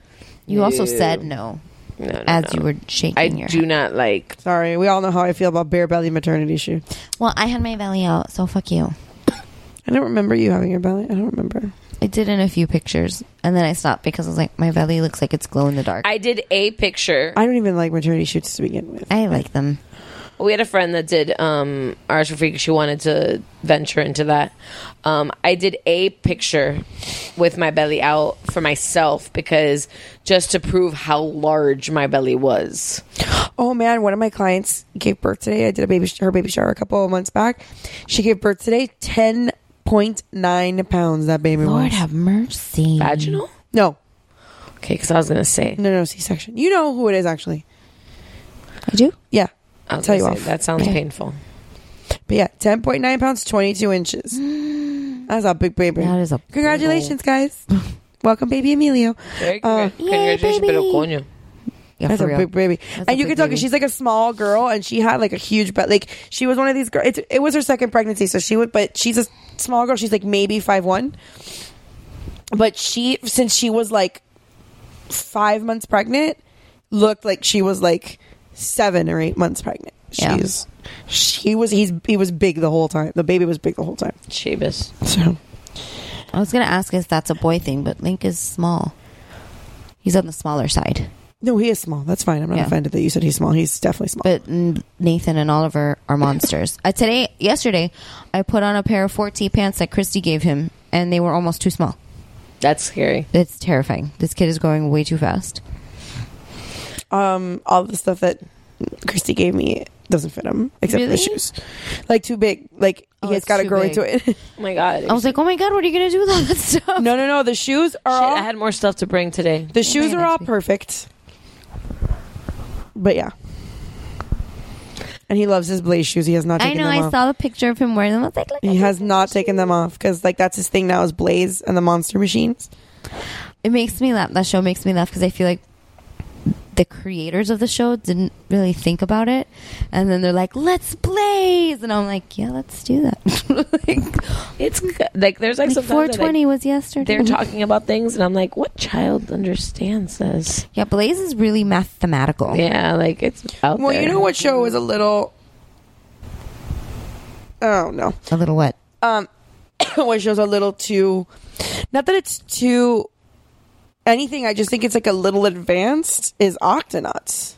You also
Yeah.
said no
no,
as
no.
you were shaking
I
your
do
head.
not like
Sorry, we all know how I feel about bare belly maternity shoe.
Well, I had my belly out, so fuck you.
I don't remember you having your belly. I don't remember.
I did in a few pictures, and then I stopped because I was like, my belly looks like it's glow in the dark. I,
I did a picture.
I don't even like maternity shoots to begin with.
like them.
We had a friend that did um ours for free 'cause she wanted to venture into that. Um, I did a picture with my belly out for myself because just to prove how large my belly was.
Oh man, one of my clients gave birth today. I did a baby sh- her baby shower a couple of months back. She gave birth today, ten point nine pounds. That baby
Lord
was
have mercy.
Vaginal?
no,
Okay, because I was gonna say.
no, no, C section. You know who it is actually.
I do.
Yeah,
I was
Tell you
gonna
off.
That sounds
Okay.
painful.
but yeah, ten point nine pounds, twenty two
[gasps]
inches. That's a big baby.
That is a big
congratulations, guys.
[laughs]
Welcome, baby Emilio.
Very
Uh,
congr- congratulations,
baby.
pero coño.
Yeah,
That's
for
a
real.
big baby,
That's a
and you
big
can tell
baby.
because she's like a small girl, and she had like a huge, but like she was one of these girls. It, it was her second pregnancy, so she would, but she's a small girl. She's like maybe five one, but she since she was like five months pregnant, looked like she was like seven or eight months pregnant.
Yeah.
She's she was he's he was big the whole time. The baby was big the whole time.
Chabas.
So
I was gonna ask if that's a boy thing, but Link is small. He's on the smaller side,
no, he is small. That's fine. I'm not
Yeah.
offended that you said he's small. He's definitely small.
but mm, Nathan and Oliver are monsters.
[laughs]
uh, today, yesterday, I put on a pair of 4T pants that Christy gave him, and they were almost too small.
That's scary.
It's terrifying. This kid is growing way too fast.
um all the stuff that Christy gave me doesn't fit him except for the
Really?
shoes, like too big. Like
Oh,
he has
it's
got to
too
grow
big.
into it. [laughs]
Oh my god.
I was like, oh my god, what are you gonna do with all that [laughs] stuff?
no, no, no. The shoes are
Shit,
all
I had more stuff to bring today.
the shoes
man,
are all
that's me.
perfect. But yeah, and he loves his blaze shoes. He has not.
I
Taken
know.
Them
I
off.
saw the picture of him wearing them. I was like, look,
He has not taken them off because like that's his thing now is blaze and the monster machines.
it makes me laugh. That show makes me laugh because I feel like the creators of the show didn't really think about it, and then they're like, let's blaze, and I'm like, yeah, let's do that. [laughs] like,
It's g- like there's like,
like
sometimes that,
420
like,
was yesterday.
they're talking about things and I'm like, what child understands this?
Yeah, blaze is really mathematical.
Yeah, like it's out
Well,
there.
you know what show was a little. Oh no.
A little what?
um [coughs] which was a little too not that it's too anything i just think it's like a little advanced is octonauts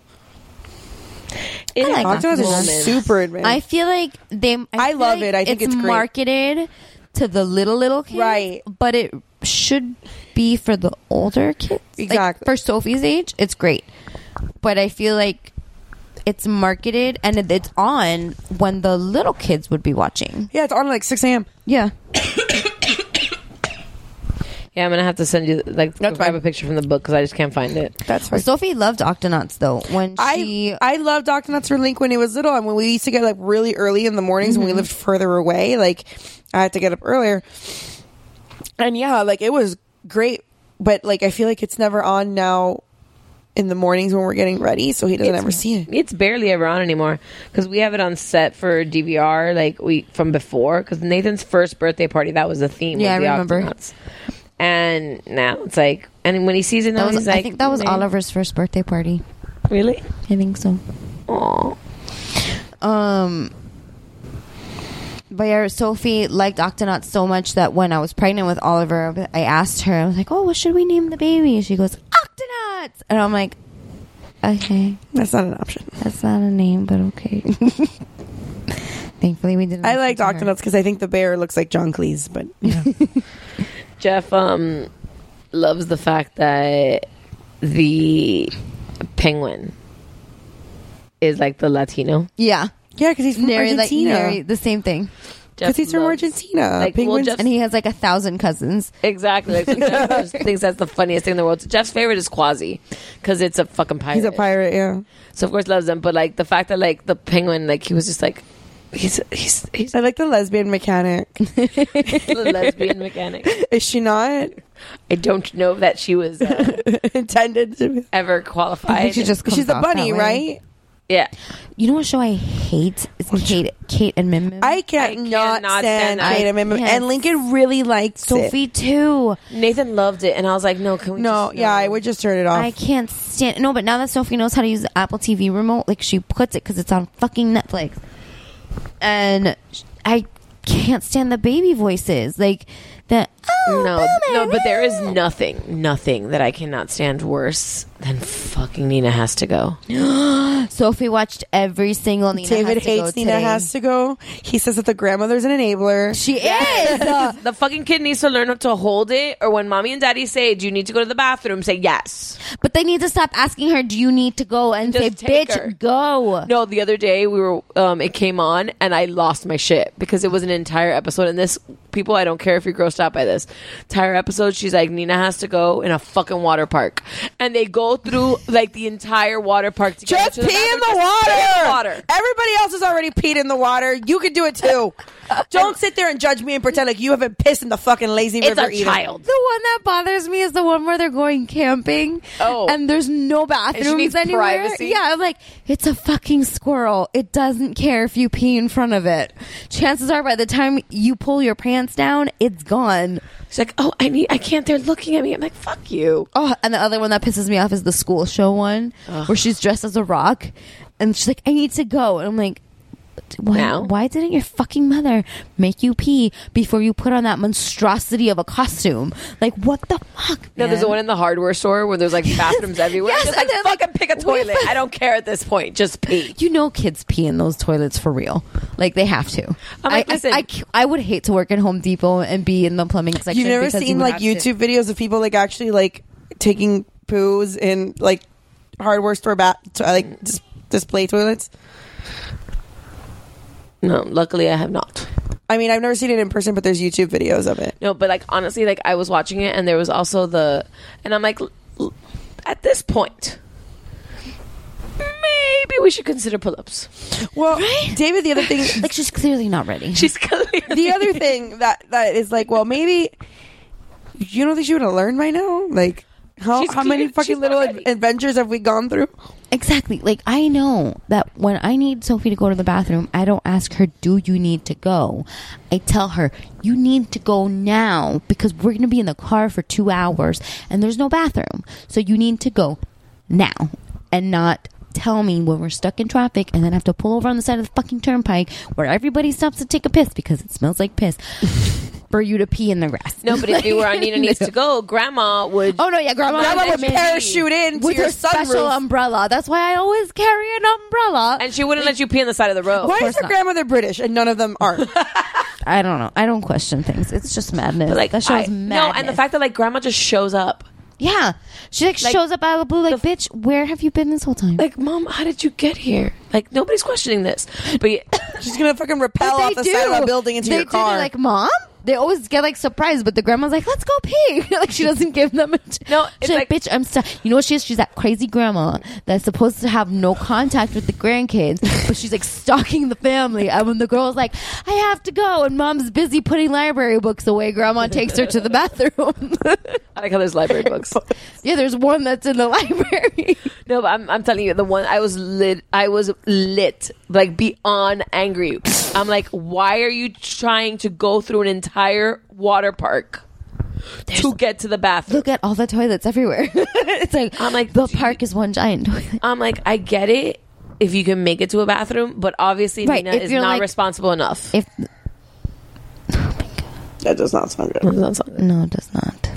It
I like
has
octonauts are
moments.
super advanced
I feel like they. I, feel
love
like
it. I think it's great.
marketed to the little little kids,
Right.
But it should be for the older kids. Like,
Exactly.
for Sophie's age, it's great, but I feel like it's marketed and it- it's on when the little kids would be watching.
yeah it's on at like 6 a.m
Yeah,
Yeah, I'm gonna have to send you like
That's
grab
fine.
a picture from the book because I just can't find it.
That's fine.
Sophie loved Octonauts though. When she
I I loved Octonauts for Link when he was little, and when we used to get up really early in the mornings
Mm-hmm.
when we lived further away, like I had to get up earlier. And yeah, like it was great, but like I feel like it's never on now in the mornings when we're getting ready, so he doesn't ever see it.
It's barely ever on anymore because we have it on set for DVR like we from before because Nathan's first birthday party that was the theme.
Yeah,
of the
I remember.
Octonauts. And now it's like, and when he sees it now,
that was
he's like,
I think that was
"Man,
Oliver's first birthday party.
Really?
I think so.
Aw.
Um, but yeah, Sophie liked Octonauts so much that when I was pregnant with Oliver, I asked her, I was like, "Oh, what should we name the baby?" And she goes, "Octonauts," and I'm like, "Okay,
That's not an option.
that's not a name, but okay." [laughs] Thankfully, we didn't.
I liked
listen to her.
Octonauts because I think the bear looks like John Cleese, but
Jeff um loves the fact that the penguin is like the Latino.
Yeah,
yeah, because he's from
Nary, like,
Argentina.
nary- the same thing.
Jeff
because he's from
loves-
Argentina.
Like, well,
Penguins.
Jeff-
And he has like a thousand cousins.
Exactly. Like, so
[laughs]
Jeff just thinks that's the funniest thing in the world. So Jeff's favorite is Quasi because it's a fucking pirate.
he's a pirate, yeah.
So of course loves him, but like the fact that like the penguin, like he was just like he's he's he's
I like the lesbian mechanic. [laughs]
a lesbian mechanic.
Is she not
I don't know that she was uh,
[laughs] intended to be?
ever qualified.
She just comes
She's the
off that
bunny,
way.
right?
yeah.
You know what show I hate? It's Kate, Kate and Mim. Mim.
I can't
I
not
cannot
stand
stand that.
Kate and Mim.
Yes.
And Lincoln really liked Sophie.
Sophie too.
Nathan loved it, and I was like, no, can we?
No,
just,
yeah, I would just turn it off.
I can't stand. No, but now that Sophie knows how to use the Apple TV remote, like she puts it because it's on fucking Netflix, and sh- I can't stand the baby voices like that. Oh,
No,
boomer,
no, but there is
yeah."
nothing, nothing that I cannot stand worse than fucking Nina has to go.
Sophie watched every single Nina.
David
has to go
hates Nina
today.
has to go. He says that the grandmother's an enabler.
She is. Uh,
The fucking kid needs to learn to hold it, or when mommy and daddy say, "Do you need to go to the bathroom?" Say yes.
[laughs] but they need to stop asking her, "Do you need to go?" And
Just
say,
take
"Bitch,
her."
go."
No, the other day we were, um, it came on, and I lost my shit because it was an entire episode. And this people, I don't care if you're grossed out by this entire episode. She's like, Nina has to go in a fucking water park, and they go through like the entire water park to
Just
get her to
pee in
bathroom.
the
Just
water.
pee in the water.
Everybody else has already peed in the water. You can do it too. Don't sit there and judge me and pretend like you haven't pissed in the fucking lazy
It's
river
a
either.
child.
The one that bothers me is the one where they're going camping.
Oh.
And there's no bathrooms
needs
anywhere.
privacy.
Yeah, I'm like, it's a fucking squirrel. It doesn't care if you pee in front of it. Chances are by the time you pull your pants down, it's gone.
She's like, oh, I need, I can't. They're looking at me. I'm like, fuck you.
Oh, and the other one that pisses me off is the school show one where she's dressed as a rock and she's like, I need to go. And I'm like, why,
Now?
why didn't your fucking mother make you pee before you put on that monstrosity of a costume? Like, what the fuck?
No, there's
man?
the one in the hardware store where there's like bathrooms everywhere.
[laughs] Yes, and
just like
they're like,
fucking pick a
we-
toilet. I don't care at this point. Just pee.
you know kids pee in those toilets for real like they have to
I'm like,
I,
listen.
I, I c- I would hate to work at home depot and be in the plumbing section
You've never
because you
seen
would
like
have to-
YouTube videos of people like actually like taking poos in like hardware store bat to, like dis- display toilets.
No, luckily I have not.
I mean, I've never seen it in person, but there's YouTube videos of it.
No, but like honestly, like I was watching it and there was also the, and I'm like, l- l- at this point, maybe we should consider pull-ups. [laughs]
Well, David, the other thing,
[laughs] like she's clearly not ready
She's clearly
the other thing that that is like, well, maybe you don't think she would have learned by now, like. How,
She's
how many
clear- she's
fucking
not
little
ready.
ad- adventures have we gone through?
exactly like i know that when i need sophie to go to the bathroom i don't ask her do you need to go i tell her you need to go now because we're going to be in the car for two hours and there's no bathroom so you need to go now and not tell me when we're stuck in traffic and then have to pull over on the side of the fucking turnpike where everybody stops to take a piss because it smells like
[laughs]
piss for you to pee in the grass.
[laughs] no. But if you
[laughs]
were on Nina needs to go, Grandma would.
Oh no, yeah, grandma,
Grandma would
maybe.
parachute in to
with
your
her special um,
sunroof.
umbrella. That's why I always carry an umbrella.
and she wouldn't let you pee on the side of the road.
Why
course
is her
not.
grandmother British and none of them
[laughs]
are?
I don't know. I don't question things. It's just madness.
But, Like
that show's
I-
madness.
No, and the fact that like Grandma just shows up.
yeah, she like,
Like,
shows up out of the blue, like, bitch, where have you been this whole time?
Like, mom, how did you get here? Like, nobody's questioning this. But
[laughs]
She's gonna fucking rappel
But
off the side of a building into
they
your
do.
car.
They're like, mom, they always get like surprised, but the grandma's like, "Let's go pee." [laughs] like she doesn't give them. A ch-
No, it's
she's like,
like-
"Bitch, I'm stuck." You know what she is? She's that crazy grandma that's supposed to have no contact with the grandkids, but she's like stalking the family. And when the girl's like, "I have to go," and mom's busy putting library books away, grandma takes her to the bathroom. [laughs]
I like how there's library books.
yeah, there's one that's in the [laughs] library.
No, but I'm, I'm telling you, the one I was lit. I was lit, like beyond angry. I'm like, why are you trying to go through an entire water park to get to the bathroom?
Look at all the toilets everywhere. [laughs] it's like
I'm like,
the
"Do you-
park is one giant toilet.
I'm like, I get it if you can make it to a bathroom, but obviously
Right,
Nina
if
is
you're
not
like-
responsible enough.
If
That does not sound good.
No, it does not.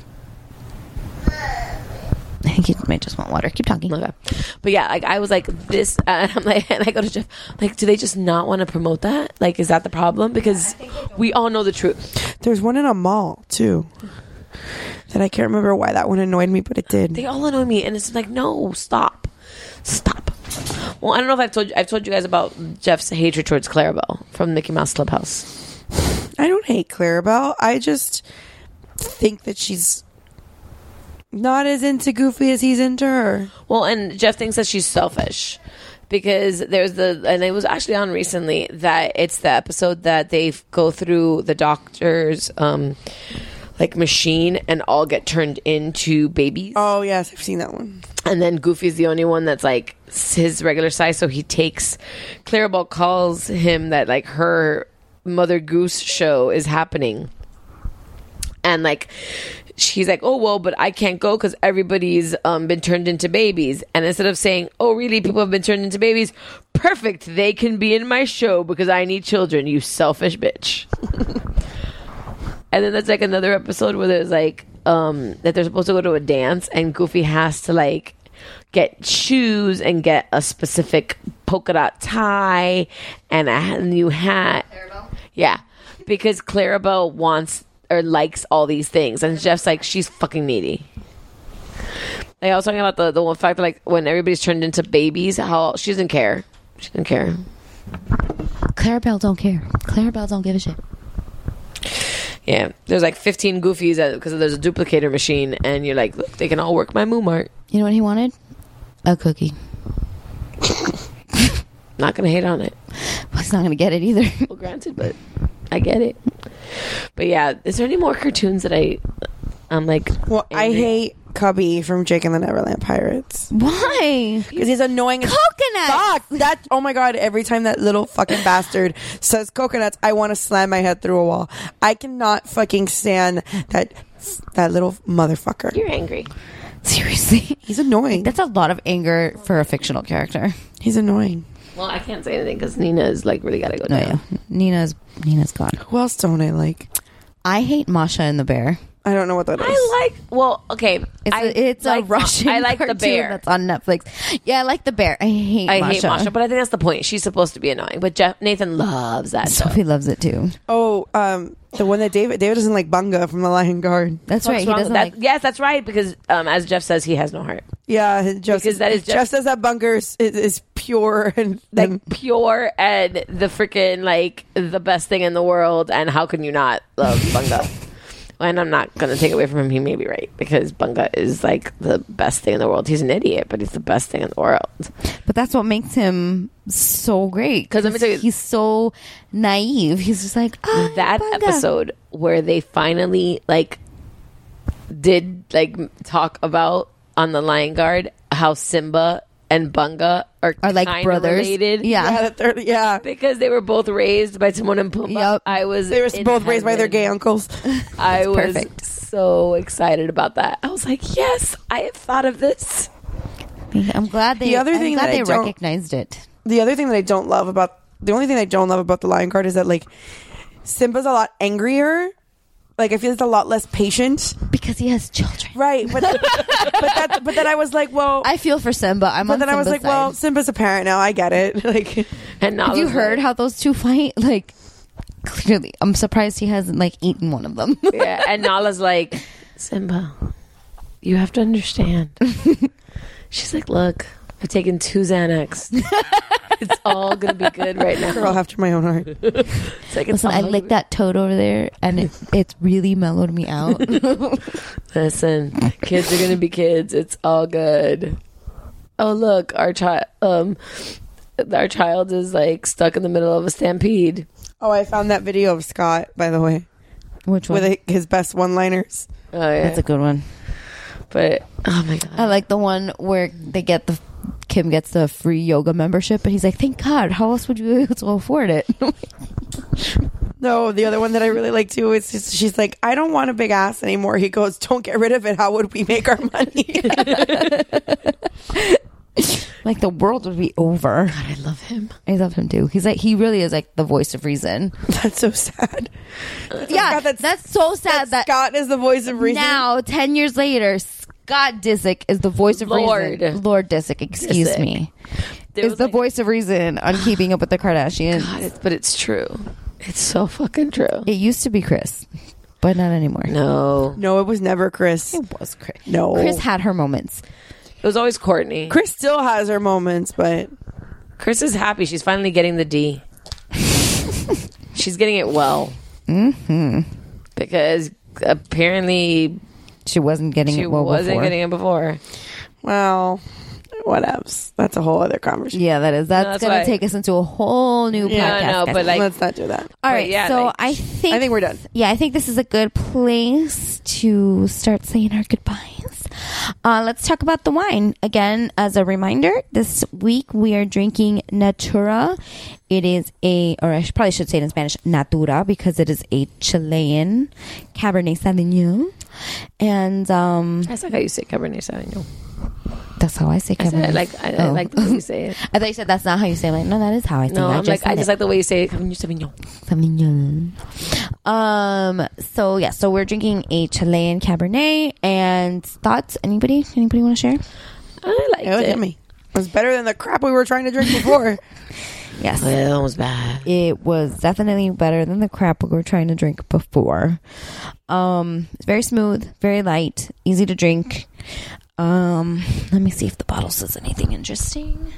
I think you might just want water. Keep talking.
Okay. But yeah, like I was like this, [laughs] and I'm like, and I go to Jeff, like, do they just not want to promote that? Like, is that the problem? Because we all know the truth.
There's one in a mall too. That I can't remember why that one annoyed me, but it did.
They all annoy me, and it's like, no, stop, stop. Well, I don't know if I've told you, I've told you guys about Jeff's hatred towards Clarabelle from Mickey Mouse Clubhouse.
I don't hate Clarabelle. I just think that she's not as into Goofy as he's into her.
Well, and Jeff thinks that she's selfish because there's the and it was actually on recently that it's the episode that they f- go through the doctor's um like machine and all get turned into babies
Oh yes, I've seen that one.
and then Goofy's the only one that's like s- his regular size, so he takes. Clarabelle calls him that like her Mother Goose show is happening, and like she's like, "Oh well, but I can't go because everybody's um, been turned into babies." And instead of saying, "Oh really, people have been turned into babies," perfect, they can be in my show because I need children. You selfish bitch. And then that's like another episode where there's like um that they're supposed to go to a dance and Goofy has to like get shoes and get a specific polka dot tie and a ha- new hat. Yeah. Because Clarabelle wants or likes all these things and Jeff's like she's fucking needy. Like I was talking about the the one fact that like when everybody's turned into babies, how she doesn't care. She doesn't care.
Clarabelle don't care. Clarabelle don't give a shit.
Yeah, there's like 15 goofies because there's a duplicator machine, and you're like, look, they can all work my moo mart.
You know what he wanted? A cookie. [laughs]
Not gonna hate on it.
Well, he's not gonna get it either. [laughs]
Well, granted, but I get it. But yeah, is there any more cartoons that I, I'm like,
Well, I
Angry.
hate Cubby from Jake and the Neverland Pirates
Why?
because he's annoying. as
Coconuts!
Fuck that! Oh my god! Every time that little fucking bastard says coconuts, I want to slam my head through a wall. I cannot fucking stand that that little motherfucker.
you're angry.
Seriously,
He's annoying.
that's a lot of anger for a fictional character.
He's annoying.
Well, I can't say anything because Nina is like really gotta go
No,
down.
Oh, yeah. Nina's Nina's gone.
Who else don't I like?
I hate Masha and the Bear.
I don't know what that is.
I like. Well, okay,
It's,
I
a, it's
like-
a Russian.
I like the
cartoon
bear.
that's on Netflix. Yeah, I like the bear. I hate.
I
Masha.
hate Masha, but I think that's the point. She's supposed to be annoying, but Jeff Nathan loves that.
[laughs]
show.
Sophie loves it too.
Oh, um, the one that David David doesn't like Bunga from the Lion Guard.
[laughs] That's right.
What's
He
wrong with
doesn't
that?
like.
yes, that's right. Because um, as Jeff says, he has no heart.
Yeah, Jeff,
Because that is
Jeff,
Jeff-
says that Bunga is, is, is pure and
like
and-
pure and the freaking like the best thing in the world. And how can you not love Bunga? and I'm not gonna take away from him. He may be right because Bunga is like the best thing in the world. He's an idiot, but he's the best thing in the world.
But that's what makes him so great.
'Cause let me tell you-
he's so naive. He's just like "Ah,
that
Bunga."
episode where they finally like did like m- talk about on the Lion Guard how Simba and Bunga are,
Are like
kinda
brothers.
related.
yeah,
Yeah.
the third, yeah.
Because they were both raised by Timon and Pumbaa.
Yup.
I was
They were
in
both raised by their
heaven.
gay uncles.
I was
perfect.
so excited about that. I was like, yes, I have thought of this.
I'm glad they.
The other
I'm
thing
glad
that I
they
don't-
recognized it.
The other thing that I don't love about the only thing I don't love about the Lion Guard is that like Simba's a lot angrier. Like I feel it's a lot less patient.
because he has children.
Right, [laughs] but but that but then I was like, well,
I feel for Simba. I'm
but
on
then I was like,
Simba's
well,
side.
Simba's a parent now. I get it. [laughs] Like.
And now
have you heard how those two fight? [laughs] Like, clearly, I'm surprised he hasn't like eaten one of them.
[laughs] yeah,
[laughs]
and Nala's like, Simba, you have
[laughs] [laughs]
to understand. She's like, look, I've taken two Xanax. It's all gonna be good right now.
Girl after my own heart.
It's like, it's
Listen, I
all
licked that toad over there, and it it's really mellowed me out.
Listen, kids are gonna be kids. It's all good. Oh look, our child, um, our child is like stuck in the middle of a stampede.
[laughs] Oh, I found that video of Scott, by the way,
Which one?
with a, his best one liners.
Oh yeah,
That's a good one.
but oh my god,
I like the one where they get the Kim gets the free yoga membership, and he's like, "Thank God! How else would you be able to afford it?" [laughs]
No, the other one that I really like too is just, she's like, I don't want a big ass anymore. He goes, Don't get rid of it. How would we make our [laughs] money?
like the world would be over.
I love him.
I love him too. He's like he really is like the voice of reason.
that's so sad.
yeah,
Scott, that's-
that's, so sad that,
Scott is the voice of reason.
now ten years later, Scott Disick is the voice of
Lord.
reason. Lord Disick, excuse
Disick.
me,
There
is
was,
the
like-
voice of reason on Keeping Up with the Kardashians.
God, it's- but it's true. It's so fucking true.
It used to be Chris, but not anymore.
No,
No, it was never Chris.
It was Chris.
No.
Chris had her moments.
it was always Courtney.
Chris still has her moments, but
Chris is happy. She's finally getting the D. She's getting it well. Mm-hmm. Because apparently
She wasn't getting
she
it well
wasn't
before.
getting it before.
well, whatevs. That's a whole other conversation.
yeah, that is. That's,
that's
gonna
why-
take us into a whole new
Yeah,
podcast.
no,
guys.
but like
Let's not do that.
All right,
yeah,
so
like-
I think
I think we're done.
Yeah, I think this is a good place to start saying our goodbyes. Uh, let's talk about the wine again. As a reminder, this week we are drinking Natura. It is a, or I should, probably should say it in Spanish, Natura, because it is a Chilean Cabernet Sauvignon, and um,
That's like how you say Cabernet Sauvignon.
that's how I say
I said
Cabernet.
it like I, I
Oh.
like the way you say it.
[laughs] I thought you said that's not how you say. it. I'm like, no, that is how I say.
No,
it.
I'm like I
said
just
it.
like the way you say it. Cabernet Sauvignon.
Sauvignon. Um. So yeah. So we're drinking a Chilean Cabernet. And thoughts? Anybody? Anybody want to share?
I like
It was
it.
yummy. It was better than the crap we were trying to drink [laughs] before.
Yes.
Well, it was bad.
It was definitely better than the crap we were trying to drink before. Um. It's very smooth. Very light. Easy to drink. Um. Let me see if the bottle says anything interesting.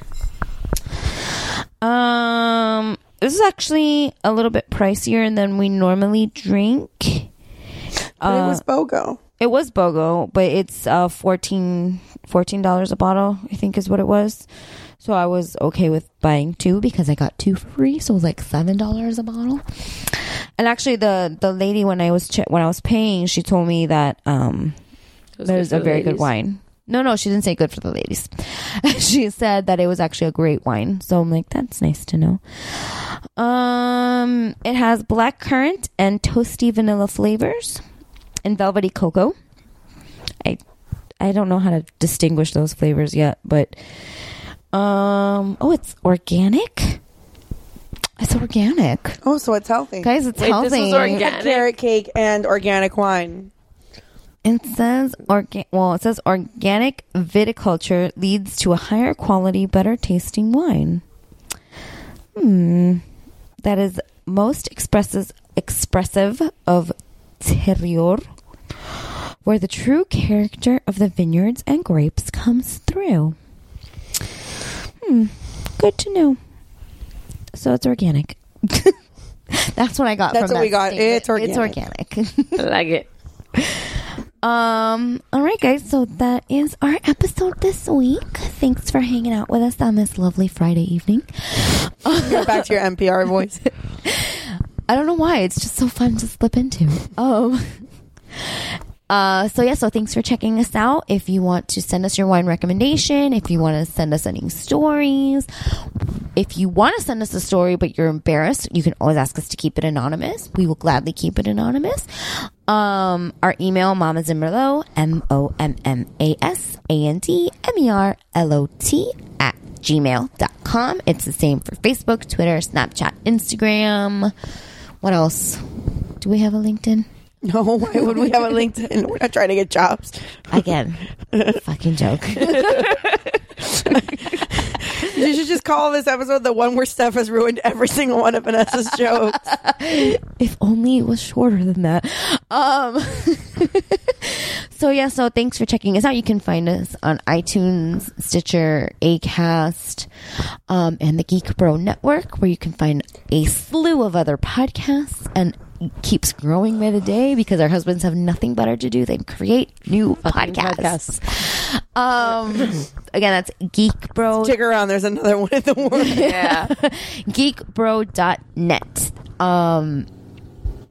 Um. This is actually a little bit pricier than we normally drink.
but it was BOGO.
It was BOGO, but it's uh, 14 dollars a bottle, I think is what it was. So I was okay with buying two because I got two for free, so it was like seven dollars a bottle. And actually, the the lady when I was che- when I was paying, she told me that um,
was
that
good
was
for
a
the
very good
ladies.
wine. No, no, she didn't say good for the ladies. [laughs] she said that it was actually a great wine. So I'm like, that's nice to know. Um, it has black currant and toasty vanilla flavors and velvety cocoa. I I don't know how to distinguish those flavors yet, but um oh, it's organic. It's organic,
Oh, so it's healthy.
guys. It's
Wait,
healthy.
this
[laughs]
was organic.
Carrot cake and organic wine.
It says organ. Well, it says organic viticulture leads to a higher quality, better tasting wine. Hmm. That is most expresses expressive of terroir, where the true character of the vineyards and grapes comes through. Hmm. Good to know. So it's organic. [laughs] That's what I got.
That's what
from that
we got.
statement.
It's organic.
It's organic. [laughs]
I like it.
Um, all right, guys. So that is our episode this week. Thanks for hanging out with us on this lovely Friday evening.
Go back to your NPR voice.
I don't know why. It's just so fun to slip into. Um. Uh, so yeah, so thanks for checking us out. If you want to send us your wine recommendation, if you want to send us any stories, if you want to send us a story but you're embarrassed, you can always ask us to keep it anonymous. We will gladly keep it anonymous. Um, our email, Mama Zimmerlo, M O M M A S A N D M E R L O T at gmail.com. It's the same for Facebook, Twitter, Snapchat, Instagram. What else? Do we have a LinkedIn?
[laughs] No, why would we have a LinkedIn? We're not trying to get jobs.
Again, fucking joke.
You should just call this episode the one where Steph has ruined every single one of Vanessa's jokes.
if only it was shorter than that. Um, so [laughs] So yeah, so thanks for checking us out. You can find us on iTunes, Stitcher, Acast, um, and the Geek Bro Network, where you can find a slew of other podcasts and it keeps growing by the day because our husbands have nothing better to do than create new podcasts. Um, again, that's Geek Bro
Stick around. There's another one in the world.
geekbro.net. Um,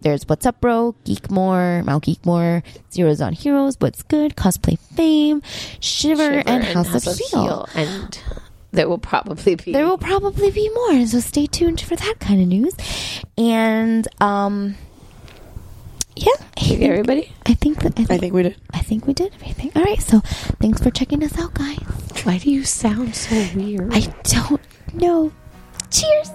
there's What's Up Bro, Geekmore, Mount Geekmore, Zeroes on Heroes, What's Good, Cosplay Fame, Shiver, and House, of, Heel.
And there will probably be.
There will probably be more, so stay tuned for that kind of news. And um, yeah, I think,
everybody.
I think that I
I
think,
think we did.
I think we did everything. All right, so thanks for checking us out, guys.
Why do you sound so weird?
I don't know. Cheers.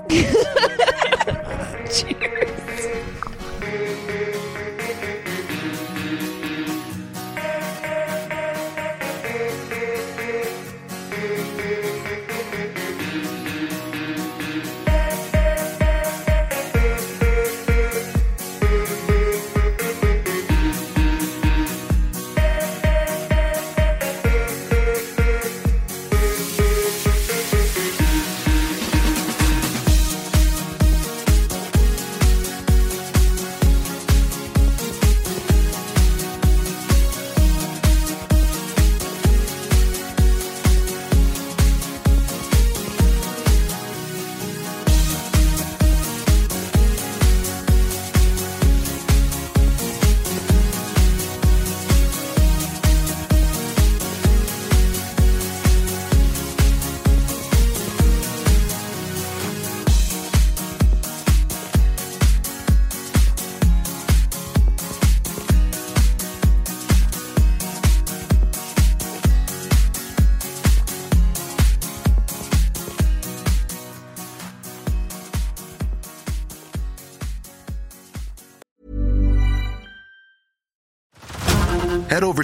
Head over